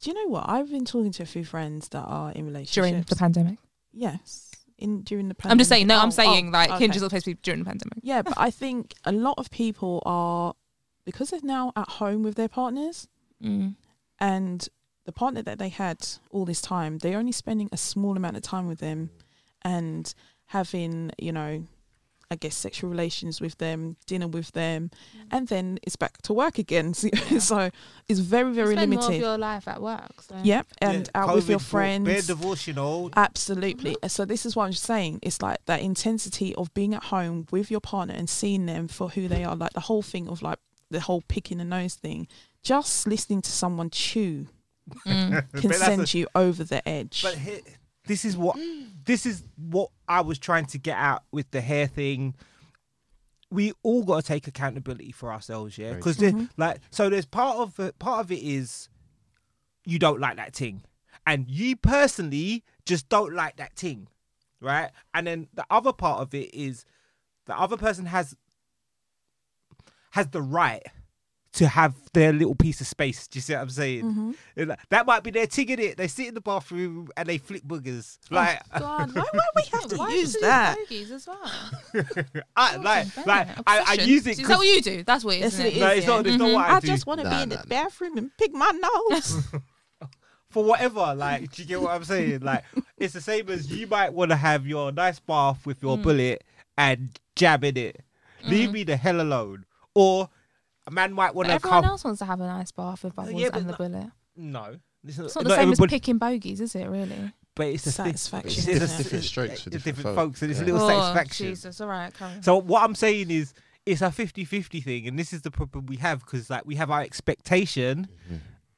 Speaker 4: Do you know what? I've been talking to a few friends that are in relationships
Speaker 3: pandemic.
Speaker 4: Yes, in during the pandemic.
Speaker 3: I'm just saying, no, I'm
Speaker 4: Oh,
Speaker 3: saying
Speaker 4: oh,
Speaker 3: like Hinge
Speaker 4: okay.
Speaker 3: is not the place to be during the pandemic.
Speaker 4: Yeah, but I think a lot of people are because they're now at home with their partners
Speaker 3: Mm.
Speaker 4: and the partner that they had all this time, they're only spending a small amount of time with them and having, you know, I guess sexual relations with them, dinner with them,
Speaker 3: Mm.
Speaker 4: and then it's back to work again. So, so it's very, very
Speaker 3: Spend more of
Speaker 4: limited.
Speaker 3: your life at work. So.
Speaker 4: Yep, and
Speaker 5: Yeah,
Speaker 4: out with your
Speaker 5: COVID brought- We're
Speaker 4: friends.
Speaker 5: divorced, you know.
Speaker 4: Absolutely.
Speaker 3: Mm-hmm.
Speaker 4: So this is what I'm saying. It's like that intensity of being at home with your partner and seeing them for who they are. Like the whole thing of like the whole picking the nose thing. Just listening to someone chew
Speaker 3: Mm.
Speaker 4: can
Speaker 5: But that's
Speaker 4: send
Speaker 5: a-
Speaker 4: you over the edge.
Speaker 5: But he, this is what this is what I was trying to get at with the hair thing. We all got to take accountability for ourselves, yeah.
Speaker 6: Very
Speaker 5: Because
Speaker 4: Mm-hmm.
Speaker 5: like, so there's part of it- part of it is you don't like that thing, and you personally just don't like that thing, right? And then the other part of it is the other person has has the right to have their little piece of space. Do you see what I'm saying?
Speaker 3: Mm-hmm.
Speaker 5: It's like, That might be their thing in it. They sit in the bathroom and they flick boogers. Like,
Speaker 3: Oh, God, why would we have
Speaker 4: to use that?
Speaker 3: Bogies as well.
Speaker 5: I, like, like I, I use it.
Speaker 3: Is
Speaker 5: 'cause-
Speaker 3: that what you do? That's what it is. Mm-hmm.
Speaker 4: That's
Speaker 3: isn't
Speaker 4: what
Speaker 3: it?
Speaker 4: it
Speaker 5: no, it's not. It's not what I,
Speaker 4: I
Speaker 5: do.
Speaker 4: just want to
Speaker 6: Nah,
Speaker 4: be in
Speaker 6: nah,
Speaker 4: the
Speaker 6: nah.
Speaker 4: bathroom and pick my nose.
Speaker 5: for whatever. Like, do you get what I'm saying? Like, it's the same as you might want to have your nice bath with
Speaker 3: Mm.
Speaker 5: your bullet and jab in it. Leave me the hell alone. Or a man might want
Speaker 3: But
Speaker 5: to
Speaker 3: everyone
Speaker 5: come.
Speaker 3: else wants to have a nice bath with bubbles
Speaker 5: yeah, but
Speaker 3: and the
Speaker 5: no-
Speaker 3: bullet.
Speaker 5: No,
Speaker 3: It's not the same as picking bogies, is it? Really?
Speaker 5: but it's the thing.
Speaker 4: Satisfaction,
Speaker 5: It's,
Speaker 4: isn't
Speaker 5: a-
Speaker 4: it?
Speaker 6: Different strokes for
Speaker 5: it's
Speaker 6: different
Speaker 5: different
Speaker 6: folks,
Speaker 5: folks, and it's a
Speaker 6: yeah.
Speaker 5: little satisfaction.
Speaker 3: Oh, Jesus, all right, carry on.
Speaker 5: So what I'm saying is it's a 50-50 thing and this is the problem we have because like we have our expectation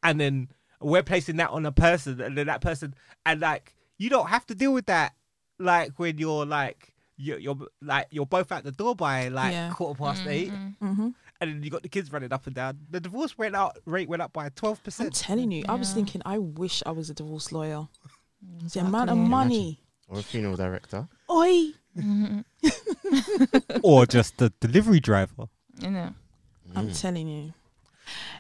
Speaker 5: and then we're placing that on a person and then that person and like you don't have to deal with that like when you're like you're, you're like you're both at the door by like
Speaker 4: Yeah.
Speaker 5: quarter past eight
Speaker 4: hmm
Speaker 5: and then you got the kids running up and down the divorce rate out rate went up by 12
Speaker 4: I'm
Speaker 5: percent
Speaker 4: telling you, I was
Speaker 3: Yeah.
Speaker 4: thinking, I wish I was a divorce lawyer. The
Speaker 3: Exactly.
Speaker 4: amount of money.
Speaker 6: Or a funeral director.
Speaker 4: Oi.
Speaker 3: Mhm.
Speaker 5: or just the delivery driver
Speaker 3: You know.
Speaker 6: Mm.
Speaker 4: I'm telling you.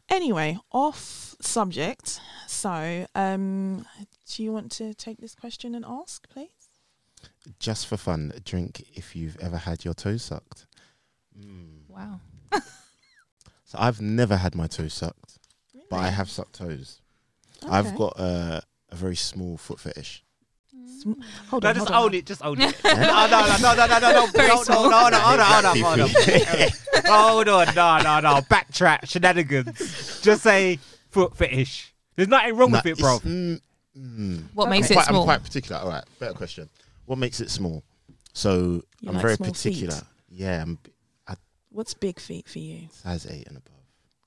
Speaker 4: Anyway, off subject. So, um, do you want to take this question and ask, please?
Speaker 6: Just for fun, drink if you've ever had your toe sucked. Mm.
Speaker 3: Wow.
Speaker 6: So I've never had my toe sucked, but I
Speaker 4: Really?
Speaker 6: have sucked toes.
Speaker 4: Okay.
Speaker 6: I've got uh, a very small foot fetish.
Speaker 4: Sm- Hold
Speaker 5: no
Speaker 4: on,
Speaker 5: just
Speaker 4: hold
Speaker 5: own
Speaker 4: on.
Speaker 5: it just own it no no no no no no no no
Speaker 3: Very
Speaker 5: no
Speaker 3: small.
Speaker 5: no no no no no
Speaker 6: Exactly,
Speaker 5: no no Hold on, no, no, no. Backtrack, shenanigans. Just say foot fetish. There's nothing wrong
Speaker 6: Nah,
Speaker 5: with it,
Speaker 6: it's-
Speaker 5: bro.
Speaker 6: mm, mm.
Speaker 3: What
Speaker 4: Okay.
Speaker 3: makes
Speaker 6: I'm
Speaker 3: it
Speaker 6: quite,
Speaker 3: small?
Speaker 6: I'm quite particular. All right, better question. What makes it small? So
Speaker 4: You
Speaker 6: I'm
Speaker 4: like
Speaker 6: very
Speaker 4: small
Speaker 6: particular.
Speaker 4: feet.
Speaker 6: Yeah, I'm b-
Speaker 4: What's big feet for you?
Speaker 6: size eight and above.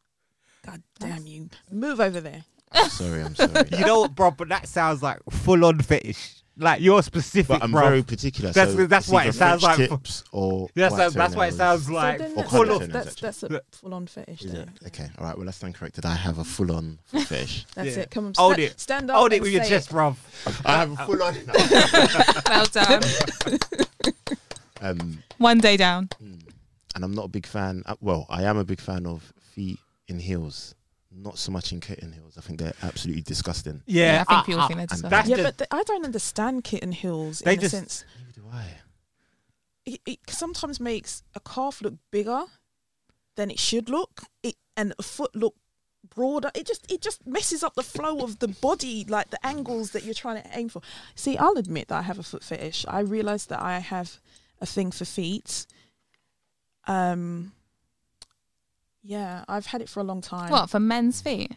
Speaker 4: God damn you! Move over there.
Speaker 6: I'm sorry, I'm sorry.
Speaker 5: You know what, bro? But that sounds like full on fetish. Like you're specific,
Speaker 6: but I'm
Speaker 5: bro.
Speaker 6: very particular.
Speaker 5: That's-
Speaker 6: so
Speaker 5: that's
Speaker 6: it's
Speaker 5: why
Speaker 6: either
Speaker 5: it sounds
Speaker 6: French
Speaker 5: like-
Speaker 6: tips or
Speaker 5: that's
Speaker 6: white
Speaker 5: that's, that's why it
Speaker 6: toenails.
Speaker 5: sounds
Speaker 4: So
Speaker 5: like
Speaker 4: then
Speaker 6: Or
Speaker 4: that's,
Speaker 5: full
Speaker 6: colour
Speaker 5: on.
Speaker 6: toenails,
Speaker 4: that's, that's a
Speaker 5: Look.
Speaker 4: full-on fetish.
Speaker 6: Is it
Speaker 4: then.
Speaker 6: okay? All right. Well, I stand corrected. I have a full-on foot fetish.
Speaker 4: That's
Speaker 5: Yeah.
Speaker 4: it. Come on,
Speaker 5: Hold
Speaker 4: sta-
Speaker 5: it.
Speaker 4: Stand up.
Speaker 5: Hold it
Speaker 4: and
Speaker 5: with your
Speaker 4: say
Speaker 5: chest, bro.
Speaker 6: I have a full-on.
Speaker 3: well done.
Speaker 6: um,
Speaker 3: One day down.
Speaker 6: and I'm not a big fan. uh, Well, I am a big fan of feet in heels. Not so much in kitten heels. I think they're absolutely disgusting.
Speaker 5: Yeah, ah,
Speaker 3: I think people think they're
Speaker 6: and
Speaker 3: disgusting.
Speaker 5: that's
Speaker 4: Yeah,
Speaker 5: just-
Speaker 4: but th- I don't understand kitten heels
Speaker 5: They
Speaker 4: in
Speaker 5: just-
Speaker 4: a sense.
Speaker 6: Neither do I.
Speaker 4: it, it sometimes makes a calf look bigger than it should look, it and a foot look broader. It just it just messes up the flow of the body, like the angles that you're trying to aim for. See, I'll admit that I have a foot fetish. I realise that I have a thing for feet. Um, yeah, I've had it for a long time.
Speaker 3: What for men's feet?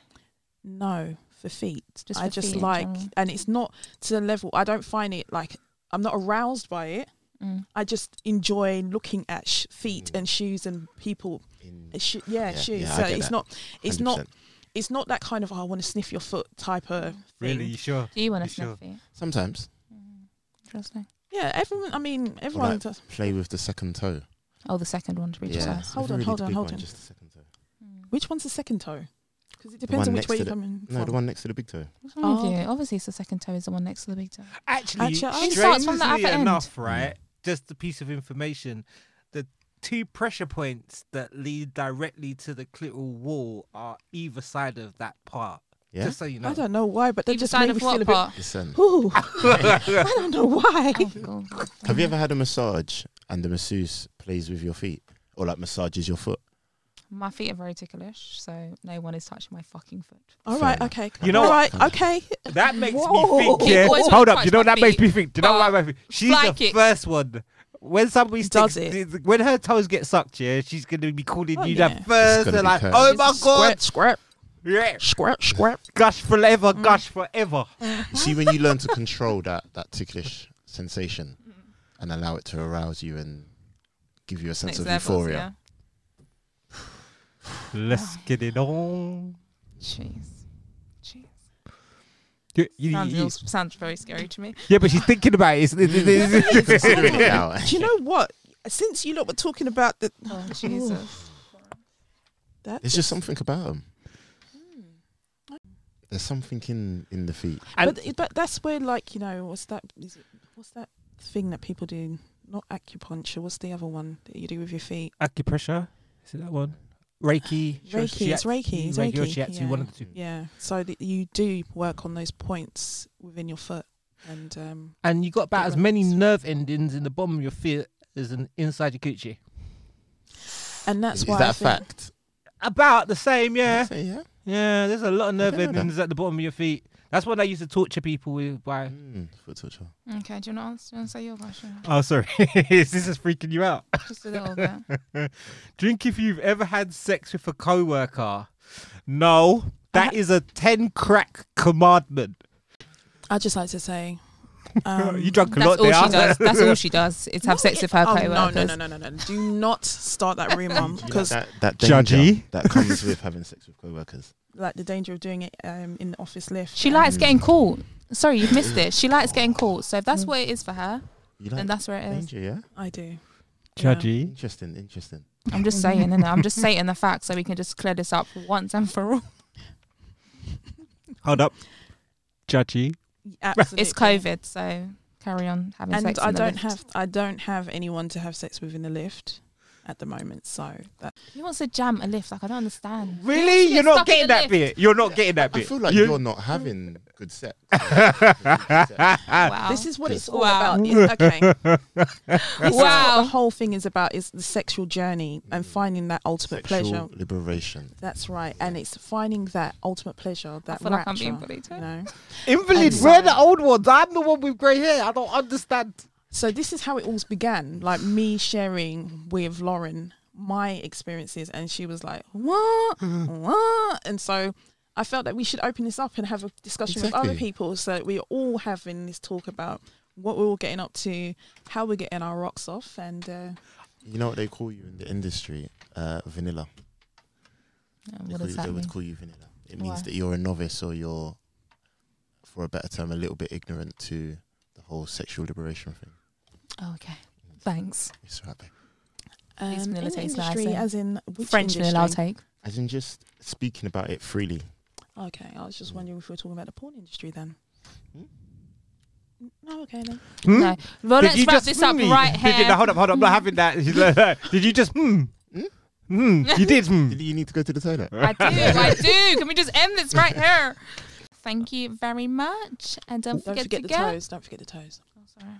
Speaker 4: No, for feet.
Speaker 3: Just
Speaker 4: I
Speaker 3: for
Speaker 4: just
Speaker 3: feet Oh. in
Speaker 4: like,
Speaker 3: general.
Speaker 4: and it's not to the level. I don't find it like I'm not aroused by it.
Speaker 3: Mm.
Speaker 4: I just enjoy looking at sh- feet
Speaker 6: Mm.
Speaker 4: and shoes and people. uh,
Speaker 6: In,
Speaker 4: Sh- yeah,
Speaker 6: Yeah,
Speaker 4: shoes.
Speaker 6: yeah, I
Speaker 4: so
Speaker 6: get
Speaker 4: it's
Speaker 6: that.
Speaker 4: not. It's not.
Speaker 6: 100%.
Speaker 4: It's not that kind of. "Oh, I want to sniff your foot type of. Thing.
Speaker 5: Really, you sure?
Speaker 3: Do you want
Speaker 5: You
Speaker 3: to sniff
Speaker 5: sure?
Speaker 3: feet?
Speaker 6: Sometimes
Speaker 3: Mm. Interesting.
Speaker 4: Yeah, everyone. I mean, everyone
Speaker 6: like-
Speaker 4: does.
Speaker 6: play with the second toe.
Speaker 3: Oh, the second one to be precise.
Speaker 4: Hold
Speaker 6: If you
Speaker 4: on,
Speaker 6: really
Speaker 4: hold
Speaker 6: the
Speaker 4: on,
Speaker 6: big
Speaker 4: hold
Speaker 6: one,
Speaker 4: on.
Speaker 6: Just the second toe.
Speaker 3: Mm.
Speaker 4: Which one's the second toe? Because it depends
Speaker 6: one
Speaker 4: on which
Speaker 6: next
Speaker 4: way
Speaker 6: to
Speaker 4: you're
Speaker 6: the-
Speaker 4: coming
Speaker 6: No,
Speaker 4: from.
Speaker 6: the one next to the big toe.
Speaker 3: What's wrong with
Speaker 4: Oh,
Speaker 3: you?
Speaker 4: okay.
Speaker 3: Obviously, it's the second toe is the one next to the big toe.
Speaker 5: Actually,
Speaker 4: Actually,
Speaker 5: strangely
Speaker 4: It
Speaker 3: starts from the other end.
Speaker 5: enough, right? Just a piece of information. The two pressure points that lead directly to the clitoral wall are either side of that part.
Speaker 6: Yeah?
Speaker 5: Just so you know.
Speaker 4: I don't know why, but they
Speaker 3: Either
Speaker 4: just
Speaker 3: side
Speaker 4: made
Speaker 3: of
Speaker 4: me feel
Speaker 3: what
Speaker 4: a bit.
Speaker 3: part?
Speaker 6: Listen,
Speaker 4: Ooh, I don't know why.
Speaker 3: Oh, God.
Speaker 6: have you ever had a massage and the masseuse plays with your feet or like massages your foot?
Speaker 3: My feet are very ticklish, so no one is touching my fucking foot.
Speaker 4: All
Speaker 6: Fair
Speaker 4: right,
Speaker 6: enough.
Speaker 4: okay.
Speaker 5: You know
Speaker 4: All
Speaker 5: what?
Speaker 4: right, okay.
Speaker 5: That makes
Speaker 4: Whoa.
Speaker 5: me think.
Speaker 4: People
Speaker 5: Yeah.
Speaker 3: always wanna
Speaker 5: Hold up.
Speaker 3: touch
Speaker 5: You know
Speaker 3: my
Speaker 5: what that makes
Speaker 3: feet,
Speaker 5: me think. Do you know what
Speaker 3: but
Speaker 5: that makes me? She's
Speaker 3: fly
Speaker 5: the
Speaker 3: kicks.
Speaker 5: first one. When somebody
Speaker 4: Does
Speaker 5: sticks,
Speaker 4: it.
Speaker 5: when her toes get sucked, yeah, she's gonna be calling
Speaker 4: Oh,
Speaker 5: you
Speaker 4: yeah.
Speaker 5: that first.
Speaker 6: gonna
Speaker 5: They're
Speaker 6: be
Speaker 5: like,
Speaker 6: curvy.
Speaker 5: oh my
Speaker 4: Squirt,
Speaker 5: god,
Speaker 4: squirt,
Speaker 5: yeah,
Speaker 4: squirt, squirt.
Speaker 5: gush forever, gush forever.
Speaker 6: You see, when you learn to control that that ticklish sensation and allow it to arouse you and give you a sense
Speaker 3: Next
Speaker 6: of
Speaker 3: levels,
Speaker 6: euphoria,
Speaker 5: Let's get it on.
Speaker 3: yeah. Jeez. Jeez.
Speaker 5: You- you-
Speaker 3: Sounds,
Speaker 5: you-
Speaker 3: real- sounds very scary to me.
Speaker 5: Yeah, but she's thinking about it. It's, it's, it's, it's-
Speaker 6: you consider it now.
Speaker 4: Do you know what? Since you lot were talking about the
Speaker 3: Oh, Jesus.
Speaker 4: that,
Speaker 6: There's just something about them. There's something in in the feet.
Speaker 4: but but that's where like you know what's that? Is it, what's that thing that people do? Not acupuncture. What's the other one that you do with your feet?
Speaker 5: acupressure. Is it that one? Reiki.
Speaker 4: Reiki, it's Reiki, it's
Speaker 5: or
Speaker 4: Reiki,
Speaker 5: shiatsu,
Speaker 4: yeah.
Speaker 5: One of the two.
Speaker 4: Yeah. So that you do work on those points within your foot, and um,
Speaker 5: And you got about as
Speaker 4: Different.
Speaker 5: many nerve endings in the bottom of your feet as an inside your coochie.
Speaker 4: and that's
Speaker 6: Is
Speaker 4: why
Speaker 6: that
Speaker 4: I
Speaker 6: a
Speaker 4: think,
Speaker 6: fact?
Speaker 5: About the same, yeah.
Speaker 6: Say yeah.
Speaker 5: Yeah, there's a lot of nerve
Speaker 6: don't know that.
Speaker 5: endings at the bottom of your feet. That's what they used to torture people with. By
Speaker 6: Mm, foot torture.
Speaker 3: Okay, do you not answer, do you answer your question?
Speaker 5: oh, sorry, this is freaking you out.
Speaker 3: Just a little bit.
Speaker 5: Drink if you've ever had sex with a coworker. No, that is a ten crack commandment.
Speaker 4: I just like to say. Um,
Speaker 5: you drunk a
Speaker 3: That's
Speaker 5: lot.
Speaker 3: all
Speaker 5: there.
Speaker 3: she does. That's all she does. Is have
Speaker 4: What
Speaker 3: sex
Speaker 4: i-
Speaker 3: with her
Speaker 4: oh,
Speaker 3: coworkers.
Speaker 4: No, no, no, no, no, no. Do not start that
Speaker 3: Um,
Speaker 4: rumor because,
Speaker 6: that, that
Speaker 5: danger
Speaker 6: danger
Speaker 5: Judgy.
Speaker 6: that comes with having sex with coworkers.
Speaker 4: like, the danger of doing it um, in the office lift. Um,
Speaker 3: She
Speaker 4: and-
Speaker 3: likes
Speaker 5: Mm.
Speaker 3: getting caught. Sorry, you've missed it. She likes getting caught. So if that's
Speaker 5: Mm.
Speaker 3: what it is for her,
Speaker 6: You
Speaker 3: then
Speaker 6: like
Speaker 3: that's where it is.
Speaker 6: danger, yeah.
Speaker 4: I do.
Speaker 5: Judgy.
Speaker 6: Interesting, interesting.
Speaker 3: I'm just saying, innit? I'm just stating the facts so we can just clear this up once and for all.
Speaker 5: Hold up. Judgy.
Speaker 4: Yeah, absolutely.
Speaker 3: It's COVID, so carry on having
Speaker 4: and
Speaker 3: sex.
Speaker 4: I
Speaker 3: in the
Speaker 4: don't
Speaker 3: lift.
Speaker 4: have I don't have anyone to have sex with in the lift at the moment. So that
Speaker 3: He wants to jam a lift. Like I don't understand.
Speaker 5: Really?
Speaker 3: She
Speaker 5: You're
Speaker 3: gets
Speaker 5: not
Speaker 3: stuck in
Speaker 5: getting
Speaker 3: the
Speaker 5: that
Speaker 3: lift.
Speaker 5: bit. You're not getting that
Speaker 6: I
Speaker 5: bit.
Speaker 6: feel like
Speaker 5: You-
Speaker 6: you... are not having good sex.
Speaker 3: Wow.
Speaker 4: this is what it's all
Speaker 3: Wow.
Speaker 4: about. It's- okay, this is what
Speaker 3: Wow.
Speaker 4: the whole thing is about is the sexual journey and finding that ultimate pleasure.
Speaker 6: Sexual liberation.
Speaker 4: That's right, and it's finding that ultimate pleasure. That
Speaker 3: feel like I'm being
Speaker 4: rapture,
Speaker 3: bullied
Speaker 4: You
Speaker 3: here.
Speaker 4: know?
Speaker 5: Invalid,
Speaker 4: And-
Speaker 5: we're the old ones. I'm the one with grey hair. I don't understand.
Speaker 4: So this is how it all began, like me sharing with Lauren my experiences, and she was like, "What?
Speaker 6: Mm-hmm.
Speaker 4: what?" And so I felt that we should open this up and have a discussion with other
Speaker 6: Exactly.
Speaker 4: people, so that we're all having this talk about what we're all getting up to, how we're getting our rocks off, and uh,
Speaker 6: You know what they call you in the industry? Uh, vanilla. They,
Speaker 3: What
Speaker 6: call
Speaker 3: does
Speaker 6: you-
Speaker 3: that
Speaker 6: they
Speaker 3: mean?
Speaker 6: would call you vanilla. It means
Speaker 3: Why?
Speaker 6: that you're a novice or you're, for a better term, a little bit ignorant to the whole sexual liberation thing.
Speaker 3: Oh, okay. Thanks.
Speaker 6: It's all right, babe.
Speaker 4: um,
Speaker 3: Please,
Speaker 4: in
Speaker 3: vanilla
Speaker 4: the
Speaker 3: tastes nice,
Speaker 4: industry,
Speaker 3: eh?
Speaker 4: as in which
Speaker 3: French vanilla I'll
Speaker 4: industry?
Speaker 3: take.
Speaker 6: As in just speaking about it freely.
Speaker 4: Okay, I was just wondering if we were talking about the porn industry then.
Speaker 6: Mm. Hmm?
Speaker 4: No, okay then.
Speaker 5: Hmm?
Speaker 3: No. Well, let's wrap this up
Speaker 5: hmm-y?
Speaker 3: right
Speaker 5: Did you, no,
Speaker 3: here.
Speaker 5: hold up, hold up. I'm not having that. did you just hmm?
Speaker 6: Hmm?
Speaker 5: Hmm. You did hmm.
Speaker 6: Did you need to go to the toilet?
Speaker 3: I do. I do. Can we just end this right here? Thank you very much, and don't
Speaker 4: Don't
Speaker 3: forget,
Speaker 4: forget
Speaker 3: to
Speaker 4: the
Speaker 3: go.
Speaker 4: toes. Don't forget the toes.
Speaker 3: Sorry.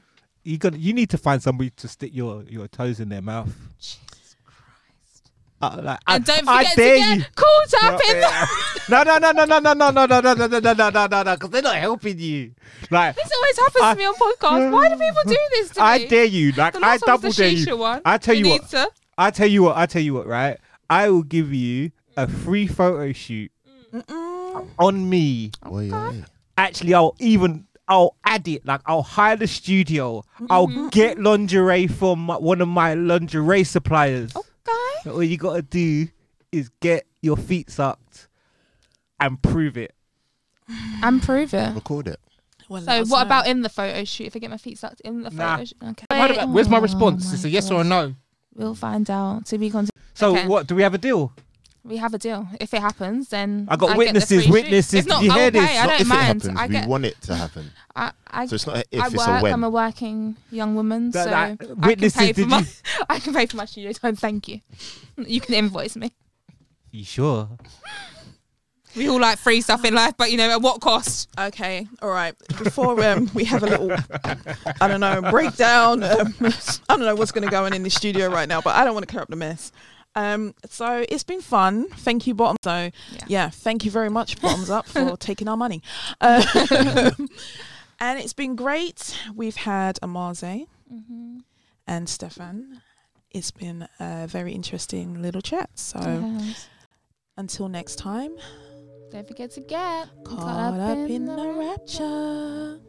Speaker 5: you got you need to find somebody to stick your your toes in their mouth.
Speaker 3: Jesus Christ.
Speaker 5: Uh, like,
Speaker 3: And
Speaker 5: I,
Speaker 3: don't
Speaker 5: I
Speaker 3: forget to
Speaker 5: dare
Speaker 3: get
Speaker 5: you.
Speaker 3: cool
Speaker 5: No,
Speaker 3: tapping.
Speaker 5: yeah. no, no, no, no, no, no, no, no, no, no, no, no, no, no, no, no, because they're not helping you. Like,
Speaker 3: This always happens
Speaker 5: I-
Speaker 3: to me on podcasts. Why do people do this to me?
Speaker 5: I dare you. Like,
Speaker 3: The
Speaker 5: I
Speaker 3: last one
Speaker 5: double
Speaker 3: was
Speaker 5: dare
Speaker 3: the
Speaker 5: you.
Speaker 3: shisha one.
Speaker 5: I tell you
Speaker 3: need
Speaker 5: what.
Speaker 3: to-
Speaker 5: I tell you what. I tell you what. Right? I will give you a free photo shoot
Speaker 4: Mm-mm.
Speaker 5: on me.
Speaker 6: Oi, oi.
Speaker 5: Actually, I'll even I'll add it. Like, I'll hire the studio. I'll get lingerie from my, one of my lingerie suppliers.
Speaker 3: Oh. Okay.
Speaker 5: All you gotta do is get your feet sucked and prove it.
Speaker 3: And prove it.
Speaker 6: Record it.
Speaker 4: Well, let
Speaker 3: So
Speaker 4: us
Speaker 3: what
Speaker 4: know.
Speaker 3: about in the photo shoot? If I get my feet sucked in the
Speaker 5: Nah.
Speaker 3: photo shoot, okay.
Speaker 5: Where's my
Speaker 3: Oh
Speaker 5: response?
Speaker 3: my
Speaker 5: It's a yes or a
Speaker 3: gosh.
Speaker 5: no.
Speaker 3: We'll find out. To be continued.
Speaker 5: So
Speaker 3: Okay.
Speaker 5: what? Do we have a deal?
Speaker 3: We have a deal. If it happens, then
Speaker 5: I got
Speaker 3: get the
Speaker 5: witnesses,
Speaker 3: free shoot.
Speaker 5: witnesses.
Speaker 3: If not,
Speaker 5: You
Speaker 3: I
Speaker 5: hear
Speaker 3: will
Speaker 5: this?
Speaker 3: pay.
Speaker 6: Not
Speaker 3: I don't
Speaker 6: if
Speaker 3: mind.
Speaker 6: it happens.
Speaker 3: I get.
Speaker 6: We want it to happen.
Speaker 3: I, I,
Speaker 6: So it's not a if,
Speaker 3: I
Speaker 6: it's
Speaker 3: work.
Speaker 6: a when.
Speaker 3: I'm a working young woman,
Speaker 5: That-
Speaker 3: so
Speaker 5: that-
Speaker 3: I can
Speaker 5: witnesses,
Speaker 3: pay for
Speaker 5: did
Speaker 3: my.
Speaker 5: you-
Speaker 3: I can pay for my studio time. Thank you. You can invoice me.
Speaker 5: You sure?
Speaker 3: We all like free stuff in life, but you know at what cost?
Speaker 4: Okay, all right. Before um, we have a little, I don't know, breakdown. Um, I don't know what's going to go on in the studio right now, but I don't want to clear up the mess. Um, so it's been fun. Thank you, Bottom. So yeah, thank you very much, Bottoms Up, for taking our money. Uh, and it's been great. We've had Amaze
Speaker 3: Mm-hmm.
Speaker 4: and Stefan. It's been a very interesting little chat. So until next time,
Speaker 3: Don't forget to get
Speaker 4: caught up in the rapture.